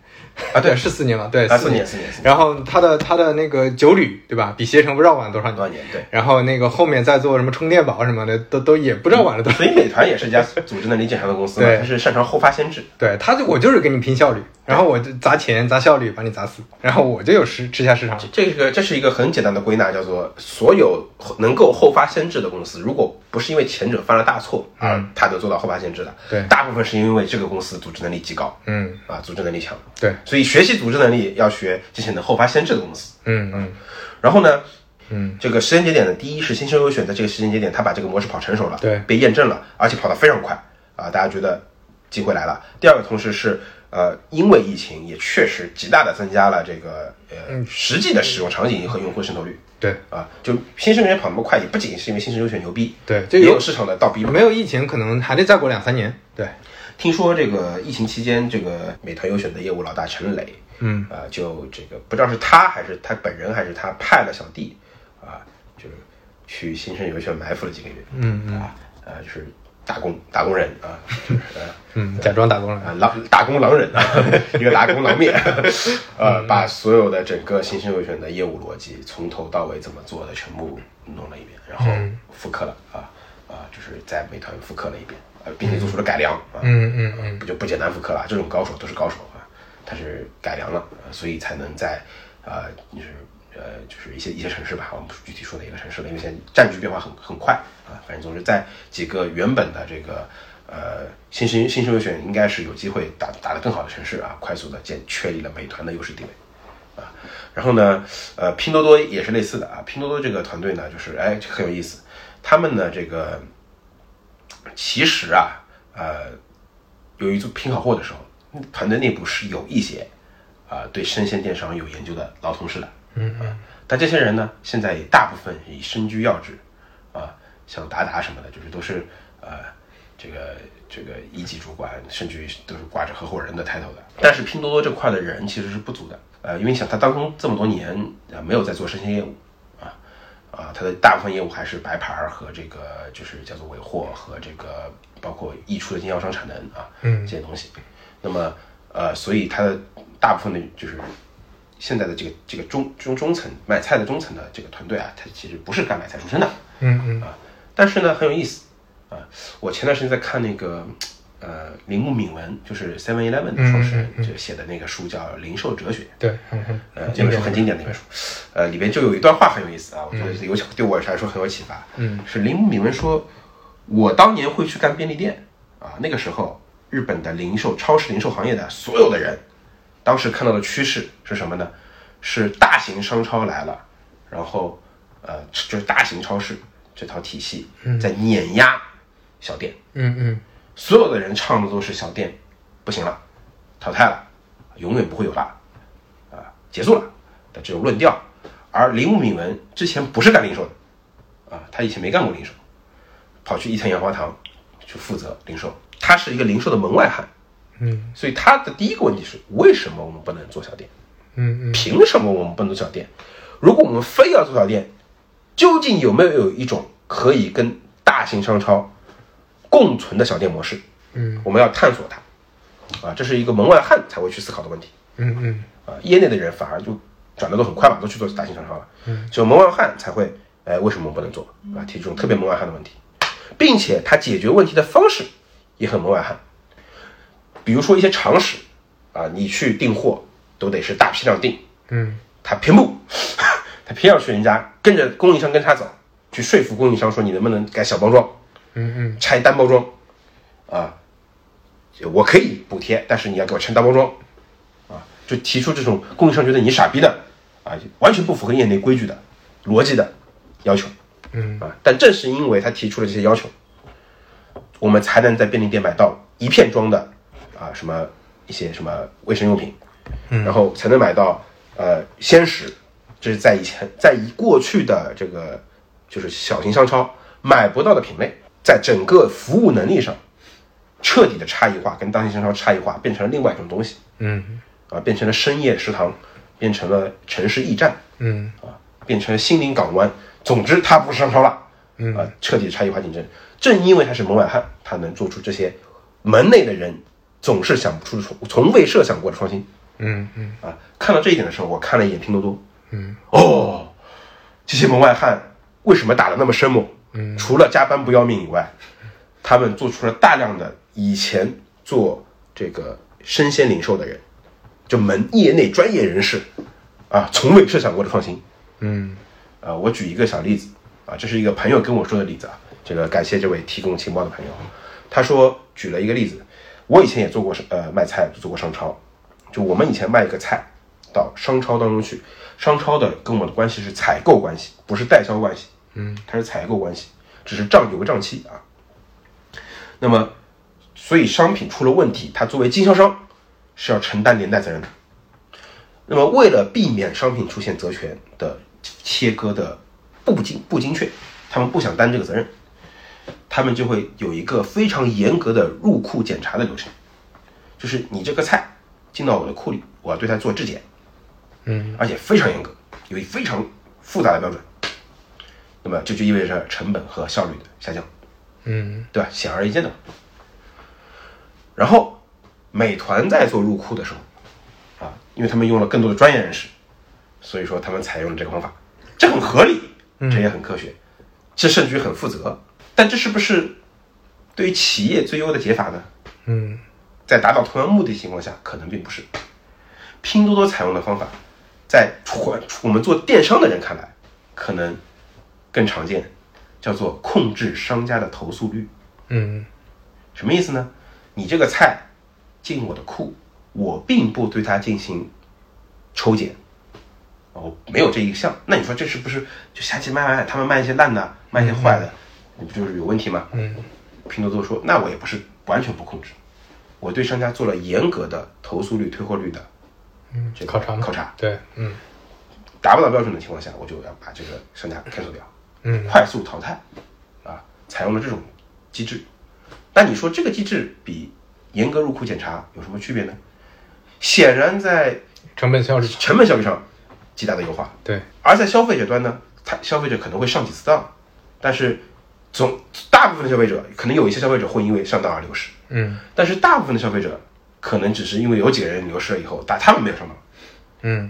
[SPEAKER 2] 啊，对，是四年嘛，对，
[SPEAKER 3] 啊
[SPEAKER 2] 四
[SPEAKER 3] 四年四年四年
[SPEAKER 2] 然后它的它的那个九旅，对吧？比携程不知道晚了多少
[SPEAKER 3] 多少
[SPEAKER 2] 年。
[SPEAKER 3] 年？对。
[SPEAKER 2] 然后那个后面再做什么充电宝什么的，都都也不知道晚了多少。
[SPEAKER 3] 所以美团也是一家组织能力坚强的公司嘛，
[SPEAKER 2] 对
[SPEAKER 3] 它是擅长后发先至。
[SPEAKER 2] 对，他就我就是给你拼效率，然后我就砸钱砸效率把你砸死，然后我就有吃吃下市场。
[SPEAKER 3] 这个这是一个很简单的归纳，叫做所有能够后发先至的公司，如果不是因为前者犯了大错而他能做到后发先至的，
[SPEAKER 2] 嗯对
[SPEAKER 3] 大部分是因为这个公司组织能力极高
[SPEAKER 2] 嗯，
[SPEAKER 3] 啊，组织能力强。
[SPEAKER 2] 对，
[SPEAKER 3] 所以学习组织能力要学之前的后发先至的公司。
[SPEAKER 2] 嗯嗯
[SPEAKER 3] 然后呢，
[SPEAKER 2] 嗯，
[SPEAKER 3] 这个时间节点呢，第一是新生优选，在这个时间节点，他把这个模式跑成熟了，
[SPEAKER 2] 对
[SPEAKER 3] 被验证了，而且跑得非常快啊、大家觉得机会来了。第二个，同时是呃，因为疫情也确实极大的增加了这个呃
[SPEAKER 2] 嗯
[SPEAKER 3] 实际的使用场景和用户渗透率
[SPEAKER 2] 对
[SPEAKER 3] 啊、就新生优选跑那么快，也不仅是因为新生优选牛逼，
[SPEAKER 2] 对，就
[SPEAKER 3] 也有
[SPEAKER 2] 有
[SPEAKER 3] 市场的倒逼嘛。
[SPEAKER 2] 没有疫情，可能还得再过两三年。对，
[SPEAKER 3] 听说这个疫情期间，这个美团优选的业务老大陈磊，
[SPEAKER 2] 嗯，
[SPEAKER 3] 呃，就这个不知道是他还是他本人还是他派了小弟，啊、就是去新生优选埋伏了几个月，
[SPEAKER 2] 嗯
[SPEAKER 3] 嗯，啊、呃，就是打工打工人啊，就是呃
[SPEAKER 2] 嗯，假装打工人。
[SPEAKER 3] 啊，狼打工狼人啊， 一个打工 狼面，呃，把所有的整个新生优选的业务逻辑从头到尾怎么做的全部弄了一遍，然后
[SPEAKER 2] 嗯
[SPEAKER 3] 复刻了啊啊，就是在美团复刻了一遍，呃，并且做出了改良啊，
[SPEAKER 2] 嗯嗯嗯，
[SPEAKER 3] 不就不简单复刻了，这种高手都是高手啊，他是改良了，呃所以才能在呃就是呃就是一些一些城市吧，我们不具体说哪个城市了，因为现在战局变化很很快啊，反正总之在几个原本的这个呃新生新生优选应该是有机会打打得更好的城市啊，快速的建确立了美团的优势地位。啊，然后呢，呃，拼多多也是类似的啊。拼多多这个团队呢，就是哎很有意思，他们呢这个其实啊，呃，由于做拼好货的时候，团队内部是有一些啊、对生鲜电商有研究的老同事的，嗯嗯，但这些人呢，现在也大部分已身居要职，啊、像达达什么的，就是都是呃这个这个一级主管，甚至于都是挂着合伙人的 title 的。但是拼多多这块的人其实是不足的，呃，因为你想他当中这么多年呃没有在做生鲜业务，啊啊，它的大部分业务还是白牌儿和这个就是叫做尾货和这个包括溢出的经销商产能啊，嗯，这些东西。那么呃，所以它的大部分的就是现在的这个这个中中中层买菜的中层的这个团队啊，它其实不是干买菜出身的，
[SPEAKER 2] 嗯嗯
[SPEAKER 3] 啊，但是呢很有意思啊。我前段时间在看那个呃铃木敏文，就是 Seven Eleven 的创
[SPEAKER 2] 嗯
[SPEAKER 3] 始人，就写的那个书叫《零售哲学》。
[SPEAKER 2] 对，嗯嗯
[SPEAKER 3] 呃，这本书很经典的一本书，呃，里边就有一段话很有意思啊，我觉得有对我来说很有启发。嗯，是铃木敏文说，我当年会去干便利店啊，那个时候日本的零售超市零售行业的所有的人，当时看到的趋势是什么呢？是大型商超来了，然后呃，就是大型超市这套体系在碾压小店。
[SPEAKER 2] 嗯嗯
[SPEAKER 3] 所有的人唱的都是小店不行了，淘汰了，永远不会有了，啊、结束了的这种论调。而铃木敏文之前不是干零售的，啊、他以前没干过零售，跑去伊藤洋华堂去负责零售，他是一个零售的门外汉，
[SPEAKER 2] 嗯
[SPEAKER 3] 所以他的第一个问题是为什么我们不能做小店？
[SPEAKER 2] 嗯嗯
[SPEAKER 3] 凭什么我们不能做小店？如果我们非要做小店，究竟有没有有一种可以跟大型商超共存的小店模式？
[SPEAKER 2] 嗯，
[SPEAKER 3] 我们要探索它，啊，这是一个门外汉才会去思考的问题
[SPEAKER 2] 嗯嗯，
[SPEAKER 3] 啊，业内的人反而就转的都很快嘛，都去做大型商超了，
[SPEAKER 2] 嗯
[SPEAKER 3] 只有门外汉才会，哎，为什么我们不能做啊？提出这种特别门外汉的问题，并且他解决问题的方式也很门外汉，比如说一些常识啊，你去订货都得是大批量订，
[SPEAKER 2] 嗯
[SPEAKER 3] 他偏不， 他偏要去人家跟着供应商跟他走，去说服供应商说你能不能改小包装，
[SPEAKER 2] 嗯嗯，
[SPEAKER 3] 拆单包装，啊，我可以补贴，但是你要给我拆单包装，啊，就提出这种供应商觉得你傻逼的，啊，完全不符合业内规矩的逻辑的要求，
[SPEAKER 2] 嗯
[SPEAKER 3] 啊，但正是因为他提出了这些要求，我们才能在便利店买到一片装的啊什么一些什么卫生用品，
[SPEAKER 2] 嗯
[SPEAKER 3] 然后才能买到呃鲜食，这是在以前在以过去的这个就是小型商超买不到的品类，在整个服务能力上彻底的差异化，跟大型商超差异化变成了另外一种东西
[SPEAKER 2] 嗯
[SPEAKER 3] 啊，变成了深夜食堂，变成了城市驿站，
[SPEAKER 2] 嗯
[SPEAKER 3] 啊，变成心灵港湾。总之，它不是商超了，嗯啊，彻底差异化竞争。正因为他是门外汉，他能做出这些门内的人总是想不出的创，从未设想过的创新。
[SPEAKER 2] 嗯嗯
[SPEAKER 3] 啊。看到这一点的时候，我看了一眼拼多多，嗯，哦，这些门外汉为什么打得那么生猛？嗯，除了加班不要命以外，他们做出了大量的以前做这个生鲜零售的人，就门业内专业人士啊，从未设想过的创新。
[SPEAKER 2] 嗯
[SPEAKER 3] 呃，我举一个小例子啊，这是一个朋友跟我说的例子啊，这个感谢这位提供情报的朋友，他说举了一个例子，我以前也做过商呃卖菜，做过商超，就我们以前卖一个菜到商超当中去，商超的跟我的关系是采购关系，不是代销关系，嗯，它是采购关系，只是账有个账期啊。那么，所以商品出了问题，它作为经销商是要承担连带责任的。那么，为了避免商品出现责权的切割的不精不精确，他们不想担这个责任，他们就会有一个非常严格的入库检查的流程，就是你这个菜进到我的库里，我要对它做质检，
[SPEAKER 2] 嗯，
[SPEAKER 3] 而且非常严格，有一非常复杂的标准。那么这就意味着成本和效率的下降，
[SPEAKER 2] 嗯
[SPEAKER 3] 对吧？显而易见的。然后，美团在做入库的时候，啊，因为他们用了更多的专业人士，所以说他们采用了这个方法，这很合理，
[SPEAKER 2] 嗯
[SPEAKER 3] 这也很科学，这甚至于很负责。但这是不是对于企业最优的解法呢？
[SPEAKER 2] 嗯
[SPEAKER 3] 在达到同样目的情况下，可能并不是。拼多多采用的方法，在传我们做电商的人看来，可能更常见，叫做控制商家的投诉率。
[SPEAKER 2] 嗯
[SPEAKER 3] 什么意思呢？你这个菜进我的库，我并不对它进行抽检，哦，没有这一项。那你说这是不是就瞎鸡卖卖？他们卖一些烂的，卖一些坏的，你不就是有问题吗？
[SPEAKER 2] 嗯，
[SPEAKER 3] 拼多多说，那我也不是完全不控制，我对商家做了严格的投诉率、退货率的
[SPEAKER 2] 嗯
[SPEAKER 3] 这，个
[SPEAKER 2] 考察嘛
[SPEAKER 3] 考察，
[SPEAKER 2] 对，嗯
[SPEAKER 3] 达不到标准的情况下，我就要把这个商家 cancel 掉。
[SPEAKER 2] 嗯
[SPEAKER 3] 快速淘汰啊，采用了这种机制。那你说这个机制比严格入库检查有什么区别呢？显然在
[SPEAKER 2] 成本效率
[SPEAKER 3] 成本效率上极大的优化，
[SPEAKER 2] 对，
[SPEAKER 3] 而在消费者端呢，他消费者可能会上几次当，但是总大部分的消费者可能有一些消费者会因为上当而流失，
[SPEAKER 2] 嗯
[SPEAKER 3] 但是大部分的消费者可能只是因为有几个人流失了以后，但他们没有上当。
[SPEAKER 2] 嗯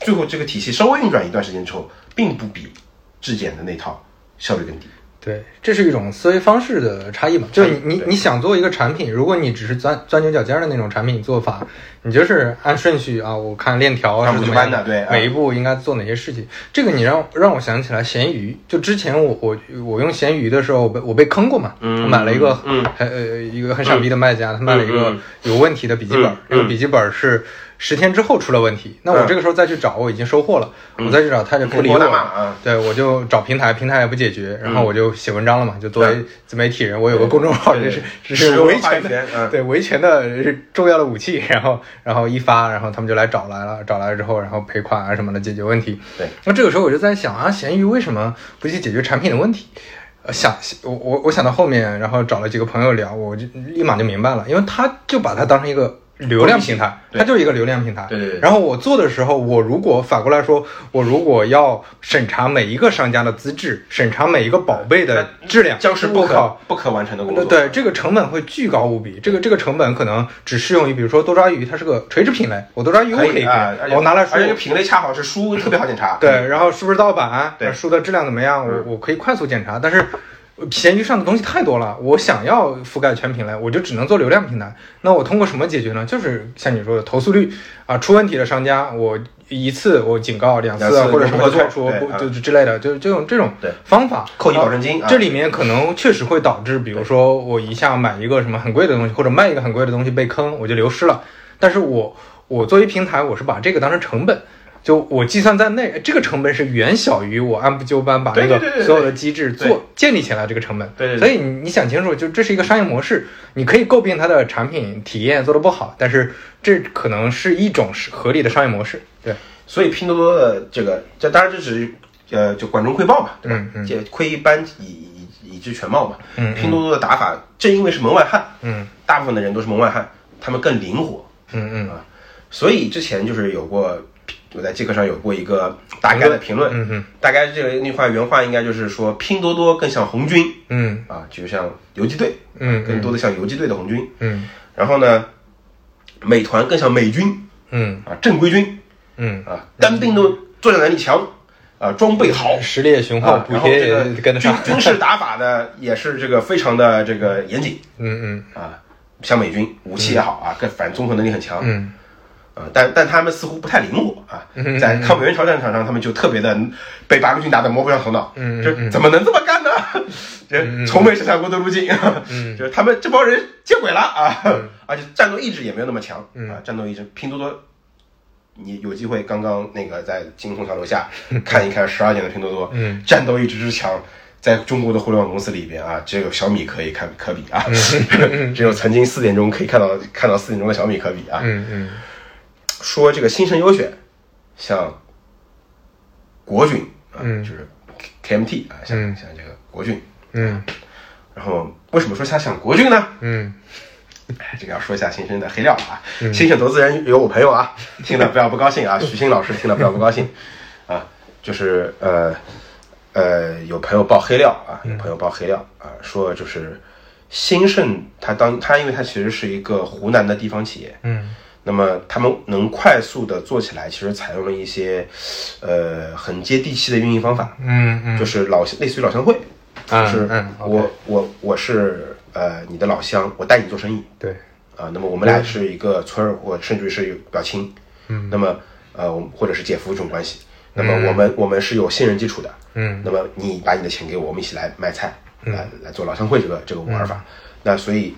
[SPEAKER 3] 最后这个体系稍微运转一段时间之后，并不比质检的那套效率更低。
[SPEAKER 2] 对，这是一种思维方式的差异嘛？就是你你
[SPEAKER 3] 对
[SPEAKER 2] 你想做一个产品，如果你只是钻钻牛角尖儿的那种产品做法，你就是按顺序啊，我看链条
[SPEAKER 3] 按
[SPEAKER 2] 是
[SPEAKER 3] 部
[SPEAKER 2] 怎么
[SPEAKER 3] 就班
[SPEAKER 2] 样
[SPEAKER 3] 的对啊
[SPEAKER 2] 每一步应该做哪些事情。这个你让让我想起来闲鱼，就之前我我我用闲鱼的时候，我被我被坑过嘛，
[SPEAKER 3] 嗯
[SPEAKER 2] 我买了一个
[SPEAKER 3] 嗯
[SPEAKER 2] 很呃一个很傻逼的卖家，他卖了一个
[SPEAKER 3] 嗯
[SPEAKER 2] 有问题的笔记本
[SPEAKER 3] 嗯，
[SPEAKER 2] 那个笔记本是十天之后出了问题，那我
[SPEAKER 3] 嗯
[SPEAKER 2] 这个时候再去找，我已经收货了，我再去找他就不理我
[SPEAKER 3] 嗯我大骂啊
[SPEAKER 2] 了，对我就找平台，平台也不解决，然后我就写文章了嘛，就作为自媒体人，我有个公众号，
[SPEAKER 3] 嗯
[SPEAKER 2] 这
[SPEAKER 3] 对对
[SPEAKER 2] 是
[SPEAKER 3] 对
[SPEAKER 2] 这是
[SPEAKER 3] 使
[SPEAKER 2] 维
[SPEAKER 3] 用话语
[SPEAKER 2] 权
[SPEAKER 3] 权
[SPEAKER 2] 的，
[SPEAKER 3] 嗯
[SPEAKER 2] 对维权的重要的武器，然后然后一发，然后他们就来找来了，找来了之后，然后赔款啊什么的解决问题。
[SPEAKER 3] 对，
[SPEAKER 2] 那这个时候我就在想啊，闲鱼为什么不去解决产品的问题？呃，想我我我想到后面，然后找了几个朋友聊，我就立马就明白了，因为他就把它当成一个流量平台，
[SPEAKER 3] 对
[SPEAKER 2] 它就是一个流量平台。
[SPEAKER 3] 对对对
[SPEAKER 2] 然后我做的时候，我如果反过来说，我如果要审查每一个商家的资质，审查每一个宝贝的质量，
[SPEAKER 3] 将是不
[SPEAKER 2] 我
[SPEAKER 3] 可
[SPEAKER 2] 靠。
[SPEAKER 3] 不可完成的工作。
[SPEAKER 2] 对对，这个成本会巨高无比。这个这个成本可能只适用于，比如说多抓鱼，它是个垂直品类，我多抓鱼我
[SPEAKER 3] 可
[SPEAKER 2] 可以
[SPEAKER 3] 以啊，而
[SPEAKER 2] 给
[SPEAKER 3] 且
[SPEAKER 2] 我拿来说
[SPEAKER 3] 而且这个品类恰好是书，特别好检查。
[SPEAKER 2] 对，然后是不是盗版？
[SPEAKER 3] 对嗯
[SPEAKER 2] 书的质量怎么样？我我可以快速检查，但是。闲鱼上的东西太多了，我想要覆盖全平台，我就只能做流量平台。那我通过什么解决呢？就是像你说的投诉率啊，出问题的商家，我一次我警告两次啊，
[SPEAKER 3] 两次
[SPEAKER 2] 或者什么
[SPEAKER 3] 不合作
[SPEAKER 2] 开除
[SPEAKER 3] 对
[SPEAKER 2] 不
[SPEAKER 3] 啊
[SPEAKER 2] 就就之类的，就是这种这种
[SPEAKER 3] 对
[SPEAKER 2] 方法
[SPEAKER 3] 扣你保证金啊
[SPEAKER 2] 这里面可能确实会导致，比如说我一下买一个什么很贵的东西，或者卖一个很贵的东西被坑，我就流失了。但是我我作为平台，我是把这个当成成本，就我计算在内，这个成本是远小于我按部就班把那
[SPEAKER 3] 对对对对
[SPEAKER 2] 个
[SPEAKER 3] 对
[SPEAKER 2] 所有的机制
[SPEAKER 3] 对
[SPEAKER 2] 做建立起来这个成本。
[SPEAKER 3] 对对对
[SPEAKER 2] 所以你你想清楚，就这是一个商业模式，你可以诟病它的产品体验做的不好，但是这可能是一种是合理的商业模式。对，
[SPEAKER 3] 所以拼多多的这个，这当然这只是呃，就管中窥豹嘛，对吧
[SPEAKER 2] 嗯？嗯
[SPEAKER 3] 这窥一斑以以以知全貌嘛。
[SPEAKER 2] 嗯嗯
[SPEAKER 3] 拼多多的打法，正因为是门外汉，
[SPEAKER 2] 嗯
[SPEAKER 3] 大部分的人都是门外汉，他们更灵活，
[SPEAKER 2] 嗯嗯
[SPEAKER 3] 啊。所以之前就是有过，我在这课上有过一个大概的评论，
[SPEAKER 2] 嗯嗯
[SPEAKER 3] 大概这个那话原话应该就是说，拼多多更像红军
[SPEAKER 2] 嗯
[SPEAKER 3] 啊，就像游击队，
[SPEAKER 2] 嗯嗯
[SPEAKER 3] 更多的像游击队的红军。
[SPEAKER 2] 嗯
[SPEAKER 3] 然后呢，美团更像美军，
[SPEAKER 2] 嗯
[SPEAKER 3] 啊，正规军
[SPEAKER 2] 嗯，
[SPEAKER 3] 啊，单兵的作战能力强啊，装备好
[SPEAKER 2] 实力也雄厚，
[SPEAKER 3] 啊，
[SPEAKER 2] 补
[SPEAKER 3] 然后
[SPEAKER 2] 贴
[SPEAKER 3] 这
[SPEAKER 2] 也
[SPEAKER 3] 个
[SPEAKER 2] 跟得
[SPEAKER 3] 军
[SPEAKER 2] 上。
[SPEAKER 3] 军事打法呢也是这个非常的这个严谨
[SPEAKER 2] 嗯嗯
[SPEAKER 3] 啊，像美军武器也好啊，各反正综合能力很强。
[SPEAKER 2] 嗯
[SPEAKER 3] 呃，但但他们似乎不太灵活啊，在
[SPEAKER 2] 嗯
[SPEAKER 3] 抗美援朝战场上，他们就特别的被八路军打得摸不着头脑，
[SPEAKER 2] 嗯嗯嗯
[SPEAKER 3] 就怎么能这么干呢？这从未生产过的路径，就是他们这帮人见鬼了啊！
[SPEAKER 2] 嗯
[SPEAKER 3] 而且战斗意志也没有那么强啊，战斗意志拼多多。你有机会刚刚那个在金虹桥 楼下看一看十二点的拼多多，
[SPEAKER 2] 嗯
[SPEAKER 3] 战斗意志之强，在中国的互联网公司里边啊，只有小米可以看可比啊， 只有曾经四点钟可以看到看到四点钟的小米可比啊，
[SPEAKER 2] 嗯嗯
[SPEAKER 3] 说这个新生优选，像国军啊，
[SPEAKER 2] 嗯
[SPEAKER 3] 就是 K- KMT 啊，像、
[SPEAKER 2] 嗯
[SPEAKER 3] 像这个国军。
[SPEAKER 2] 嗯
[SPEAKER 3] 然后为什么说它像国军呢？
[SPEAKER 2] 嗯
[SPEAKER 3] 哎这个要说一下新生的黑料了啊。新选投资人有我朋友啊，听了不要不高兴啊， 徐新老师听了不要不高兴啊，就是呃呃，有朋友爆黑料啊，有朋友爆黑料啊，说就是新盛它当它因为它其实是一个湖南的地方企业，
[SPEAKER 2] 嗯
[SPEAKER 3] 那么他们能快速的做起来，其实采用了一些，呃，很接地气的运营方法，
[SPEAKER 2] 嗯嗯，
[SPEAKER 3] 就是老类似于老乡会，就
[SPEAKER 2] 嗯
[SPEAKER 3] 是
[SPEAKER 2] 嗯
[SPEAKER 3] 我、
[SPEAKER 2] ，OK
[SPEAKER 3] 我我是呃你的老乡，我带你做生意
[SPEAKER 2] 对，
[SPEAKER 3] 啊、那么我们俩是一个村儿，我甚至是有表亲，
[SPEAKER 2] 嗯，
[SPEAKER 3] 那么呃我们或者是姐夫这种关系，那么我们、我们是有信任基础的，
[SPEAKER 2] 嗯
[SPEAKER 3] 那么你把你的钱给我，我们一起来卖菜，来来做老乡会这个这个玩法。
[SPEAKER 2] 嗯
[SPEAKER 3] 那所以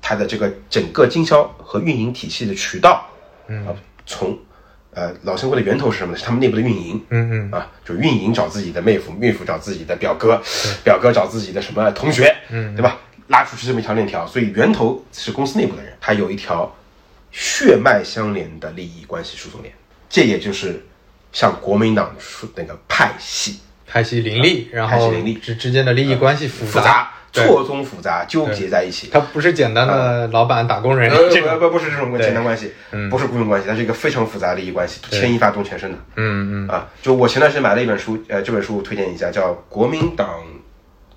[SPEAKER 3] 它的这个整个经销和运营体系的渠道，嗯，从呃老乡会的源头是什么呢？是他们内部的运营，
[SPEAKER 2] 嗯嗯
[SPEAKER 3] 啊，就运营找自己的妹夫，妹夫找自己的表哥， 表哥找自己的什么同学，嗯，对吧？拉出去这么一条链条，所以源头是公司内部的人，他有一条血脉相连的利益关系输送链，这也就是像国民党出那个派系，
[SPEAKER 2] 派系林立，然
[SPEAKER 3] 派系
[SPEAKER 2] 后
[SPEAKER 3] 林立
[SPEAKER 2] 之之间的利益关系复
[SPEAKER 3] 复杂、
[SPEAKER 2] 对
[SPEAKER 3] 错综复杂、纠结在一起。
[SPEAKER 2] 它不是简单的老板打工人
[SPEAKER 3] 呃
[SPEAKER 2] 哎这种。
[SPEAKER 3] 不不是这种
[SPEAKER 2] 对
[SPEAKER 3] 简单关系，不是雇佣关系，它是一个非常复杂的利益关系，牵一发动全身的。
[SPEAKER 2] 嗯嗯
[SPEAKER 3] 啊，就我前段时间买了一本书，呃，这本书推荐一下，叫《国民党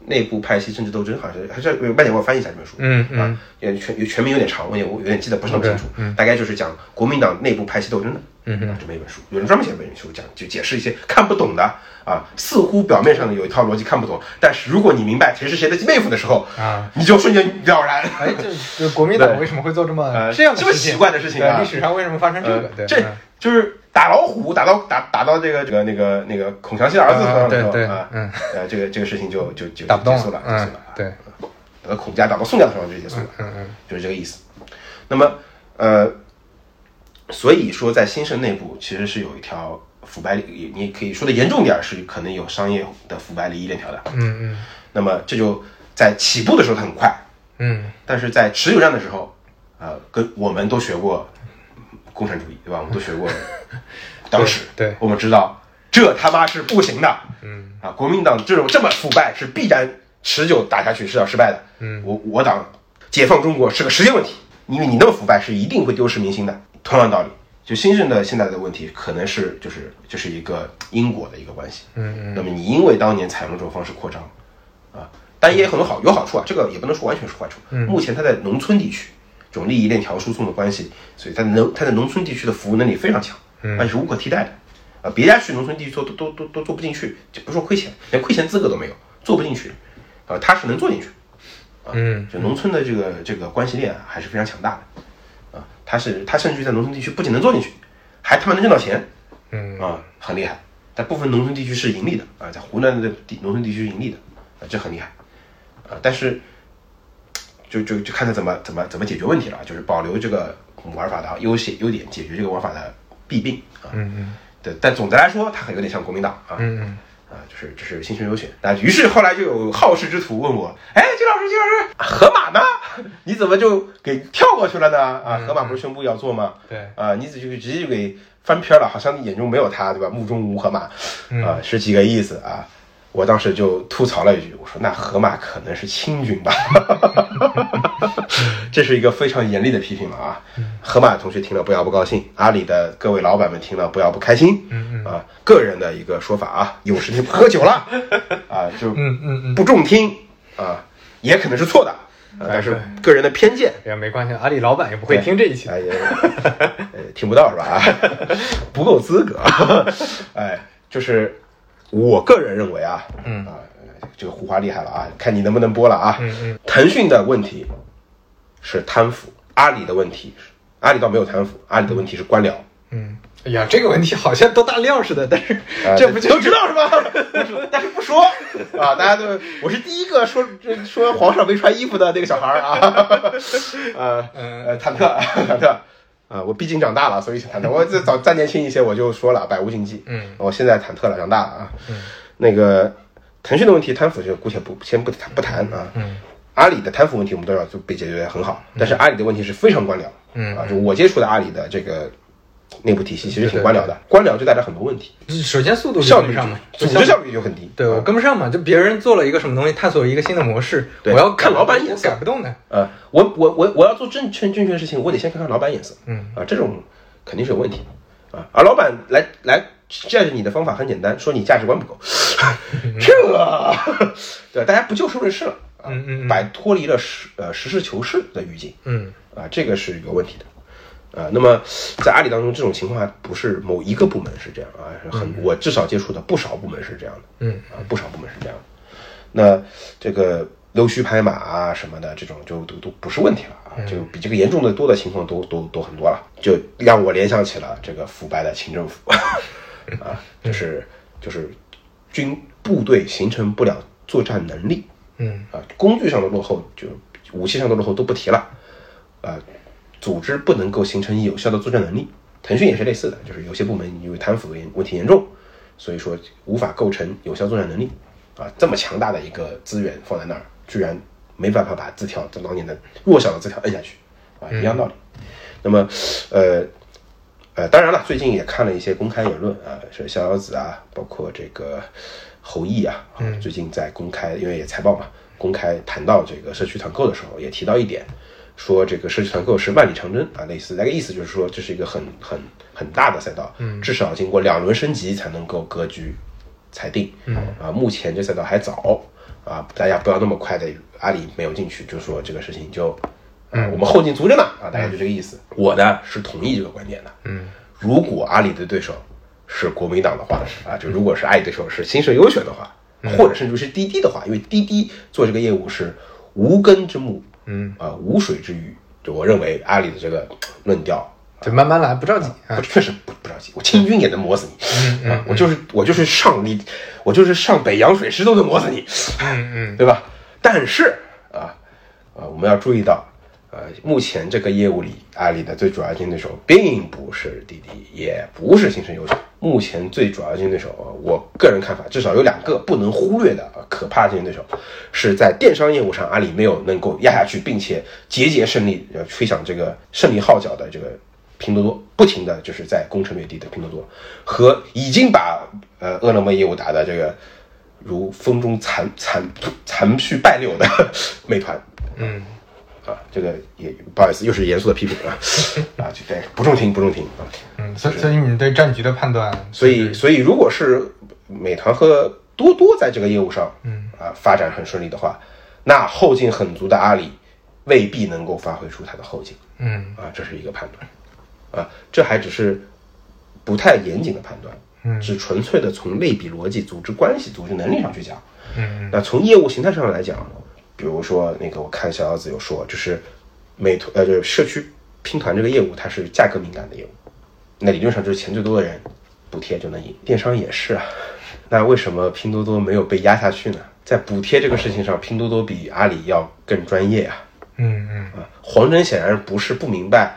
[SPEAKER 3] 内部派系政治斗争》，好像是还是有慢点我翻译一下这本书。
[SPEAKER 2] 嗯嗯
[SPEAKER 3] 啊，也全也全名有点长，我也我有点记得不是那么清楚大概就是讲国民党内部派系斗争的，嗯啊，这么一本书，有人专门写了一本书讲，就解释一些看不懂的啊，似乎表面上的有一套逻辑看不懂，但是如果你明白谁是谁的妹夫的时候，
[SPEAKER 2] 啊，
[SPEAKER 3] 你就瞬间了然。
[SPEAKER 2] 哎，就就国民党
[SPEAKER 3] 对
[SPEAKER 2] 为什么会做这么
[SPEAKER 3] 呃
[SPEAKER 2] 这样的
[SPEAKER 3] 这么
[SPEAKER 2] 事情
[SPEAKER 3] 奇怪的事情啊
[SPEAKER 2] 对历史上为什么发生这个？呃对，嗯
[SPEAKER 3] 这就是打老虎，打到打打到这个这个那个那个孔祥熙的儿子头上的时候
[SPEAKER 2] 啊对对
[SPEAKER 3] 啊，
[SPEAKER 2] 嗯，
[SPEAKER 3] 呃，这个这个事情就就就
[SPEAKER 2] 打不动
[SPEAKER 3] 结束了，结束
[SPEAKER 2] 嗯
[SPEAKER 3] 了，，
[SPEAKER 2] 对，
[SPEAKER 3] 打到孔家打到宋家头上就结束了，
[SPEAKER 2] 嗯嗯
[SPEAKER 3] 就是这个意思。那么，呃，所以说在新盛内部其实是有一条腐败，利，你可以说的严重点儿是可能有商业的腐败利益链条的。
[SPEAKER 2] 嗯
[SPEAKER 3] 那么这就在起步的时候它很快，
[SPEAKER 2] 嗯嗯
[SPEAKER 3] 但是在持久战的时候，呃，跟我们都学过共产主义，对吧？我们都学过党史，
[SPEAKER 2] 对对
[SPEAKER 3] 我们知道这他妈是不行的，嗯啊，国民党这种这么腐败是必然持久打下去是要失败的，嗯，我我党解放中国是个时间问题，因为你那么腐败是一定会丢失民心的，同样道理。就新政的现在的问题，可能是就是就是一个因果的一个关系。
[SPEAKER 2] 嗯嗯，
[SPEAKER 3] 那么你因为当年采用这种方式扩张，啊，但也很好，有好处啊，这个也不能说完全是坏处。
[SPEAKER 2] 嗯
[SPEAKER 3] 目前它在农村地区这种利益链条输送的关系，所以它能它在农村地区的服务能力非常强，
[SPEAKER 2] 嗯
[SPEAKER 3] 而且是无可替代的。啊，别家去农村地区做都都都都做不进去，就不说亏钱，连亏钱资格都没有，做不进去，啊，它是能做进去。啊，
[SPEAKER 2] 嗯，
[SPEAKER 3] 就农村的这个这个关系链啊还是非常强大的，啊，它是它甚至于在农村地区不仅能做进去，还他妈能挣到钱，
[SPEAKER 2] 嗯
[SPEAKER 3] 啊，很厉害。但部分农村地区是盈利的啊，在湖南的地农村地区是盈利的啊，这很厉害啊。但是就就就看他怎么怎么怎么解决问题了啊，就是保留这个玩法的优些优点，解决这个玩法的弊病啊。嗯嗯。对，但总的来说，它还有点像国民党啊。嗯嗯。啊，就是就是新生优选。那于是后来就有好事之徒问我，哎，金老师，金老师，河马呢？ 你怎么就给跳过去了呢？啊，河马不是宣布要做吗？
[SPEAKER 2] 对，
[SPEAKER 3] 啊，你就直接就给翻篇了，好像你眼中没有他，对吧？目中无河马，
[SPEAKER 2] 嗯
[SPEAKER 3] 啊，是几个意思啊？我当时就吐槽了一句，我说那河马可能是清军吧， 这是一个非常严厉的批评了啊。
[SPEAKER 2] 嗯
[SPEAKER 3] 河马同学听了不要不高兴，阿里的各位老板们听了不要不开心，
[SPEAKER 2] 嗯
[SPEAKER 3] 啊，个人的一个说法啊，有时间不喝酒了，啊，就
[SPEAKER 2] 嗯嗯
[SPEAKER 3] 不中听啊，也可能是错的啊但是个人的偏见，
[SPEAKER 2] 也没关系，阿里老板也不会听这一期的。
[SPEAKER 3] 哎也 呃听不到是吧？ 啊不够资格， 哎，就是我个人认为啊，
[SPEAKER 2] 嗯
[SPEAKER 3] 啊，这个胡话厉害了啊，看你能不能播了啊。
[SPEAKER 2] 嗯嗯
[SPEAKER 3] 腾讯的问题是贪腐，阿里的问题是阿里倒没有贪腐，阿里的问题是官僚。
[SPEAKER 2] 嗯，哎呀，这个问题好像都大料似的，但是
[SPEAKER 3] 啊
[SPEAKER 2] 这不就
[SPEAKER 3] 都知道是吧？但是 不说啊，大家都我是第一个说说皇上没穿衣服的那个小孩儿啊， 呃
[SPEAKER 2] 嗯
[SPEAKER 3] 呃，忐忑忐忑啊，我毕竟长大了，所以忐忑。我这早再年轻一些我就说了百无禁忌，
[SPEAKER 2] 嗯，
[SPEAKER 3] 我现在忐忑了，长大了啊。那个腾讯的问题贪腐就姑且不先不谈不谈啊，
[SPEAKER 2] 嗯
[SPEAKER 3] 阿里的贪腐问题我们都要就被解决得很好，但是阿里的问题是非常官僚，
[SPEAKER 2] 嗯
[SPEAKER 3] 啊，就我接触的阿里的这个内部体系其实
[SPEAKER 2] 嗯
[SPEAKER 3] 挺
[SPEAKER 2] 对对
[SPEAKER 3] 官僚的，官僚就带来很多问题。
[SPEAKER 2] 首先速度
[SPEAKER 3] 效
[SPEAKER 2] 跟
[SPEAKER 3] 率
[SPEAKER 2] 不
[SPEAKER 3] 就
[SPEAKER 2] 上嘛，
[SPEAKER 3] 组织效率就很低。
[SPEAKER 2] 对我
[SPEAKER 3] 啊
[SPEAKER 2] 跟不上嘛，就别人做了一个什么东西，探索了一个新的模式，我
[SPEAKER 3] 对
[SPEAKER 2] 要
[SPEAKER 3] 看老板眼
[SPEAKER 2] 我
[SPEAKER 3] 色
[SPEAKER 2] 改不动的。
[SPEAKER 3] 呃，我我我我要做正确正确的事情，我得先看看老板眼色。
[SPEAKER 2] 嗯
[SPEAKER 3] 啊，这种肯定是有问题的啊。而老板来来 judge 你的方法很简单，说你价值 观不够，这对大家不就事论事了啊，
[SPEAKER 2] 嗯嗯嗯
[SPEAKER 3] 摆脱离了实呃实事求是的语境
[SPEAKER 2] 嗯
[SPEAKER 3] 啊，这个是有问题的。啊，那么在阿里当中，这种情况还不是某一个部门是这样啊，是很我至少接触的不少部门是这样的。
[SPEAKER 2] 嗯
[SPEAKER 3] 啊，不少部门是这样的。那这个溜须拍马啊什么的，这种就都都不是问题了啊，就比这个严重的多的情况都都都很多了，就让我联想起了这个腐败的清政府 啊，就是就是军部队形成不了作战能力
[SPEAKER 2] 嗯
[SPEAKER 3] 啊，工具上的落后就武器上的落后都不提了，啊，组织不能够形成有效的作战能力。腾讯也是类似的，就是有些部门因为贪腐的问题严重，所以说无法构成有效作战能力。啊，这么强大的一个资源放在那儿，居然没办法把字条这当年的弱小的字条摁下去，啊，一样道理。那么，呃，呃，当然了，最近也看了一些公开言论啊，是逍遥子啊，包括这个侯毅啊，啊最近在公开，因为也财报嘛，公开谈到这个社区团购的时候，也提到一点，说这个社区团购是万里长征啊，类似那个意思就是说这是一个很很很大的赛道，嗯，至少经过两轮升级才能够格局裁定，嗯啊，目前这赛道还早啊，大家不要那么快的阿里没有进去就说这个事情就。啊，我们后进足着呢啊，大概就这个意思。我呢是同意这个观点的，
[SPEAKER 2] 嗯
[SPEAKER 3] 如果阿里的对手是国民党的话，啊，就如果是阿里对手是新社优选的话，
[SPEAKER 2] 嗯
[SPEAKER 3] 或者甚至是滴滴的话，因为滴滴做这个业务是无根之木，
[SPEAKER 2] 嗯，
[SPEAKER 3] 啊、无水之鱼。就我认为阿里的这个论调，
[SPEAKER 2] 就慢慢来，不着急啊
[SPEAKER 3] 不。确实不不着急，我清军也能磨死
[SPEAKER 2] 嗯
[SPEAKER 3] 你，啊，我就是我就是上你，我就是上北洋水师都能磨死你，
[SPEAKER 2] 嗯嗯
[SPEAKER 3] 对吧？但是啊，呃，我们要注意到，呃，目前这个业务里，阿里的最主要竞争对手并不是滴滴，也不是新生优选。目前最主要竞争对手，呃我个人看法，至少有两个不能忽略的呃可怕竞争对手，是在电商业务上，阿里没有能够压下去，并且节节胜利，呃，吹响这个胜利号角的这个拼多多不停的就是在攻城略地的拼多多，和已经把呃饿了么业务打的这个如风中残残残絮败柳的美团
[SPEAKER 2] 嗯
[SPEAKER 3] 啊，这个也不好意思，又是严肃的批评啊啊，就对，不中听不中听啊。
[SPEAKER 2] 嗯，所以所以你对战局的判断，
[SPEAKER 3] 所以所以如果是美团和多多在这个业务上，
[SPEAKER 2] 嗯
[SPEAKER 3] 啊发展很顺利的话，那后劲很足的阿里未必能够发挥出它的后劲。
[SPEAKER 2] 嗯
[SPEAKER 3] 啊，这是一个判断，啊，这还只是不太严谨的判断，
[SPEAKER 2] 嗯
[SPEAKER 3] 只纯粹的从类比逻辑、组织关系、组织能力上去讲。
[SPEAKER 2] 嗯
[SPEAKER 3] 那从业务形态上来讲，比如说那个我看小姚子有说，就是美团呃，就是社区拼团这个业务，它是价格敏感的业务，那理论上就是钱最多的人补贴就能赢，电商也是啊。那为什么拼多多没有被压下去呢？在补贴这个事情上，拼多多比阿里要更专业啊。
[SPEAKER 2] 嗯嗯
[SPEAKER 3] 啊，黄峥显然不是不明白，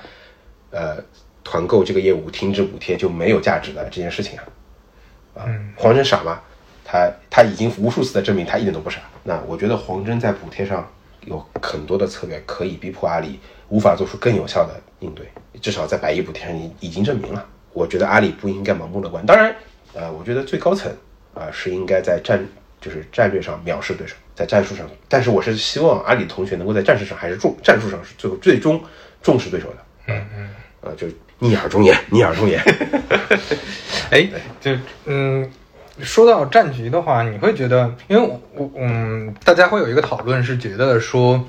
[SPEAKER 3] 呃，团购这个业务停止补贴就没有价值的这件事情啊。啊，黄峥傻吗？他他已经无数次的证明他一点都不傻。那我觉得黄峥在补贴上有很多的策略可以逼迫阿里无法做出更有效的应对，至少在百亿补贴上已已经证明了。我觉得阿里不呃应该盲目乐观。当然，呃，我觉得最高层啊、是应该在战就是战略上藐视对手，在战术上。但是我是希望阿里同学能够在战术上还是重战术上是最后最终重视对手的。嗯嗯，啊，就逆耳忠言，逆耳忠言。
[SPEAKER 2] 哎，就嗯，说到战局的话，你会觉得，因为我我嗯，大家会有一个讨论是觉得说，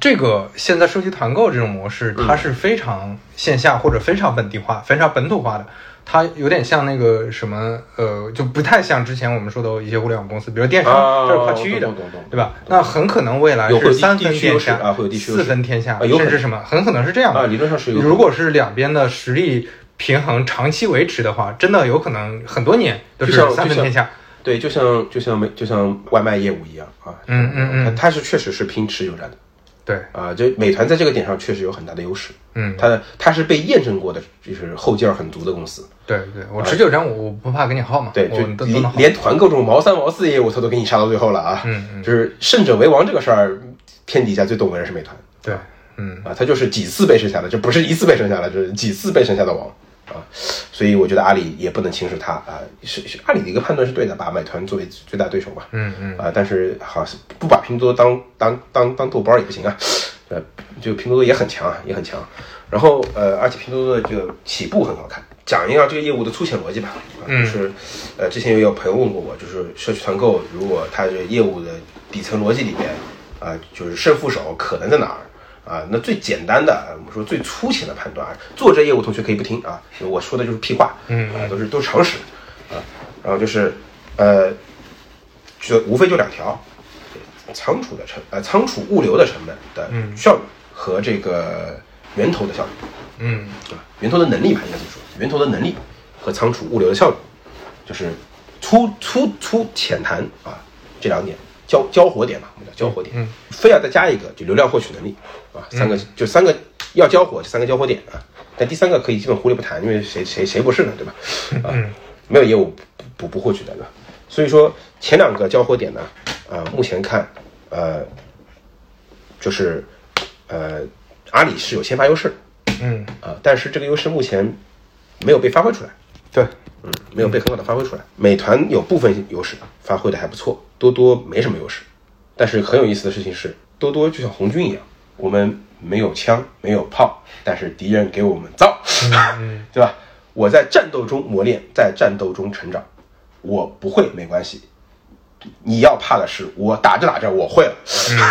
[SPEAKER 2] 这个现在收集团购这种模式，
[SPEAKER 3] 嗯
[SPEAKER 2] 它是非常线下或者非常本地化、非常本土化的。它有点像那个什么，呃，就不太像之前我们说的一些互联网公司，比如电商，
[SPEAKER 3] 啊
[SPEAKER 2] 这是跨区域的
[SPEAKER 3] 懂懂懂懂，
[SPEAKER 2] 对吧？那很可能未来
[SPEAKER 3] 有会有
[SPEAKER 2] 是
[SPEAKER 3] 地
[SPEAKER 2] 三分
[SPEAKER 3] 地区
[SPEAKER 2] 天
[SPEAKER 3] 优势
[SPEAKER 2] 下
[SPEAKER 3] 啊会有地区优势
[SPEAKER 2] 四分天下
[SPEAKER 3] 啊，有可能
[SPEAKER 2] 甚至什么，很可能是这样的
[SPEAKER 3] 啊，理论上是有可能
[SPEAKER 2] 如果是两边的实力平衡长期维持的话，真的有可能很多年都是
[SPEAKER 3] 就像
[SPEAKER 2] 三分天下。
[SPEAKER 3] 对，就像就像没就像外卖业务一样啊，
[SPEAKER 2] 嗯嗯嗯
[SPEAKER 3] 它它是确实是拼持久战的
[SPEAKER 2] 对，
[SPEAKER 3] 啊，就美团在这个点上确实有很大的优势，
[SPEAKER 2] 嗯，
[SPEAKER 3] 它的它是被验证过的，就是后劲儿很足的公司，
[SPEAKER 2] 对对，我持久战我我不怕哦跟你耗嘛，
[SPEAKER 3] 啊对，
[SPEAKER 2] 我
[SPEAKER 3] 就
[SPEAKER 2] 们都都能耗。
[SPEAKER 3] 连连团购这种毛三毛四业务，它都给你杀到最后了啊，
[SPEAKER 2] 嗯嗯
[SPEAKER 3] 就是胜者为王这个事儿，天底下最懂的人是美团
[SPEAKER 2] 对，嗯
[SPEAKER 3] 啊，它就是几次被剩下的，这不是一次被剩下的，就是几次被剩下的王。啊，所以我觉得阿里也不能轻视它啊，是是阿里的一个判断是对的，把美团作为最大对手吧。
[SPEAKER 2] 嗯嗯，
[SPEAKER 3] 啊，但是好像不把拼多多当当当当豆包也不行啊，呃，就拼多多也很强啊，也很强。然后呃，而且拼多多的这个起步很好看。讲一下这个业务的粗浅逻辑吧，啊、就是呃，之前也有朋友问过我，就是社区团购如果它这业务的底层逻辑里面啊、就是胜负手可能在哪儿？啊，那最简单的，我们说最粗浅的判断啊，做这业务同学可以不听啊，我说的就是屁话，嗯，啊，都是都是常识，啊，然后就是，呃，就无非就两条，仓储的成呃仓储物流的成本的效率和这个源头的效率，
[SPEAKER 2] 嗯，
[SPEAKER 3] 对吧？源头的能力吧，应该这么说，源头的能力和仓储物流的效率，就是粗粗粗浅谈啊，这两点交交火点嘛，我们叫交火点，非要再加一个就流量获取能力啊，三个、就三个要交火，就三个交火点啊，但第三个可以基本忽略不谈，因为谁谁谁不是呢，对吧？啊，没有业务不不不获取的对吧？所以说前两个交火点呢，啊、目前看，呃，就是呃，阿里是有先发优势的。
[SPEAKER 2] 嗯，
[SPEAKER 3] 啊，但是这个优势目前没有被发挥出来，
[SPEAKER 2] 对，
[SPEAKER 3] 嗯，没有被很好的发挥出来。美团有部分优势发挥的还不错，多多没什么优势。但是很有意思的事情是，多多就像红军一样，我们没有枪，没有炮，但是敌人给我们造，
[SPEAKER 2] 嗯
[SPEAKER 3] 对吧？我在战斗中磨练，在战斗中成长，我不会没关系。你要怕的是我打着打着我会了，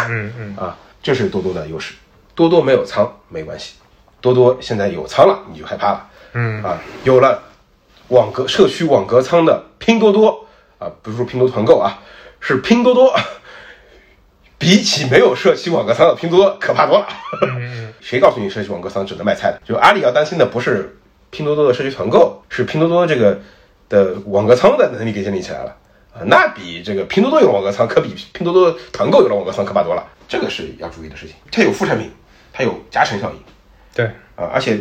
[SPEAKER 2] 嗯嗯，
[SPEAKER 3] 啊，这是多多的优势。多多没有仓没关系，多多现在有仓了你就害怕了。
[SPEAKER 2] 嗯
[SPEAKER 3] 啊，有了网格社区网格仓的拼多多啊，不是说拼多多团购啊，是拼多 多。比起没有社区网格仓的拼多多可怕多了。 谁告诉你社区网格仓只能卖菜的？就阿里要担心的不是拼多多的社区团购，是拼多多这个的网格仓的能力给建立起来了啊，那比这个拼多多有了网格仓，可比拼多多团购有了网格仓可怕多了。这个是要注意的事情。它有副产品，它有加成效应，
[SPEAKER 2] 对，
[SPEAKER 3] 啊，而且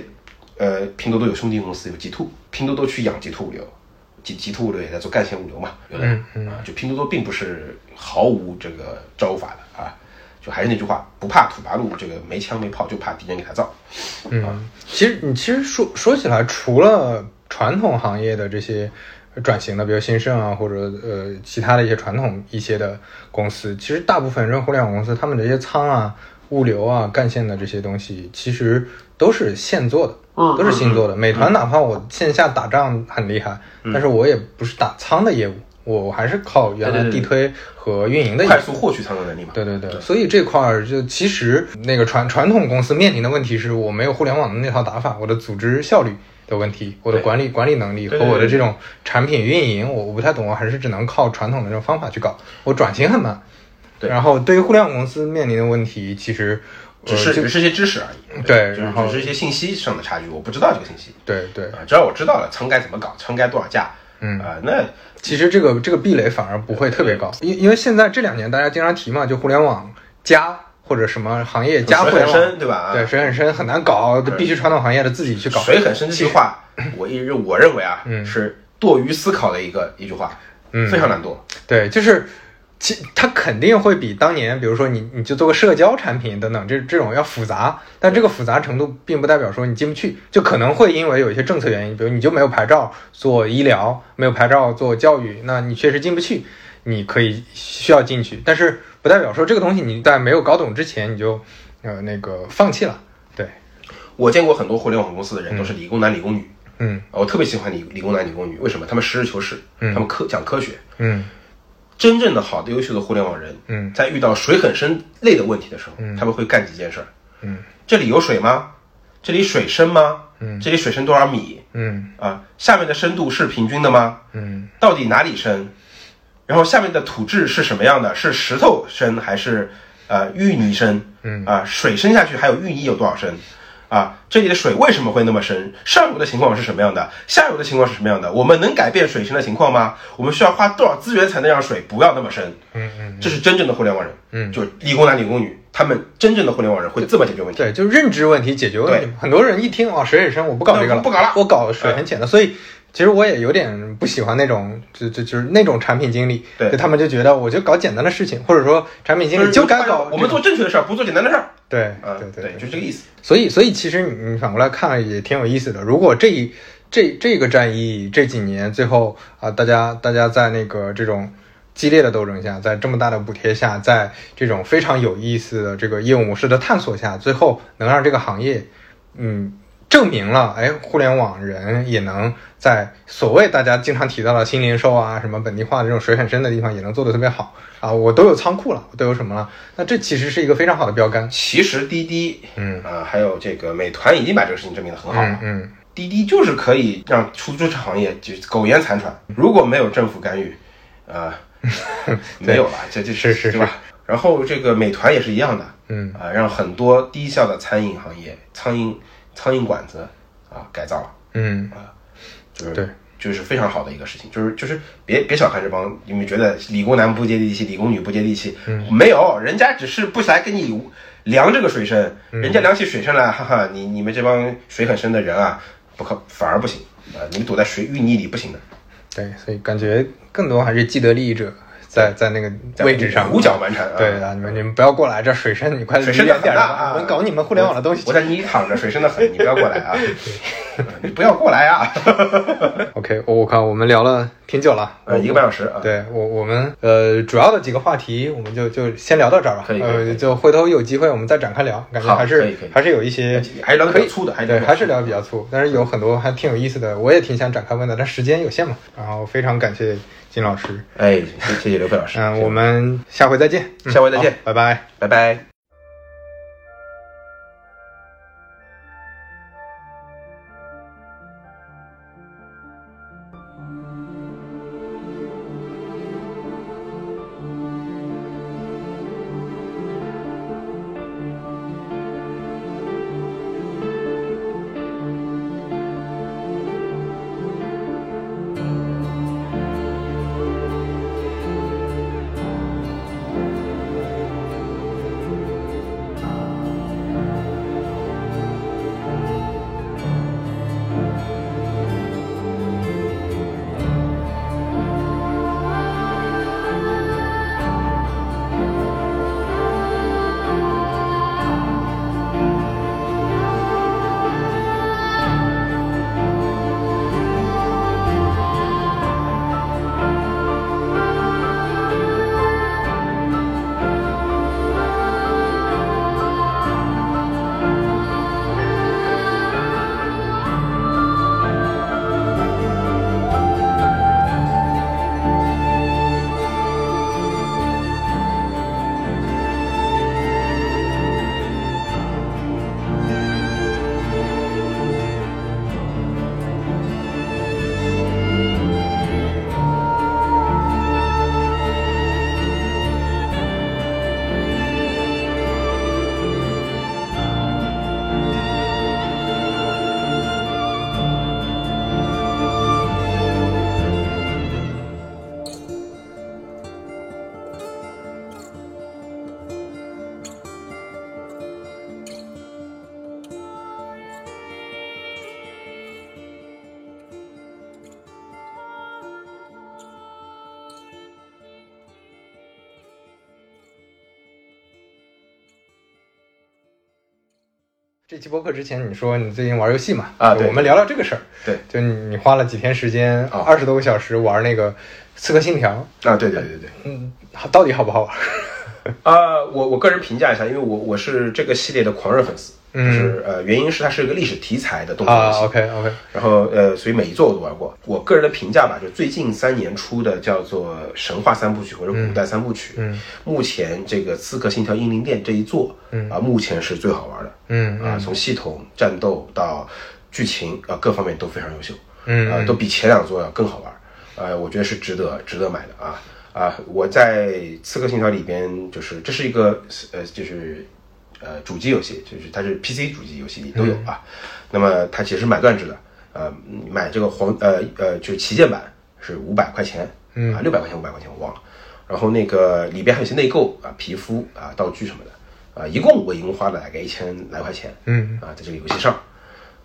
[SPEAKER 3] 呃，拼多多有兄弟公司有极兔，拼多多去养极兔物流，极极兔物流也在做干线物流嘛，有的、
[SPEAKER 2] 嗯
[SPEAKER 3] 啊，就拼多多并不是毫无这个招法的啊，就还是那句话，不怕土八路，这个没枪没炮，就怕敌人给他造。
[SPEAKER 2] 嗯，其实你其实说说起来，除了传统行业的这些转型的，比如新盛啊，或者呃其他的一些传统一些的公司，其实大部分这种互联网公司，他们这些仓啊、物流啊、干线的这些东西，其实都是现做的，
[SPEAKER 3] 嗯
[SPEAKER 2] 都是新做的。美团哪怕我线下打仗很厉害，但是我也不是打仓的业务，我我还是靠原来
[SPEAKER 3] 对对
[SPEAKER 2] 地推和运营的业务
[SPEAKER 3] 快。速获取仓的能力嘛，
[SPEAKER 2] 对对对，所以这块儿就其实那个传传统公司面临的问题是我没有互联网的那套打法，我的组织效率的问题，我的管理管理能力和
[SPEAKER 3] 对对对
[SPEAKER 2] 我的这种产品运营，我我不太懂，我还是只能靠传统的这种方法去搞，我转型很慢。
[SPEAKER 3] 对
[SPEAKER 2] 然后对于互联网公司面临的问题，其实
[SPEAKER 3] 只是
[SPEAKER 2] 呃就
[SPEAKER 3] 只是一些知识而已，
[SPEAKER 2] 对
[SPEAKER 3] 就是
[SPEAKER 2] 然后
[SPEAKER 3] 只是一些信息上的差距，我不知道这个信息
[SPEAKER 2] 对对，
[SPEAKER 3] 啊，只要我知道了仓该怎么搞，仓该多少价，
[SPEAKER 2] 嗯
[SPEAKER 3] 啊，那
[SPEAKER 2] 其实这个这个壁垒反而不会特别高，因因为现在这两年大家经常提嘛，就互联网加或者什么行业加互
[SPEAKER 3] 水
[SPEAKER 2] 联
[SPEAKER 3] 很
[SPEAKER 2] 网
[SPEAKER 3] 深，。对吧？啊
[SPEAKER 2] 对，水很深，很难搞，必须传统行业的自己去搞。
[SPEAKER 3] 水很深这句话，我一直我认为啊，
[SPEAKER 2] 嗯
[SPEAKER 3] 是多余思考的一个一句话，
[SPEAKER 2] 嗯
[SPEAKER 3] 非常难做。
[SPEAKER 2] 对，就是其它肯定会比当年，比如说你你就做个社交产品等等这这种要复杂，但这个复杂程度并不代表说你进不去，就可能会因为有一些政策原因，比如你就没有牌照做医疗，没有牌照做教育，那你确实进不去，你可以需要进去，但是不代表说这个东西你在没有搞懂之前你就呃那个放弃了，对，
[SPEAKER 3] 我见过很多互联网公司的人都是理工男、理工女，
[SPEAKER 2] 嗯
[SPEAKER 3] 我特别喜欢理理工男、理工女，为什么？他们实事求是，他们科讲科学，
[SPEAKER 2] 嗯
[SPEAKER 3] 真正的好的、优秀的互联网人，
[SPEAKER 2] 嗯
[SPEAKER 3] 在遇到水很深类的问题的时候，他们会干几件事儿。
[SPEAKER 2] 嗯，
[SPEAKER 3] 这里有水吗？这里水深吗？嗯，这里水深多少米？
[SPEAKER 2] 嗯
[SPEAKER 3] 啊，下面的深度是平均的吗？
[SPEAKER 2] 嗯
[SPEAKER 3] 到底哪里深？然后下面的土质是什么样的？是石头深还是呃淤泥深？
[SPEAKER 2] 嗯
[SPEAKER 3] 啊，水深下去还有淤泥有多少深？啊，这里的水为什么会那么深？上游的情况是什么样的？下游的情况是什么样的？我们能改变水深的情况吗？我们需要花多少资源才能让水不要那么深？
[SPEAKER 2] 嗯嗯，
[SPEAKER 3] 这是真正的互联网人，
[SPEAKER 2] 嗯
[SPEAKER 3] 就是理工男、理工女，他们真正的互联网人会这么解决问题。
[SPEAKER 2] 对，就是认知问题解决问题嘛。很多人一听哦，水很深，我不搞这个
[SPEAKER 3] 那
[SPEAKER 2] 了，
[SPEAKER 3] 我不搞了
[SPEAKER 2] 我搞水很浅的。所以其实我也有点不喜欢那种，就就就是那种产品经理，
[SPEAKER 3] 对
[SPEAKER 2] 就他们就觉得我就搞简单的事情，或者说产品经
[SPEAKER 3] 就
[SPEAKER 2] 理
[SPEAKER 3] 是
[SPEAKER 2] 就该搞
[SPEAKER 3] 我们
[SPEAKER 2] 这种
[SPEAKER 3] 做正确的事儿，不做简单的事儿。
[SPEAKER 2] 对
[SPEAKER 3] 啊，
[SPEAKER 2] 对
[SPEAKER 3] 对，就这个意思。
[SPEAKER 2] 所以，所以其实你你反过来看也挺有意思的。如果这一这这个战役这几年最后啊、大家大家在那个这种激烈的斗争下，在这么大的补贴下，在这种非常有意思的这个业务模式的探索下，最后能让这个行业，嗯，证明了，哎，互联网人也能在所谓大家经常提到的新零售啊、什么本地化这种水很深的地方，也能做得特别好啊。我都有仓库了，我都有什么了？那这其实是一个非常好的标杆。
[SPEAKER 3] 其实滴滴，
[SPEAKER 2] 嗯
[SPEAKER 3] 啊，还有这个美团已经把这个事情证明的很好
[SPEAKER 2] 嗯
[SPEAKER 3] 了。
[SPEAKER 2] 嗯。
[SPEAKER 3] 滴滴就是可以让出租车行业就苟延残喘，如果没有政府干预， 啊、没有了，这这
[SPEAKER 2] 是是
[SPEAKER 3] 对吧？然后这个美团也是一样的，
[SPEAKER 2] 嗯
[SPEAKER 3] 啊、让很多低效的餐饮行业、苍蝇苍蝇馆子啊改造了，
[SPEAKER 2] 嗯
[SPEAKER 3] 就是
[SPEAKER 2] 对，
[SPEAKER 3] 就是非常好的一个事情，就是就是别别小看这帮，你们觉得理工男不接地气，理工女不接地气，
[SPEAKER 2] 嗯
[SPEAKER 3] 没有，人家只是不来跟你量这个水深，
[SPEAKER 2] 嗯
[SPEAKER 3] 人家量起水深来，哈哈，你你们这帮水很深的人啊，不可反而不行啊、你们躲在水淤泥里不行的，
[SPEAKER 2] 对，所以感觉更多还是既得利益者在在那个
[SPEAKER 3] 在
[SPEAKER 2] 位置上
[SPEAKER 3] 五角蛮缠啊
[SPEAKER 2] 对啊，你们你们不要过来，这水呃深你快
[SPEAKER 3] 水
[SPEAKER 2] 离
[SPEAKER 3] 深
[SPEAKER 2] 远
[SPEAKER 3] 的很
[SPEAKER 2] 点
[SPEAKER 3] 大
[SPEAKER 2] 儿，
[SPEAKER 3] 啊，
[SPEAKER 2] 我搞你们互联网的东西
[SPEAKER 3] 我。在泥里躺着，水深的很，你不要过来 啊，你不要过来啊，
[SPEAKER 2] OK，我我靠，我们聊了挺久了。
[SPEAKER 3] 呃，一个半小时啊，
[SPEAKER 2] 对我，我们呃主要的几个话题，我们就就先聊到这儿吧。
[SPEAKER 3] 可以可以可
[SPEAKER 2] 呃，
[SPEAKER 3] 以
[SPEAKER 2] 就回头有机会我们再展开聊，感觉
[SPEAKER 3] 好
[SPEAKER 2] 还
[SPEAKER 3] 可
[SPEAKER 2] 是
[SPEAKER 3] 以可以
[SPEAKER 2] 还是有一些
[SPEAKER 3] 还是聊得比
[SPEAKER 2] 可
[SPEAKER 3] 较
[SPEAKER 2] 以
[SPEAKER 3] 粗的还是
[SPEAKER 2] 对，
[SPEAKER 3] 聊得比较
[SPEAKER 2] 还是
[SPEAKER 3] 粗的
[SPEAKER 2] 聊得比较粗，但是有很多还挺有意思的，我也挺想展开问的，但时间有限嘛。然后非常感谢金老师，
[SPEAKER 3] 哎，谢谢谢刘飞老师，
[SPEAKER 2] 嗯、我们下回再见，嗯
[SPEAKER 3] 下回再见
[SPEAKER 2] 好拜拜。
[SPEAKER 3] 拜拜。
[SPEAKER 2] 这期播客之前，你说你最近玩游戏嘛？
[SPEAKER 3] 啊对
[SPEAKER 2] 我们聊聊这个事儿。
[SPEAKER 3] 对，
[SPEAKER 2] 就你你花了几天时间，
[SPEAKER 3] 啊
[SPEAKER 2] 二十多个小时玩那个《刺客信条
[SPEAKER 3] 啊，对对对对。》，
[SPEAKER 2] 嗯，好到底好不好玩？
[SPEAKER 3] 呃啊，我我个人评价一下，因为我我是这个系列的狂热粉丝就是呃，原因是它是一个历史题材的动作游
[SPEAKER 2] 嗯啊
[SPEAKER 3] 戏。
[SPEAKER 2] ，OK OK，
[SPEAKER 3] 然后呃，所以每一座我都玩过。我个人的评价吧，就最近三年出的叫做《神话三部曲》或者《古代三部曲》
[SPEAKER 2] 嗯
[SPEAKER 3] 目前这个《刺客信条：英灵殿》这一座，啊，目前是最好玩的。
[SPEAKER 2] 嗯
[SPEAKER 3] 啊，从系统、战斗到剧情啊，各方面都非常优秀。
[SPEAKER 2] 嗯
[SPEAKER 3] 啊，都比前两座要更好玩。呃，我觉得是值得值得买的啊啊！我在《刺客信条》里边，就是这是一个呃，就是呃主机游戏，就是它是 PC 主机游戏里都有
[SPEAKER 2] 嗯
[SPEAKER 3] 啊。那么它其实是买断制的，呃，买这个黄呃呃就是旗舰版是五百块钱，嗯啊六百块钱五百块钱我忘了。然后那个里边还有一些内购啊、皮肤啊、道具什么的，啊，一共我一共花了大概一千来块钱，
[SPEAKER 2] 嗯
[SPEAKER 3] 啊，在这个游戏上。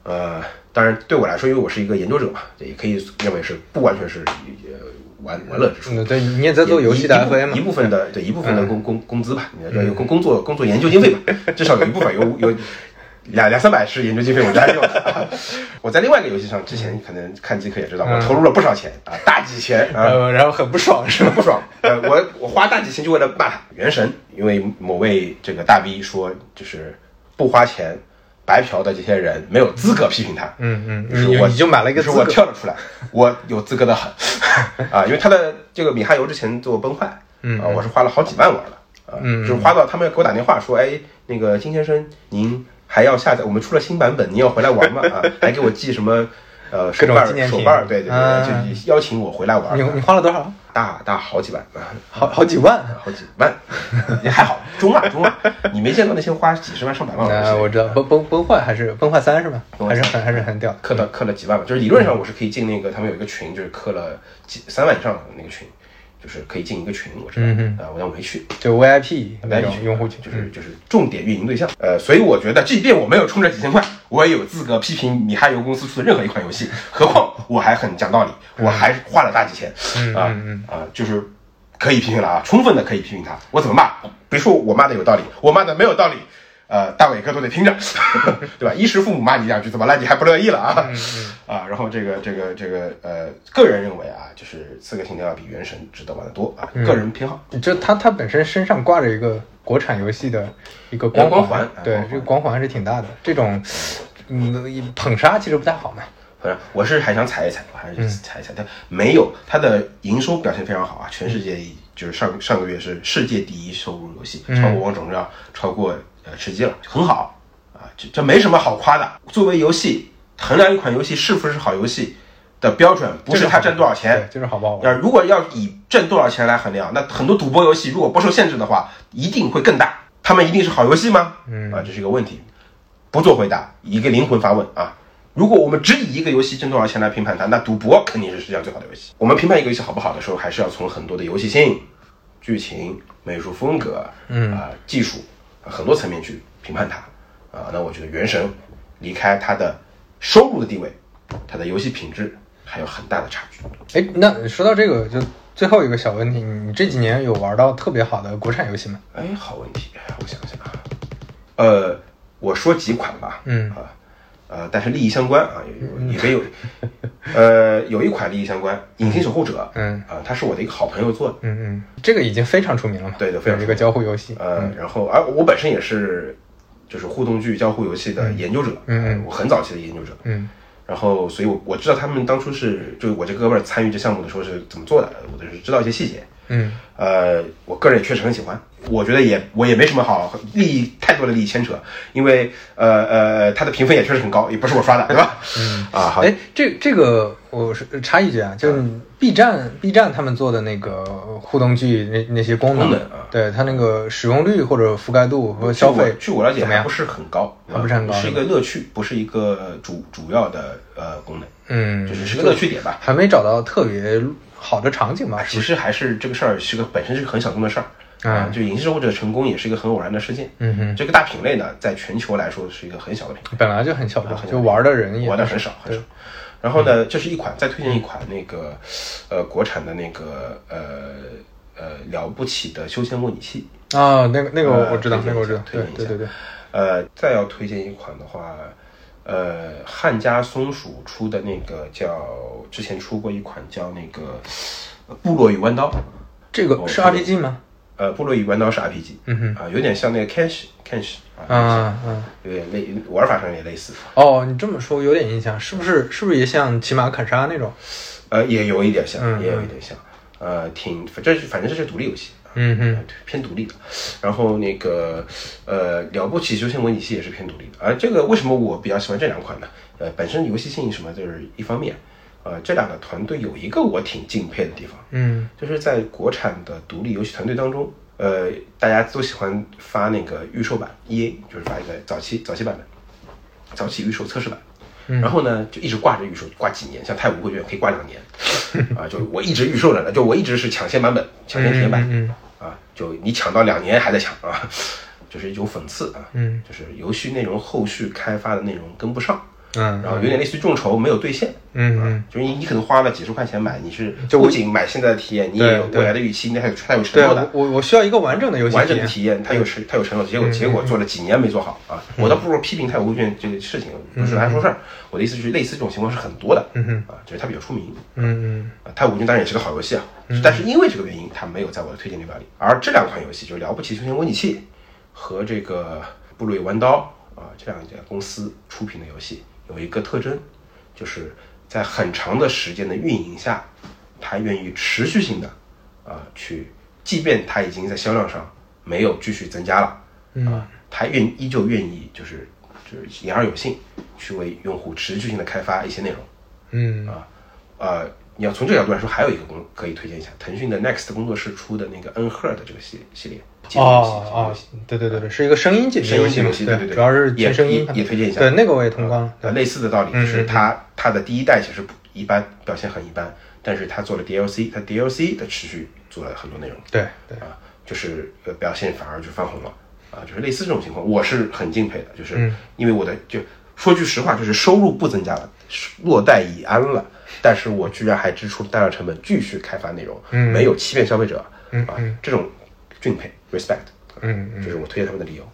[SPEAKER 3] 呃，当然对我来说，因为我是一个研究者嘛，也可以认为是不完全是呃玩玩乐之处。
[SPEAKER 2] 嗯，对，你也在做游戏的
[SPEAKER 3] 一一部
[SPEAKER 2] FA
[SPEAKER 3] 一
[SPEAKER 2] 嘛？嗯
[SPEAKER 3] 部分的对一部分的工工工资吧，你要有工工作工作研究经费吧，至少有一部分有有两两三百是研究经费，我家用 的。我在另外一个游戏上，之前可能看极客也知
[SPEAKER 2] 嗯
[SPEAKER 3] 道，我投入了不少钱啊，大几千啊，
[SPEAKER 2] 呃，然后很不爽是吧？
[SPEAKER 3] 不爽。呃，我我花大几千就为了骂《原神》，因为某位这个大 V 说，就是不花钱白嫖的这些人没有资格批评他。
[SPEAKER 2] 嗯嗯
[SPEAKER 3] 于是
[SPEAKER 2] 你
[SPEAKER 3] 我
[SPEAKER 2] 你就买了一个
[SPEAKER 3] 于是我
[SPEAKER 2] 资格
[SPEAKER 3] 跳了出来， 我有资格 的很啊，因为他的这个米哈游之前做崩坏，嗯啊，我是花了好几万玩的。啊，
[SPEAKER 2] 嗯
[SPEAKER 3] 就是花到他们给我打电话说，哎，那个金先生，您还要下载，我们出了新版本，您要回来玩吗？ 啊，还给我寄什么，呃，手
[SPEAKER 2] 各种
[SPEAKER 3] 办
[SPEAKER 2] 纪念
[SPEAKER 3] 手
[SPEAKER 2] 品
[SPEAKER 3] 办，对对
[SPEAKER 2] 啊
[SPEAKER 3] 对，就邀请我回来玩
[SPEAKER 2] 你你花了多少？
[SPEAKER 3] 大大好几万啊，
[SPEAKER 2] 好好几万。
[SPEAKER 3] 好几万， 也还好，中吧中吧。你没见过那些花几十万上百万玩
[SPEAKER 2] 啊，我
[SPEAKER 3] 的，
[SPEAKER 2] 知道崩崩崩坏还是崩坏三是吧？还是很还是很屌的。
[SPEAKER 3] 氪到氪了几万吧。就是理论上我是可以进那个，他们有一个群，就是氪了几三万以上的那个群，就是可以进一个群，我知道。
[SPEAKER 2] 嗯
[SPEAKER 3] 啊，我但我没去。
[SPEAKER 2] 就 VIP 那
[SPEAKER 3] 去
[SPEAKER 2] 种用户群，
[SPEAKER 3] 嗯就是就是重点运营对象，呃，所以我觉得，即便我没有充这几千块，我也有资格批评米哈游公司出的任何一款游戏。何况我还很讲道理，我还花了大几千，
[SPEAKER 2] 嗯
[SPEAKER 3] 啊啊，就是可以批评了啊，充分的可以批评他。我怎么骂？别说我骂的有道理，我骂的没有道理。呃，大伟哥都得拼着， 对吧？衣食父母骂你两句，怎么了？你还不乐意了啊？
[SPEAKER 2] 嗯
[SPEAKER 3] 啊，然后这个这个这个呃，个人认为啊，就是《刺客信条》要比《原神》值得玩的多啊，
[SPEAKER 2] 嗯
[SPEAKER 3] 个人偏好。
[SPEAKER 2] 就它它本身身上挂着一个国产游戏的一个
[SPEAKER 3] 光
[SPEAKER 2] 光
[SPEAKER 3] 环啊
[SPEAKER 2] 对
[SPEAKER 3] 光环
[SPEAKER 2] 这个光环还是挺大的。这种嗯捧杀其实不太好嘛。
[SPEAKER 3] 反正我是还想踩一踩，我还是踩一踩。它没有它的营收表现非常好啊，全世界就是上上个月是世界第一收入游戏，超过《王者荣耀》，超过呃吃鸡了，很好啊，这这没什么好夸的。作为游戏衡量一款游戏是不是好游戏的标准，不是它挣多少钱
[SPEAKER 2] 对，，就是好不好玩。
[SPEAKER 3] 要如果要以挣多少钱来衡量，那很多赌博游戏如果不受限制的话，一定会更大。他们一定是好游戏吗？嗯啊，这是一个问题，不做回答，一个灵魂发问啊。如果我们只以一个游戏挣多少钱来评判它，那赌博肯定是世界上最好的游戏。我们评判一个游戏好不好的时候，还是要从很多的游戏性、剧情、美术风格，嗯啊、技术、啊很多层面去评判它啊、那我觉得《原神》离开它的收入的地位，它的游戏品质还有很大的差距。
[SPEAKER 2] 哎，那说到这个，就最后一个小问题，你这几年有玩到特别好的国产游戏吗？
[SPEAKER 3] 哎，好问题，我想想啊，呃，我说几款吧，
[SPEAKER 2] 嗯
[SPEAKER 3] 啊，呃，但是利益相关啊，有也没有，呃，有一款利益相关，《隐形守护者》，
[SPEAKER 2] 嗯
[SPEAKER 3] 啊，它是我的一个好朋友做的，
[SPEAKER 2] 嗯嗯，这个已经非常出名了嘛。
[SPEAKER 3] 对的非常
[SPEAKER 2] 有一个交互游戏。
[SPEAKER 3] 呃，然后而我本身也是就是互动剧交互游戏的研究者，
[SPEAKER 2] 嗯
[SPEAKER 3] 呃我很早期的研究者，
[SPEAKER 2] 嗯
[SPEAKER 3] 然后所以我我知道他们当初是就是我这哥们儿参与这项目的时候是怎么做的，我就是知道一些细节，
[SPEAKER 2] 嗯
[SPEAKER 3] 呃，我个人也确实很喜欢，我觉得也我也没什么好利益太多的利益牵扯，因为呃呃，它的评分也确实很高，也不是我刷的，对吧？嗯 啊，好，嗯
[SPEAKER 2] 哎，这这个我是插一句啊，就是 B 站 B 站他们做的那个互动剧那那些功能，
[SPEAKER 3] 功能啊
[SPEAKER 2] 对它那个使用率或者覆盖度和消费，
[SPEAKER 3] 据我据我了解
[SPEAKER 2] 怎么
[SPEAKER 3] 还
[SPEAKER 2] 样
[SPEAKER 3] 不？是很高，啊
[SPEAKER 2] 还不是很高
[SPEAKER 3] 是一个乐趣，不是一个主主要的呃功能，
[SPEAKER 2] 嗯，
[SPEAKER 3] 就是是个乐趣点吧。
[SPEAKER 2] 还没找到特别好的场景吧？
[SPEAKER 3] 啊其实还是这个事儿是个本身是个很小众的事儿。啊，就《影视守护者》成功也是一个很偶然的事件。嗯哼，这个大品类呢，在全球来说是一个很小的品类。
[SPEAKER 2] 本来就很小众，就玩的人也
[SPEAKER 3] 啊玩的很少很少。然后呢，这是一款再推荐一款那个，呃，国产的那个呃呃了不起的修仙模拟器。
[SPEAKER 2] 啊，那个那个
[SPEAKER 3] 呃
[SPEAKER 2] 我我知道，
[SPEAKER 3] 推
[SPEAKER 2] 那
[SPEAKER 3] 荐
[SPEAKER 2] 个
[SPEAKER 3] 一
[SPEAKER 2] 我知道，
[SPEAKER 3] 下推
[SPEAKER 2] 对
[SPEAKER 3] 荐一
[SPEAKER 2] 对
[SPEAKER 3] 下
[SPEAKER 2] 对对，
[SPEAKER 3] 呃，再要推荐一款的话，呃，汉家松鼠出的那个叫之哦前出过一款叫那个《部落与弯刀》，
[SPEAKER 2] 这个是
[SPEAKER 3] 我
[SPEAKER 2] RPG 吗？
[SPEAKER 3] 呃部落与弯刀是 RPG，
[SPEAKER 2] 嗯哼
[SPEAKER 3] 啊，有点像那个 Cash Cash 啊，
[SPEAKER 2] 啊啊！
[SPEAKER 3] 有点类玩法上也类似，
[SPEAKER 2] 哦，你这么说有点印象，是不是？是不是也像骑马砍杀那种？
[SPEAKER 3] 呃，也有一点像，
[SPEAKER 2] 嗯
[SPEAKER 3] 也有一点像，呃，挺反正反正这是独立游戏。啊
[SPEAKER 2] 嗯哼，
[SPEAKER 3] 偏独立的，然后那个呃，了不起修仙模拟器也是偏独立的，而这个为什么我比较喜欢这两款呢？呃，本身游戏性什么就是一方面，呃，这两个团队有一个我挺敬佩的地方，
[SPEAKER 2] 嗯
[SPEAKER 3] 就是在国产的独立游戏团队当中，呃，大家都喜欢发那个预售版 EA，就是发一个早期早期版本，早期预售测试版。
[SPEAKER 2] 嗯
[SPEAKER 3] 然后呢，就一直挂着预售，挂几年，像太古会卷可以挂两年，啊，就我一直预售着呢，就我一直是抢先版本，抢先体验版，
[SPEAKER 2] 嗯
[SPEAKER 3] 啊，就你抢到两年还在抢啊， 就是一种讽刺啊，
[SPEAKER 2] 嗯
[SPEAKER 3] 就是游戏内容后续开发的内容跟不上，
[SPEAKER 2] 嗯
[SPEAKER 3] 然后有点类似于众筹没有兑现，
[SPEAKER 2] 嗯
[SPEAKER 3] 啊
[SPEAKER 2] 嗯，
[SPEAKER 3] 就是你你可能花了几十块钱买，你是
[SPEAKER 2] 就
[SPEAKER 3] 不仅买现在的体验，你也有
[SPEAKER 2] 对对
[SPEAKER 3] 未来的预期，你还有它有承
[SPEAKER 2] 对
[SPEAKER 3] 诺
[SPEAKER 2] 我
[SPEAKER 3] 的。
[SPEAKER 2] 我我需要一个完整的游戏
[SPEAKER 3] 完整
[SPEAKER 2] 体
[SPEAKER 3] 的
[SPEAKER 2] 验。嗯
[SPEAKER 3] 体验，它有承它有承诺，结果结果做了几年没做好啊！我倒不如批评太古会卷这个事情，不
[SPEAKER 2] 嗯
[SPEAKER 3] 是拿来说事儿。我的意思是，类似这种情况是很多的，啊，就是它比较出名。
[SPEAKER 2] 嗯
[SPEAKER 3] 啊，太古军当然也是个好游戏啊，但是因为这个原因，它没有在我的推荐列表里。而这两款游戏就是《了不起修仙模拟器》和这个《部落与弯刀》啊，这两家公司出品的游戏有一个特征，就是在很长的时间的运营下，它愿意持续性的啊去，即便它已经在销量上没有继续增加了，啊，它愿依旧愿意就是就是言而有信，去为用户持续性的开发一些内容。
[SPEAKER 2] 嗯嗯
[SPEAKER 3] 呃，你要从这个角度来说，还有一个工可以推荐一下，腾讯的 Next 工作室出的那个 N Her 的这个系系列，解谜游戏解谜
[SPEAKER 2] 哦
[SPEAKER 3] 游
[SPEAKER 2] 哦
[SPEAKER 3] 戏，
[SPEAKER 2] 对对对对，是一个声音解决
[SPEAKER 3] 声音
[SPEAKER 2] 游
[SPEAKER 3] 解
[SPEAKER 2] 戏
[SPEAKER 3] 谜
[SPEAKER 2] 嘛
[SPEAKER 3] 游，戏，对对，
[SPEAKER 2] 主要是
[SPEAKER 3] 也
[SPEAKER 2] 全声音
[SPEAKER 3] 也也推荐一下，
[SPEAKER 2] 对，那个我也通关了。
[SPEAKER 3] 呃
[SPEAKER 2] 对，
[SPEAKER 3] 类似的道理，就是
[SPEAKER 2] 嗯嗯
[SPEAKER 3] 它它的第一代其实不一般，表现很一般，但是它做了 DLC，它 DLC 的持续做了很多内容，
[SPEAKER 2] 对对，
[SPEAKER 3] 啊，就是呃表现反而就翻红了啊，就是类似这种情况，我是很敬佩的，就是
[SPEAKER 2] 嗯
[SPEAKER 3] 因为我的就说句实话，就是收入不增加了，落袋已安了，但是我居然还支出了大量成本继续开发内容，
[SPEAKER 2] 嗯
[SPEAKER 3] 没有欺骗消费者，
[SPEAKER 2] 嗯
[SPEAKER 3] 啊
[SPEAKER 2] 嗯，
[SPEAKER 3] 这种敬佩 respect，
[SPEAKER 2] 嗯嗯
[SPEAKER 3] 这。是我推荐他们的理由。